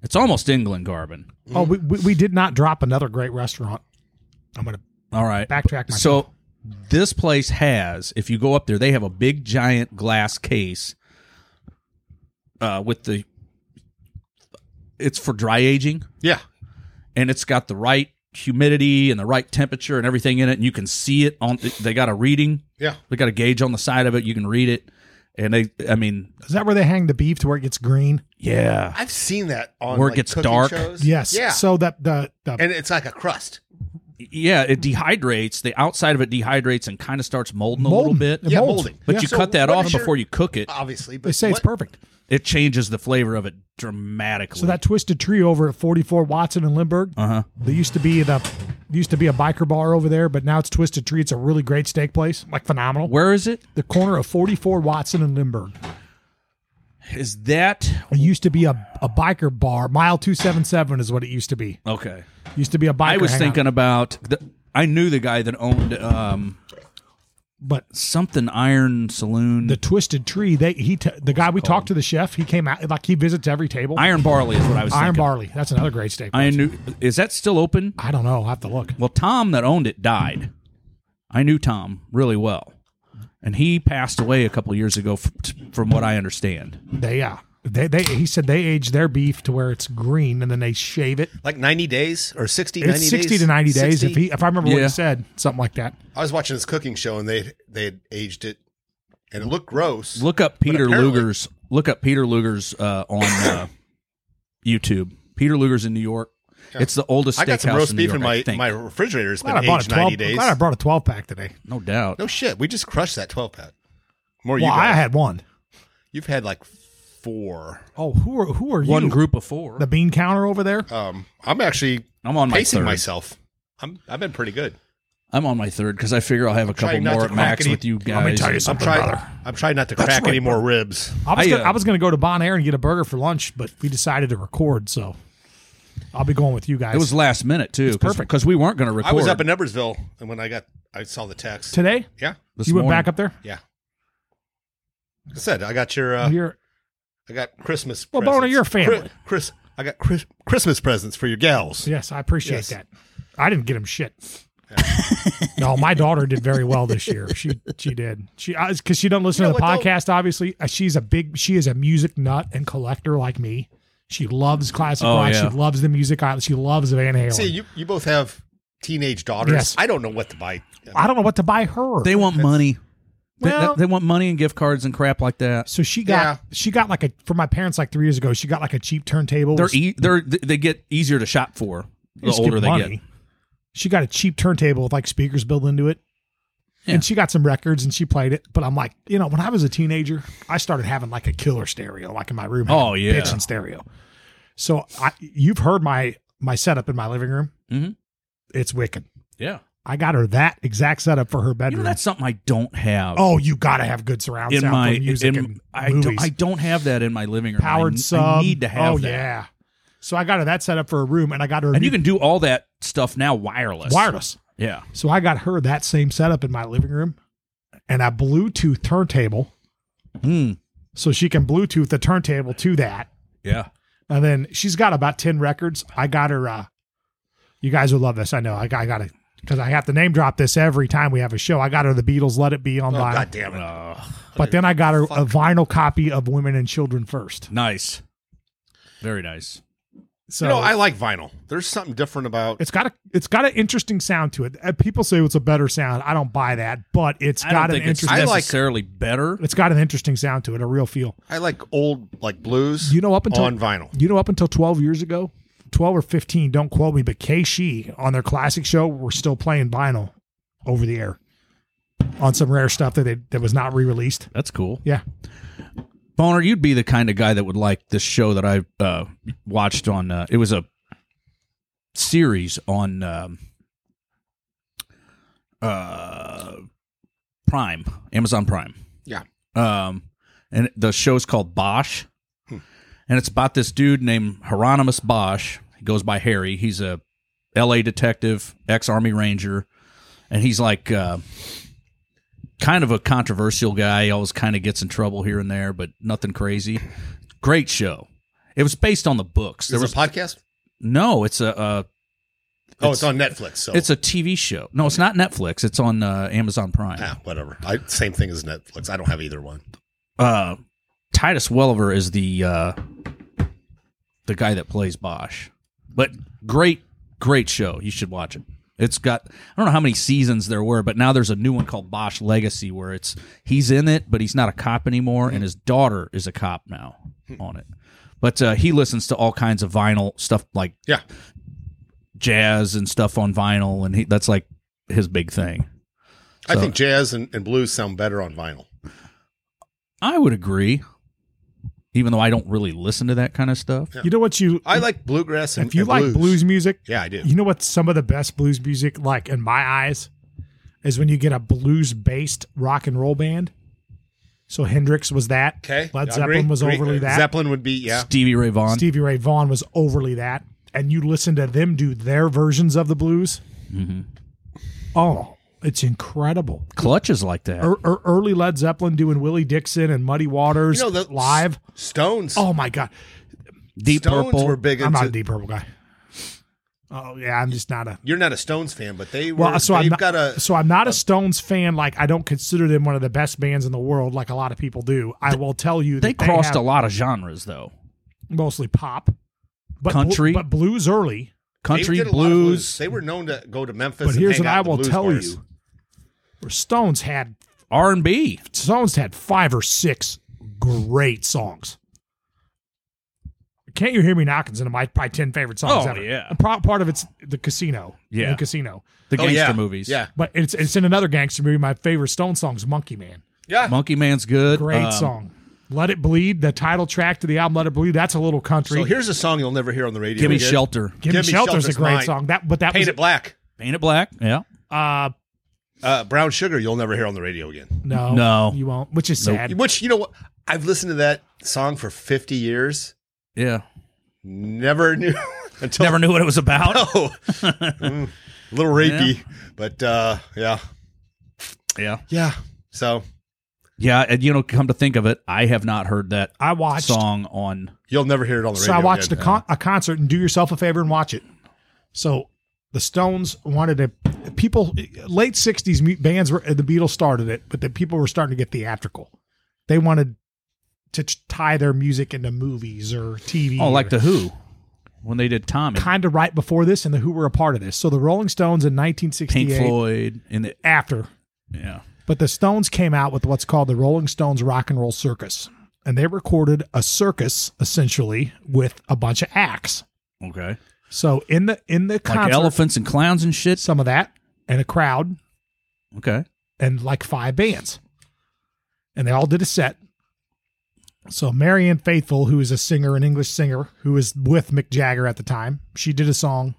[SPEAKER 4] It's almost in Glen Carbon.
[SPEAKER 1] Oh, we, we, we did not drop another great restaurant. I'm going to
[SPEAKER 4] All right.
[SPEAKER 1] backtrack myself.
[SPEAKER 4] So this place has, if you go up there, they have a big giant glass case uh, with the. It's for dry aging.
[SPEAKER 5] Yeah.
[SPEAKER 4] and it's got the right humidity and the right temperature and everything in it and you can see it on they got a reading
[SPEAKER 5] Yeah.
[SPEAKER 4] they got a gauge on the side of it you can read it and they i mean
[SPEAKER 1] Is that where they hang the beef to where it gets green?
[SPEAKER 4] yeah
[SPEAKER 5] I've seen that on
[SPEAKER 4] Where it
[SPEAKER 5] like,
[SPEAKER 4] gets
[SPEAKER 5] cooking
[SPEAKER 4] dark.
[SPEAKER 5] Shows.
[SPEAKER 1] Yes.
[SPEAKER 5] Yeah.
[SPEAKER 1] So that the, the
[SPEAKER 5] and it's like a crust.
[SPEAKER 4] yeah it dehydrates the outside of it dehydrates and kind of starts molding a
[SPEAKER 1] Molding.
[SPEAKER 4] little bit
[SPEAKER 1] Yeah,
[SPEAKER 5] Yeah,
[SPEAKER 1] Mold.
[SPEAKER 5] molding.
[SPEAKER 4] but
[SPEAKER 1] Yeah.
[SPEAKER 4] you
[SPEAKER 5] So
[SPEAKER 4] cut that
[SPEAKER 5] what
[SPEAKER 4] off
[SPEAKER 5] is your-
[SPEAKER 4] before you cook it
[SPEAKER 1] Ah.
[SPEAKER 5] Obviously, but
[SPEAKER 1] they say it's
[SPEAKER 5] what-
[SPEAKER 1] perfect.
[SPEAKER 4] it changes the flavor of it dramatically
[SPEAKER 1] So that twisted tree over at 44 Watson and Lindbergh, uh-huh. there used to be the used to be a biker bar over there, but now it's Twisted Tree. It's a really great steak place, like phenomenal.
[SPEAKER 4] where is it
[SPEAKER 1] the corner of 44 Watson and Lindbergh.
[SPEAKER 4] is that
[SPEAKER 1] It used to be a, a biker bar. Mile 277 is what it used to be.
[SPEAKER 4] okay
[SPEAKER 1] Used to be a biker.
[SPEAKER 4] i was
[SPEAKER 1] hangout.
[SPEAKER 4] thinking about the, i knew the guy that owned um
[SPEAKER 1] But
[SPEAKER 4] something Iron Saloon.
[SPEAKER 1] the twisted tree, they he t- the guy we talked to the chef. He came out like he visits every table.
[SPEAKER 4] Iron Barley is what I was
[SPEAKER 1] Iron
[SPEAKER 4] thinking.
[SPEAKER 1] barley. That's another great steak.
[SPEAKER 4] I knew. Is that still open?
[SPEAKER 1] I don't know. I will have to look.
[SPEAKER 4] Well, Tom that owned it died. I knew Tom really well, and he passed away a couple years ago, f- t- from what I understand.
[SPEAKER 1] They yeah. They, they he said they age their beef to where it's green and then they shave it.
[SPEAKER 5] Like 90 days or 60,
[SPEAKER 1] It's
[SPEAKER 5] 90
[SPEAKER 1] sixty
[SPEAKER 5] days?
[SPEAKER 1] to ninety days
[SPEAKER 5] 60?
[SPEAKER 1] if he if I remember what
[SPEAKER 4] Yeah.
[SPEAKER 1] he said something like that.
[SPEAKER 5] I was watching this cooking show and they they had aged it and it looked gross.
[SPEAKER 4] Look up Peter
[SPEAKER 5] apparently-
[SPEAKER 4] Luger's. Look up Peter Luger's uh, on uh, YouTube. Peter Luger's in New York. It's the oldest steakhouse
[SPEAKER 5] I got some roast
[SPEAKER 4] in New
[SPEAKER 5] beef
[SPEAKER 4] York.
[SPEAKER 5] in
[SPEAKER 4] I
[SPEAKER 5] my
[SPEAKER 4] think.
[SPEAKER 5] my refrigerator. It's been
[SPEAKER 1] Glad I bought
[SPEAKER 5] aged
[SPEAKER 1] a twelve.
[SPEAKER 5] 90 days.
[SPEAKER 1] Glad I brought a twelve pack today.
[SPEAKER 4] no doubt.
[SPEAKER 5] no shit, we just crushed that 12 pack. More
[SPEAKER 1] Well,
[SPEAKER 5] you
[SPEAKER 1] I
[SPEAKER 5] guys.
[SPEAKER 1] had one.
[SPEAKER 5] You've had like four.
[SPEAKER 1] Oh, who are who are you?
[SPEAKER 4] One group of four.
[SPEAKER 1] The bean counter over there.
[SPEAKER 5] Um, I'm actually
[SPEAKER 4] I'm on my
[SPEAKER 5] pacing
[SPEAKER 4] third.
[SPEAKER 5] myself. I'm I've been pretty good.
[SPEAKER 4] I'm on my third because I figure I'll have a couple
[SPEAKER 5] trying not
[SPEAKER 4] more
[SPEAKER 5] to
[SPEAKER 4] at max
[SPEAKER 5] crack any-
[SPEAKER 4] with you guys.
[SPEAKER 1] Let me tell you
[SPEAKER 5] I'm
[SPEAKER 1] something,
[SPEAKER 5] trying.
[SPEAKER 1] brother.
[SPEAKER 5] I'm trying not to crack any more ribs.
[SPEAKER 1] I was,
[SPEAKER 4] I,
[SPEAKER 1] gonna,
[SPEAKER 4] uh,
[SPEAKER 1] I was gonna go to Bon Air and get a burger for lunch, but we decided to record, so I'll be going with you guys.
[SPEAKER 4] It was last minute too.
[SPEAKER 1] perfect.
[SPEAKER 4] because we weren't going to record.
[SPEAKER 5] I was up in Edwardsville, and when I got, I saw the text.
[SPEAKER 1] today.
[SPEAKER 5] Yeah,
[SPEAKER 4] this
[SPEAKER 1] you went
[SPEAKER 4] morning.
[SPEAKER 1] back up there.
[SPEAKER 5] yeah. I said I got your. Uh,
[SPEAKER 1] You're
[SPEAKER 5] I got Christmas.
[SPEAKER 1] Well, Boner,
[SPEAKER 5] presents.
[SPEAKER 1] you're a family.
[SPEAKER 5] Chris, Chris- I got Chris, Christmas presents for your gals.
[SPEAKER 1] yes, I appreciate
[SPEAKER 5] Yes.
[SPEAKER 1] that. I didn't get him shit. no, my daughter did very well this year. She she did. She because she don't listen
[SPEAKER 5] You know
[SPEAKER 1] to the
[SPEAKER 5] what, though?
[SPEAKER 1] podcast. Obviously, Uh, she's a big. She is a music nut and collector like me. She loves classic
[SPEAKER 4] Oh,
[SPEAKER 1] rock.
[SPEAKER 4] yeah.
[SPEAKER 1] She loves the music. I- She loves Van Halen.
[SPEAKER 5] See, you you both have teenage daughters.
[SPEAKER 1] Yes.
[SPEAKER 5] I don't know what to buy. Oh,
[SPEAKER 1] I don't know what to buy her.
[SPEAKER 4] They want money. They-
[SPEAKER 1] Well-
[SPEAKER 4] they, they want money and gift cards and crap like that.
[SPEAKER 1] so she got
[SPEAKER 5] Yeah.
[SPEAKER 1] she got like a for my parents like three years ago. She got like a cheap turntable.
[SPEAKER 4] They're e- they're they get easier to shop for the
[SPEAKER 1] Just
[SPEAKER 4] older
[SPEAKER 1] get
[SPEAKER 4] they
[SPEAKER 1] money.
[SPEAKER 4] get.
[SPEAKER 1] She got a cheap turntable with like speakers built into it.
[SPEAKER 4] Yeah.
[SPEAKER 1] And she got some records and she played it. But I'm like, you know, when I was a teenager, I started having like a killer stereo, like in my room. had
[SPEAKER 4] Oh,
[SPEAKER 1] a
[SPEAKER 4] yeah.
[SPEAKER 1] Pitching stereo. So I you've heard my my setup in my living room.
[SPEAKER 4] Mhm.
[SPEAKER 1] It's wicked.
[SPEAKER 4] Yeah,
[SPEAKER 1] I got her that exact setup for her
[SPEAKER 4] you
[SPEAKER 1] bedroom.
[SPEAKER 4] know that's something I don't have.
[SPEAKER 1] oh, you gotta have good surround
[SPEAKER 4] in
[SPEAKER 1] sound
[SPEAKER 4] my
[SPEAKER 1] for music
[SPEAKER 4] in-
[SPEAKER 1] and
[SPEAKER 4] I
[SPEAKER 1] movies.
[SPEAKER 4] don't I don't have that in my living room.
[SPEAKER 1] Powered
[SPEAKER 4] I,
[SPEAKER 1] sub.
[SPEAKER 4] I need to have
[SPEAKER 1] Oh
[SPEAKER 4] that.
[SPEAKER 1] yeah. So I got her that set up for a room and I got her a
[SPEAKER 4] And
[SPEAKER 1] new
[SPEAKER 4] you can do all that stuff now wireless.
[SPEAKER 1] wireless.
[SPEAKER 4] Yeah.
[SPEAKER 1] So I got her that same setup in my living room and a Bluetooth turntable
[SPEAKER 5] Hmm.
[SPEAKER 4] Mm.
[SPEAKER 1] so she can Bluetooth the turntable to that.
[SPEAKER 4] Yeah.
[SPEAKER 1] And then she's got about 10 records. I got her, uh, you guys would love this. I know. I, got- I got it because I have to name drop this every time we have a show. I got her the Beatles, Let It Be on
[SPEAKER 5] Oh,
[SPEAKER 1] vinyl.
[SPEAKER 5] God damn it!
[SPEAKER 1] But then I got her a vinyl copy of Women and Children First.
[SPEAKER 4] Nice. Very nice.
[SPEAKER 1] So
[SPEAKER 5] you know, I like vinyl. There's something different about.
[SPEAKER 1] it's got a it's got an interesting sound to it. Uh, People say it's a better sound. I don't buy that, but it's
[SPEAKER 4] I don't
[SPEAKER 1] got an
[SPEAKER 4] think it's
[SPEAKER 1] interesting
[SPEAKER 5] I like-
[SPEAKER 4] necessarily better.
[SPEAKER 1] it's got an interesting sound to it, a real feel.
[SPEAKER 5] I like old like blues.
[SPEAKER 1] You know, up until-
[SPEAKER 5] on vinyl.
[SPEAKER 1] You know, up until 12 years ago, 12 or 15, don't quote me, but KC on their classic show were still playing vinyl over the air on some rare stuff that they, that was not re released.
[SPEAKER 4] That's cool.
[SPEAKER 1] Yeah.
[SPEAKER 4] Boner, you'd be the kind of guy that would like this show that I uh, watched on. Uh, it was a series on um, uh, Prime, Amazon Prime.
[SPEAKER 5] Yeah.
[SPEAKER 4] Um, and the show's called Bosch, and it's about this dude named Hieronymus Bosch. He goes by Harry. He's a L.A. detective, ex Army Ranger, and he's like. Uh, kind of a controversial guy. He always kind of gets in trouble here and there, but nothing crazy. Great show. It was based on the books. There
[SPEAKER 5] There
[SPEAKER 4] was
[SPEAKER 5] was a podcast.
[SPEAKER 4] no. It's a uh,
[SPEAKER 5] Oh, it's, on Netflix. So
[SPEAKER 4] it's a TV show. No, it's not Netflix. It's on uh, Amazon Prime.
[SPEAKER 5] ah, whatever. I, same thing as Netflix. I don't have either one.
[SPEAKER 4] Uh, Titus Welliver is the uh, the guy that plays Bosch. But great, great show. You should watch it. It's got I don't know how many seasons there were, but now there's a new one called Bosch Legacy where it's he's in it, but he's not a cop anymore, and his daughter is a cop now on it. But uh, he listens to all kinds of vinyl stuff like
[SPEAKER 5] Yeah,
[SPEAKER 4] jazz and stuff on vinyl, and he, that's like his big thing.
[SPEAKER 5] I
[SPEAKER 4] So-
[SPEAKER 5] think jazz and, and blues sound better on vinyl.
[SPEAKER 4] I would agree, even though I don't really listen to that kind of stuff.
[SPEAKER 1] You know what you
[SPEAKER 5] I like bluegrass. And,
[SPEAKER 1] if you
[SPEAKER 5] and
[SPEAKER 1] like blues. music,
[SPEAKER 5] yeah, I do.
[SPEAKER 1] you know what some of the best blues music like in my eyes is when you get a blues based rock and roll band. So Hendrix was that.
[SPEAKER 5] Okay,
[SPEAKER 1] Led
[SPEAKER 5] I
[SPEAKER 1] Zeppelin
[SPEAKER 5] agree.
[SPEAKER 1] was
[SPEAKER 5] Agree.
[SPEAKER 1] overly that.
[SPEAKER 5] Zeppelin would be yeah.
[SPEAKER 4] Stevie Ray Vaughan.
[SPEAKER 1] Stevie Ray Vaughan was overly that, and you listen to them do their versions of the blues. Oh, It's incredible.
[SPEAKER 4] Clutches like that.
[SPEAKER 1] Er, er- early Led Zeppelin doing Willie Dixon and Muddy Waters
[SPEAKER 5] You know, the-
[SPEAKER 1] live.
[SPEAKER 5] Stones.
[SPEAKER 1] Oh my god,
[SPEAKER 4] Deep
[SPEAKER 5] Stones
[SPEAKER 4] Purple.
[SPEAKER 5] were big
[SPEAKER 1] I'm
[SPEAKER 5] into.
[SPEAKER 1] not a Deep Purple guy. Oh yeah, I'm just not a.
[SPEAKER 5] you're not a Stones fan, but they were.
[SPEAKER 1] Well, so
[SPEAKER 5] they've
[SPEAKER 1] I'm not,
[SPEAKER 5] got a.
[SPEAKER 1] so I'm not a Stones fan. Like I don't consider them one of the best bands in the world, like a lot of people do. I will tell you,
[SPEAKER 4] they
[SPEAKER 1] that they
[SPEAKER 4] crossed
[SPEAKER 1] have
[SPEAKER 4] a lot of genres though.
[SPEAKER 1] mostly pop, but bl-
[SPEAKER 4] Country.
[SPEAKER 1] but blues early.
[SPEAKER 5] they
[SPEAKER 4] Country,
[SPEAKER 5] did a lot of
[SPEAKER 4] blues,
[SPEAKER 5] They were known to go to Memphis.
[SPEAKER 1] But
[SPEAKER 5] and
[SPEAKER 1] here's
[SPEAKER 5] hang
[SPEAKER 1] what
[SPEAKER 5] out
[SPEAKER 1] I
[SPEAKER 5] at the
[SPEAKER 1] will
[SPEAKER 5] blues
[SPEAKER 1] tell
[SPEAKER 5] bars.
[SPEAKER 1] you: where Stones had
[SPEAKER 4] R&B.
[SPEAKER 1] Stones had five or six great songs. Can't you hear me knocking's into my probably ten favorite songs
[SPEAKER 4] Oh,
[SPEAKER 1] ever.
[SPEAKER 4] yeah.
[SPEAKER 1] And pro- part of it's the casino.
[SPEAKER 4] Yeah.
[SPEAKER 1] the casino.
[SPEAKER 4] The
[SPEAKER 5] Oh,
[SPEAKER 4] gangster
[SPEAKER 5] yeah.
[SPEAKER 4] movies.
[SPEAKER 5] Yeah.
[SPEAKER 1] But it's it's in another gangster movie. My favorite Stone song's Monkey Man.
[SPEAKER 5] Yeah.
[SPEAKER 4] Monkey Man's good.
[SPEAKER 1] Great
[SPEAKER 4] Um,
[SPEAKER 1] song. Let It Bleed, the title track to the album Let It Bleed. That's a little country.
[SPEAKER 5] So here's a song you'll never hear on the radio.
[SPEAKER 4] Give me
[SPEAKER 5] again.
[SPEAKER 4] Shelter.
[SPEAKER 1] Give, Me Shelter's a
[SPEAKER 5] Shelter's
[SPEAKER 1] great
[SPEAKER 5] mine.
[SPEAKER 1] song. That but that
[SPEAKER 5] Paint
[SPEAKER 1] was
[SPEAKER 5] it black.
[SPEAKER 4] Paint it black. Yeah.
[SPEAKER 1] uh
[SPEAKER 5] Uh, brown sugar. You'll never hear on the radio again.
[SPEAKER 1] no.
[SPEAKER 4] No.
[SPEAKER 1] You won't, which is sad.
[SPEAKER 5] Which you know what? I've listened to that song for 50 years.
[SPEAKER 4] Yeah.
[SPEAKER 5] Never knew until
[SPEAKER 4] Never knew what it was about.
[SPEAKER 5] Oh, Mm, a little rapey, but uh, yeah,
[SPEAKER 4] Yeah.
[SPEAKER 5] yeah. So
[SPEAKER 4] Yeah, and you know, come to think of it, I have not heard that
[SPEAKER 1] I watched
[SPEAKER 4] song on
[SPEAKER 5] you'll never hear it on the
[SPEAKER 1] So
[SPEAKER 5] radio.
[SPEAKER 1] I watched a,
[SPEAKER 5] again.
[SPEAKER 1] con- a concert and do yourself a favor and watch it. So the Stones wanted to people late '60s mu- bands were the Beatles started it, but the people were starting to get theatrical. They wanted to t- tie their music into movies or TV.
[SPEAKER 4] Oh, like
[SPEAKER 1] or-
[SPEAKER 4] the Who when they did Tommy,
[SPEAKER 1] kind of right before this, and the Who were a part of this. So the Rolling Stones in
[SPEAKER 4] Pink
[SPEAKER 1] 1968
[SPEAKER 4] Floyd, and the
[SPEAKER 1] after,
[SPEAKER 4] yeah,
[SPEAKER 1] but the Stones came out with what's called the Rolling Stones Rock and Roll Circus, and they recorded a circus essentially with a bunch of acts.
[SPEAKER 4] okay,
[SPEAKER 1] So in the in the
[SPEAKER 4] like
[SPEAKER 1] concert,
[SPEAKER 4] elephants and clowns and shit.
[SPEAKER 1] some of that, and a crowd,
[SPEAKER 4] Okay,
[SPEAKER 1] and like five bands, and they all did a set. So Marianne Faithful, who is a singer, an English singer, who was with Mick Jagger at the time, she did a song.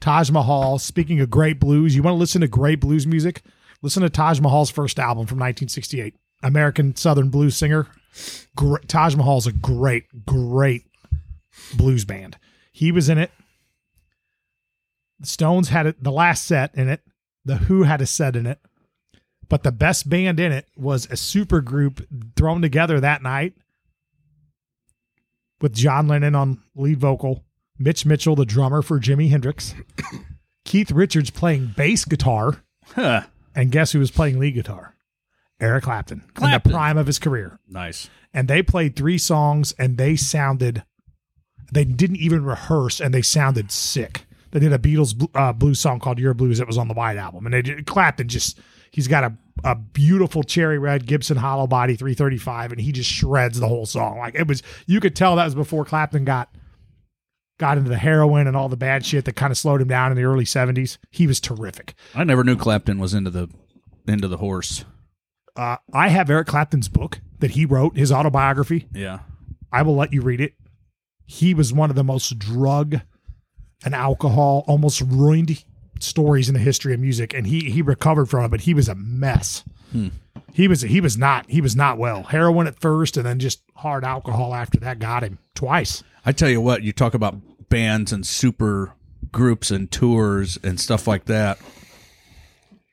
[SPEAKER 1] Taj Mahal. Speaking of great blues, you want to listen to great blues music? Listen to Taj Mahal's first album from 1968. American Southern blues singer. Gr- Taj Mahal's a great, great blues band. He was in it. The Stones had it, the last set in it. The Who had a set in it. But the best band in it was a super group thrown together that night with John Lennon on lead vocal, Mitch Mitchell, the drummer for Jimi Hendrix, Keith Richards playing bass guitar,
[SPEAKER 4] huh,
[SPEAKER 1] and guess who was playing lead guitar? Eric Clapton, in the
[SPEAKER 4] Clapton.
[SPEAKER 1] prime of his career.
[SPEAKER 4] nice.
[SPEAKER 1] And they played three songs and they sounded, they didn't even rehearse and they sounded sick. They did a Beatles bl- uh, blues song called Your Blues that was on the White Album. And they did, Clapton just, he's got a, a beautiful cherry red Gibson hollow body 335 and he just shreds the whole song. Like it was, you could tell that was before Clapton got got into the heroin and all the bad shit that kind of slowed him down in the early 70s. He was terrific.
[SPEAKER 4] I never knew Clapton was into the into the horse.
[SPEAKER 1] Uh, I have Eric Clapton's book that he wrote, his autobiography.
[SPEAKER 4] Yeah,
[SPEAKER 1] I will let you read it. He was one of the most drug and alcohol almost ruined stories in the history of music, and he he recovered from it, but he was a mess. He was he was not he was not well. Heroin at first, and then just hard alcohol after that got him twice.
[SPEAKER 4] I tell you what, you talk about bands and super groups and tours and stuff like that.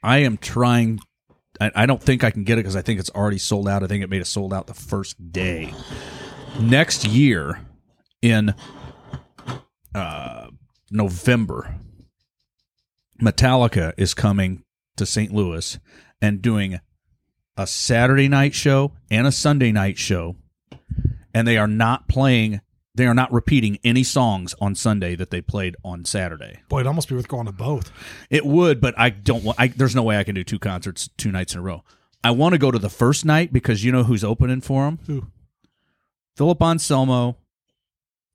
[SPEAKER 4] I am trying. I, I don't think I can get it because I think it's already sold out. I think it made it sold out the first day. Next year in uh, November, Metallica is coming to St. Louis and doing a Saturday night show and a Sunday night show and they are not playing they are not repeating any songs on Sunday that they played on Saturday.
[SPEAKER 1] Boy, it'd almost be worth going to both.
[SPEAKER 4] It would, but I don't want I there's no way I can do two concerts two nights in a row. I want to go to the first night because you know who's opening for them?
[SPEAKER 1] Who?
[SPEAKER 4] Philip Anselmo,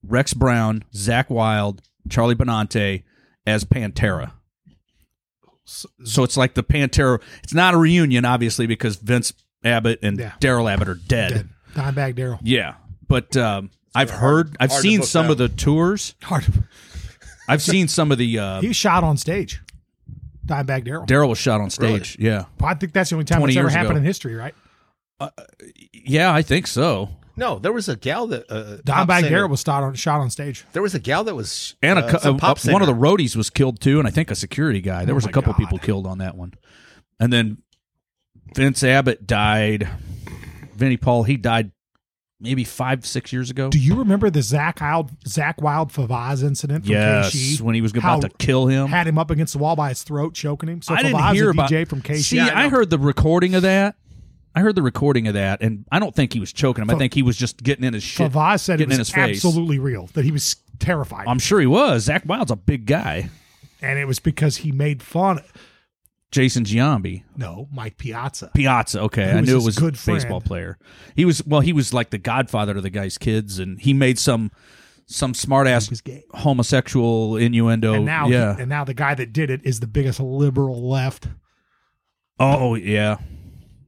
[SPEAKER 4] Rex Brown, Zach Wild, Charlie Benante as Pantera. So it's like the Pantera. It's not a reunion, obviously, because Vince Abbott and
[SPEAKER 1] Yeah.
[SPEAKER 4] Daryl Abbott are dead.
[SPEAKER 1] Dead. Dimebag Daryl.
[SPEAKER 4] Yeah, but um, I've heard, I've
[SPEAKER 5] hard to
[SPEAKER 4] seen
[SPEAKER 5] book
[SPEAKER 4] some
[SPEAKER 5] now.
[SPEAKER 4] of the tours.
[SPEAKER 1] Hard.
[SPEAKER 4] I've seen some of the uh,
[SPEAKER 1] He was shot on stage. Dimebag Daryl.
[SPEAKER 4] Daryl was shot on stage. Yeah,
[SPEAKER 1] I think that's the only time
[SPEAKER 4] 20
[SPEAKER 1] it's ever
[SPEAKER 4] years
[SPEAKER 1] happened
[SPEAKER 4] ago.
[SPEAKER 1] in history, right?
[SPEAKER 4] yeah, I think so.
[SPEAKER 5] No, there was a gal that uh, pop
[SPEAKER 1] Dimebag
[SPEAKER 5] singer-
[SPEAKER 1] Daryl was shot on shot on stage.
[SPEAKER 5] There was a gal that was
[SPEAKER 4] And a,
[SPEAKER 5] uh,
[SPEAKER 4] cou-
[SPEAKER 5] some
[SPEAKER 4] uh,
[SPEAKER 5] pop
[SPEAKER 4] one of the
[SPEAKER 5] singer. Oh
[SPEAKER 4] roadies was killed too, and I think a security guy. There was a couple people killed on that one. And then Vince Abbott died. Vinnie Paul, he died maybe five, six years ago.
[SPEAKER 1] Do you remember the Zach Wild Zach Wild Favaz incident? From
[SPEAKER 4] yes,
[SPEAKER 1] KC?
[SPEAKER 4] when he was about
[SPEAKER 1] How-
[SPEAKER 4] to kill him.
[SPEAKER 1] had him up against the wall by his throat, choking him. So
[SPEAKER 4] I didn't
[SPEAKER 1] Favaz a
[SPEAKER 4] hear about
[SPEAKER 1] DJ from KC.
[SPEAKER 4] See,
[SPEAKER 1] Yeah,
[SPEAKER 4] I,
[SPEAKER 1] know.
[SPEAKER 4] heard the recording of that. I heard the recording of that, and I don't think he was choking him. I
[SPEAKER 1] Fa-
[SPEAKER 4] think he was just getting in his shit.
[SPEAKER 1] Favaz said it
[SPEAKER 4] getting
[SPEAKER 1] was
[SPEAKER 4] in his face. Um,
[SPEAKER 1] absolutely real that he was terrified,
[SPEAKER 4] I'm sure he was. Zach Wild's a big guy.
[SPEAKER 1] and it was because he made fun.
[SPEAKER 4] Jason Giambi.
[SPEAKER 1] No, Mike Piazza.
[SPEAKER 4] Piazza.
[SPEAKER 1] Who
[SPEAKER 4] Okay, I
[SPEAKER 1] was
[SPEAKER 4] knew it
[SPEAKER 1] his
[SPEAKER 4] was a
[SPEAKER 1] good
[SPEAKER 4] baseball
[SPEAKER 1] friend.
[SPEAKER 4] player. He was well. He was like the godfather to the guy's kids, and he made some some smart ass
[SPEAKER 1] was gay.
[SPEAKER 4] homosexual innuendo.
[SPEAKER 1] and now,
[SPEAKER 4] oh, yeah.
[SPEAKER 1] he, and now the guy that did it is the biggest liberal left.
[SPEAKER 4] oh yeah.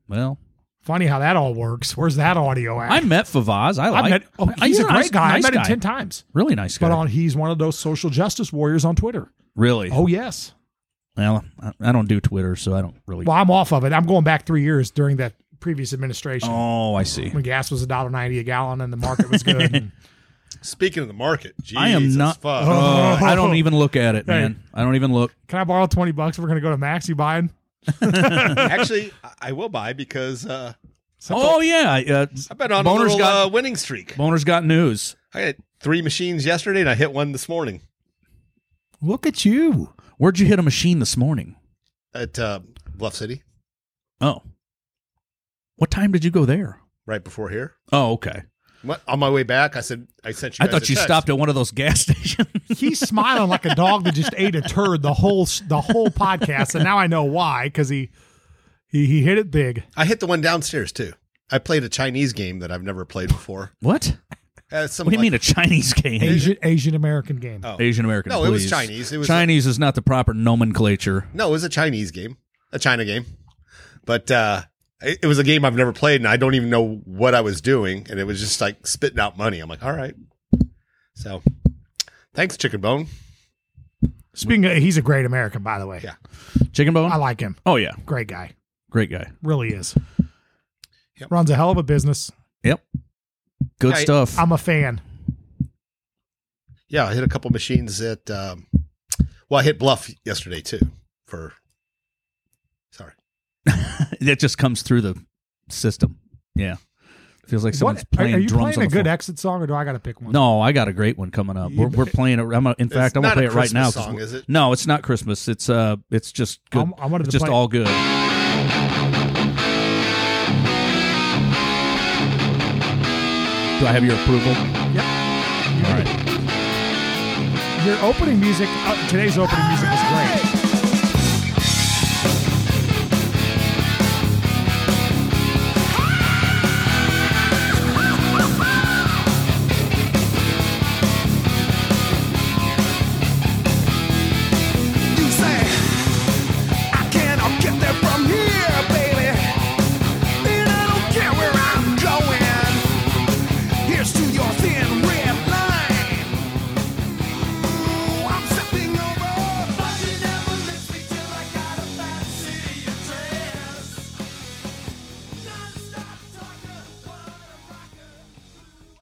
[SPEAKER 4] Well,
[SPEAKER 1] Funny how that all works. Where's that audio at?
[SPEAKER 4] I met Favaz. I
[SPEAKER 1] I
[SPEAKER 4] like.
[SPEAKER 1] met. Oh, he's, a great
[SPEAKER 4] nice-
[SPEAKER 1] guy.
[SPEAKER 4] nice
[SPEAKER 1] I met
[SPEAKER 4] guy.
[SPEAKER 1] him ten times.
[SPEAKER 4] Really nice guy.
[SPEAKER 1] But on, he's one of those social justice warriors on Twitter.
[SPEAKER 4] really.
[SPEAKER 1] Oh yes.
[SPEAKER 4] Well, I, I don't do Twitter, so I don't really.
[SPEAKER 1] Well, I'm off of it. I'm going back three years during that previous administration
[SPEAKER 4] Oh, I see.
[SPEAKER 1] when gas was a dollar ninety a gallon and the market was good. And-
[SPEAKER 5] Speaking of the market, Jesus
[SPEAKER 4] I am not.
[SPEAKER 5] Fuck.
[SPEAKER 4] Oh, I don't even look at it,
[SPEAKER 1] Hey.
[SPEAKER 4] man. I don't even look.
[SPEAKER 1] Can I borrow twenty bucks? We're gonna go to Max. You buying?
[SPEAKER 5] Uh, Actually, I- I will buy because uh,
[SPEAKER 4] Oh yeah, uh,
[SPEAKER 5] I've been on
[SPEAKER 4] Boner's
[SPEAKER 5] a little
[SPEAKER 4] got-
[SPEAKER 5] uh, winning streak.
[SPEAKER 4] Boner's got news.
[SPEAKER 5] I had three machines yesterday, and I hit one this morning
[SPEAKER 1] Look at you.
[SPEAKER 4] Where'd you hit a machine this morning?
[SPEAKER 5] at uh, Bluff City,
[SPEAKER 4] Oh. What time did you go there?
[SPEAKER 5] right before here.
[SPEAKER 4] Oh, okay.
[SPEAKER 5] What, on my way back, I said I sent you.
[SPEAKER 4] I
[SPEAKER 5] guys
[SPEAKER 4] thought
[SPEAKER 5] a
[SPEAKER 4] you
[SPEAKER 5] text.
[SPEAKER 4] stopped at one of those gas stations.
[SPEAKER 1] He's smiling like a dog that just ate a turd the whole the whole podcast, and now I know why because he he he hit it big.
[SPEAKER 5] I hit the one downstairs too. I played a Chinese game that I've never played before.
[SPEAKER 4] what?
[SPEAKER 5] Uh, some,
[SPEAKER 4] What do you
[SPEAKER 5] like-
[SPEAKER 4] mean a Chinese game?
[SPEAKER 1] Asian Asian American game.
[SPEAKER 5] Oh.
[SPEAKER 4] Asian American.
[SPEAKER 5] No, it was
[SPEAKER 4] please.
[SPEAKER 5] Chinese. It was-
[SPEAKER 4] Chinese is not the proper nomenclature.
[SPEAKER 5] No, it was a Chinese game, a China game, but uh, it, it was a game I've never played, and I don't even know what I was doing, and it was just like spitting out money. I'm like, all right. So, thanks, Chicken Bone.
[SPEAKER 1] Speaking, of, he's a great American, by the way.
[SPEAKER 5] Yeah.
[SPEAKER 4] Chicken bone?
[SPEAKER 1] I like him.
[SPEAKER 4] oh yeah.
[SPEAKER 1] Great guy,
[SPEAKER 4] Great guy.
[SPEAKER 1] really is.
[SPEAKER 5] Yep.
[SPEAKER 1] Runs a hell of a business.
[SPEAKER 4] Yep. Good
[SPEAKER 5] I-
[SPEAKER 4] stuff.
[SPEAKER 1] I'm a fan.
[SPEAKER 5] Yeah, I hit a couple machines at. Um, well, I hit Bluff yesterday too. For sorry,
[SPEAKER 4] it just comes through the system. Yeah. Feels like someone's
[SPEAKER 1] What are,
[SPEAKER 4] playing
[SPEAKER 1] are you
[SPEAKER 4] drums
[SPEAKER 1] playing a
[SPEAKER 4] on the
[SPEAKER 1] good
[SPEAKER 4] phone.
[SPEAKER 1] exit song, or do I got to pick one?
[SPEAKER 4] No, I got a great one coming up. We're, we're playing it. I'm gonna, in fact, I'm gonna
[SPEAKER 5] not
[SPEAKER 4] play
[SPEAKER 5] a
[SPEAKER 4] it right now.
[SPEAKER 5] Christmas
[SPEAKER 4] 'cause
[SPEAKER 5] song,
[SPEAKER 4] we're-
[SPEAKER 5] is it?
[SPEAKER 4] No, it's not Christmas. It's uh, it's just good.
[SPEAKER 1] I'm- I wanted
[SPEAKER 4] It's
[SPEAKER 1] to
[SPEAKER 4] just
[SPEAKER 1] play-
[SPEAKER 4] all good. Do I have your approval?
[SPEAKER 1] Yep.
[SPEAKER 4] All right.
[SPEAKER 1] Your opening music, uh, today's opening music was great.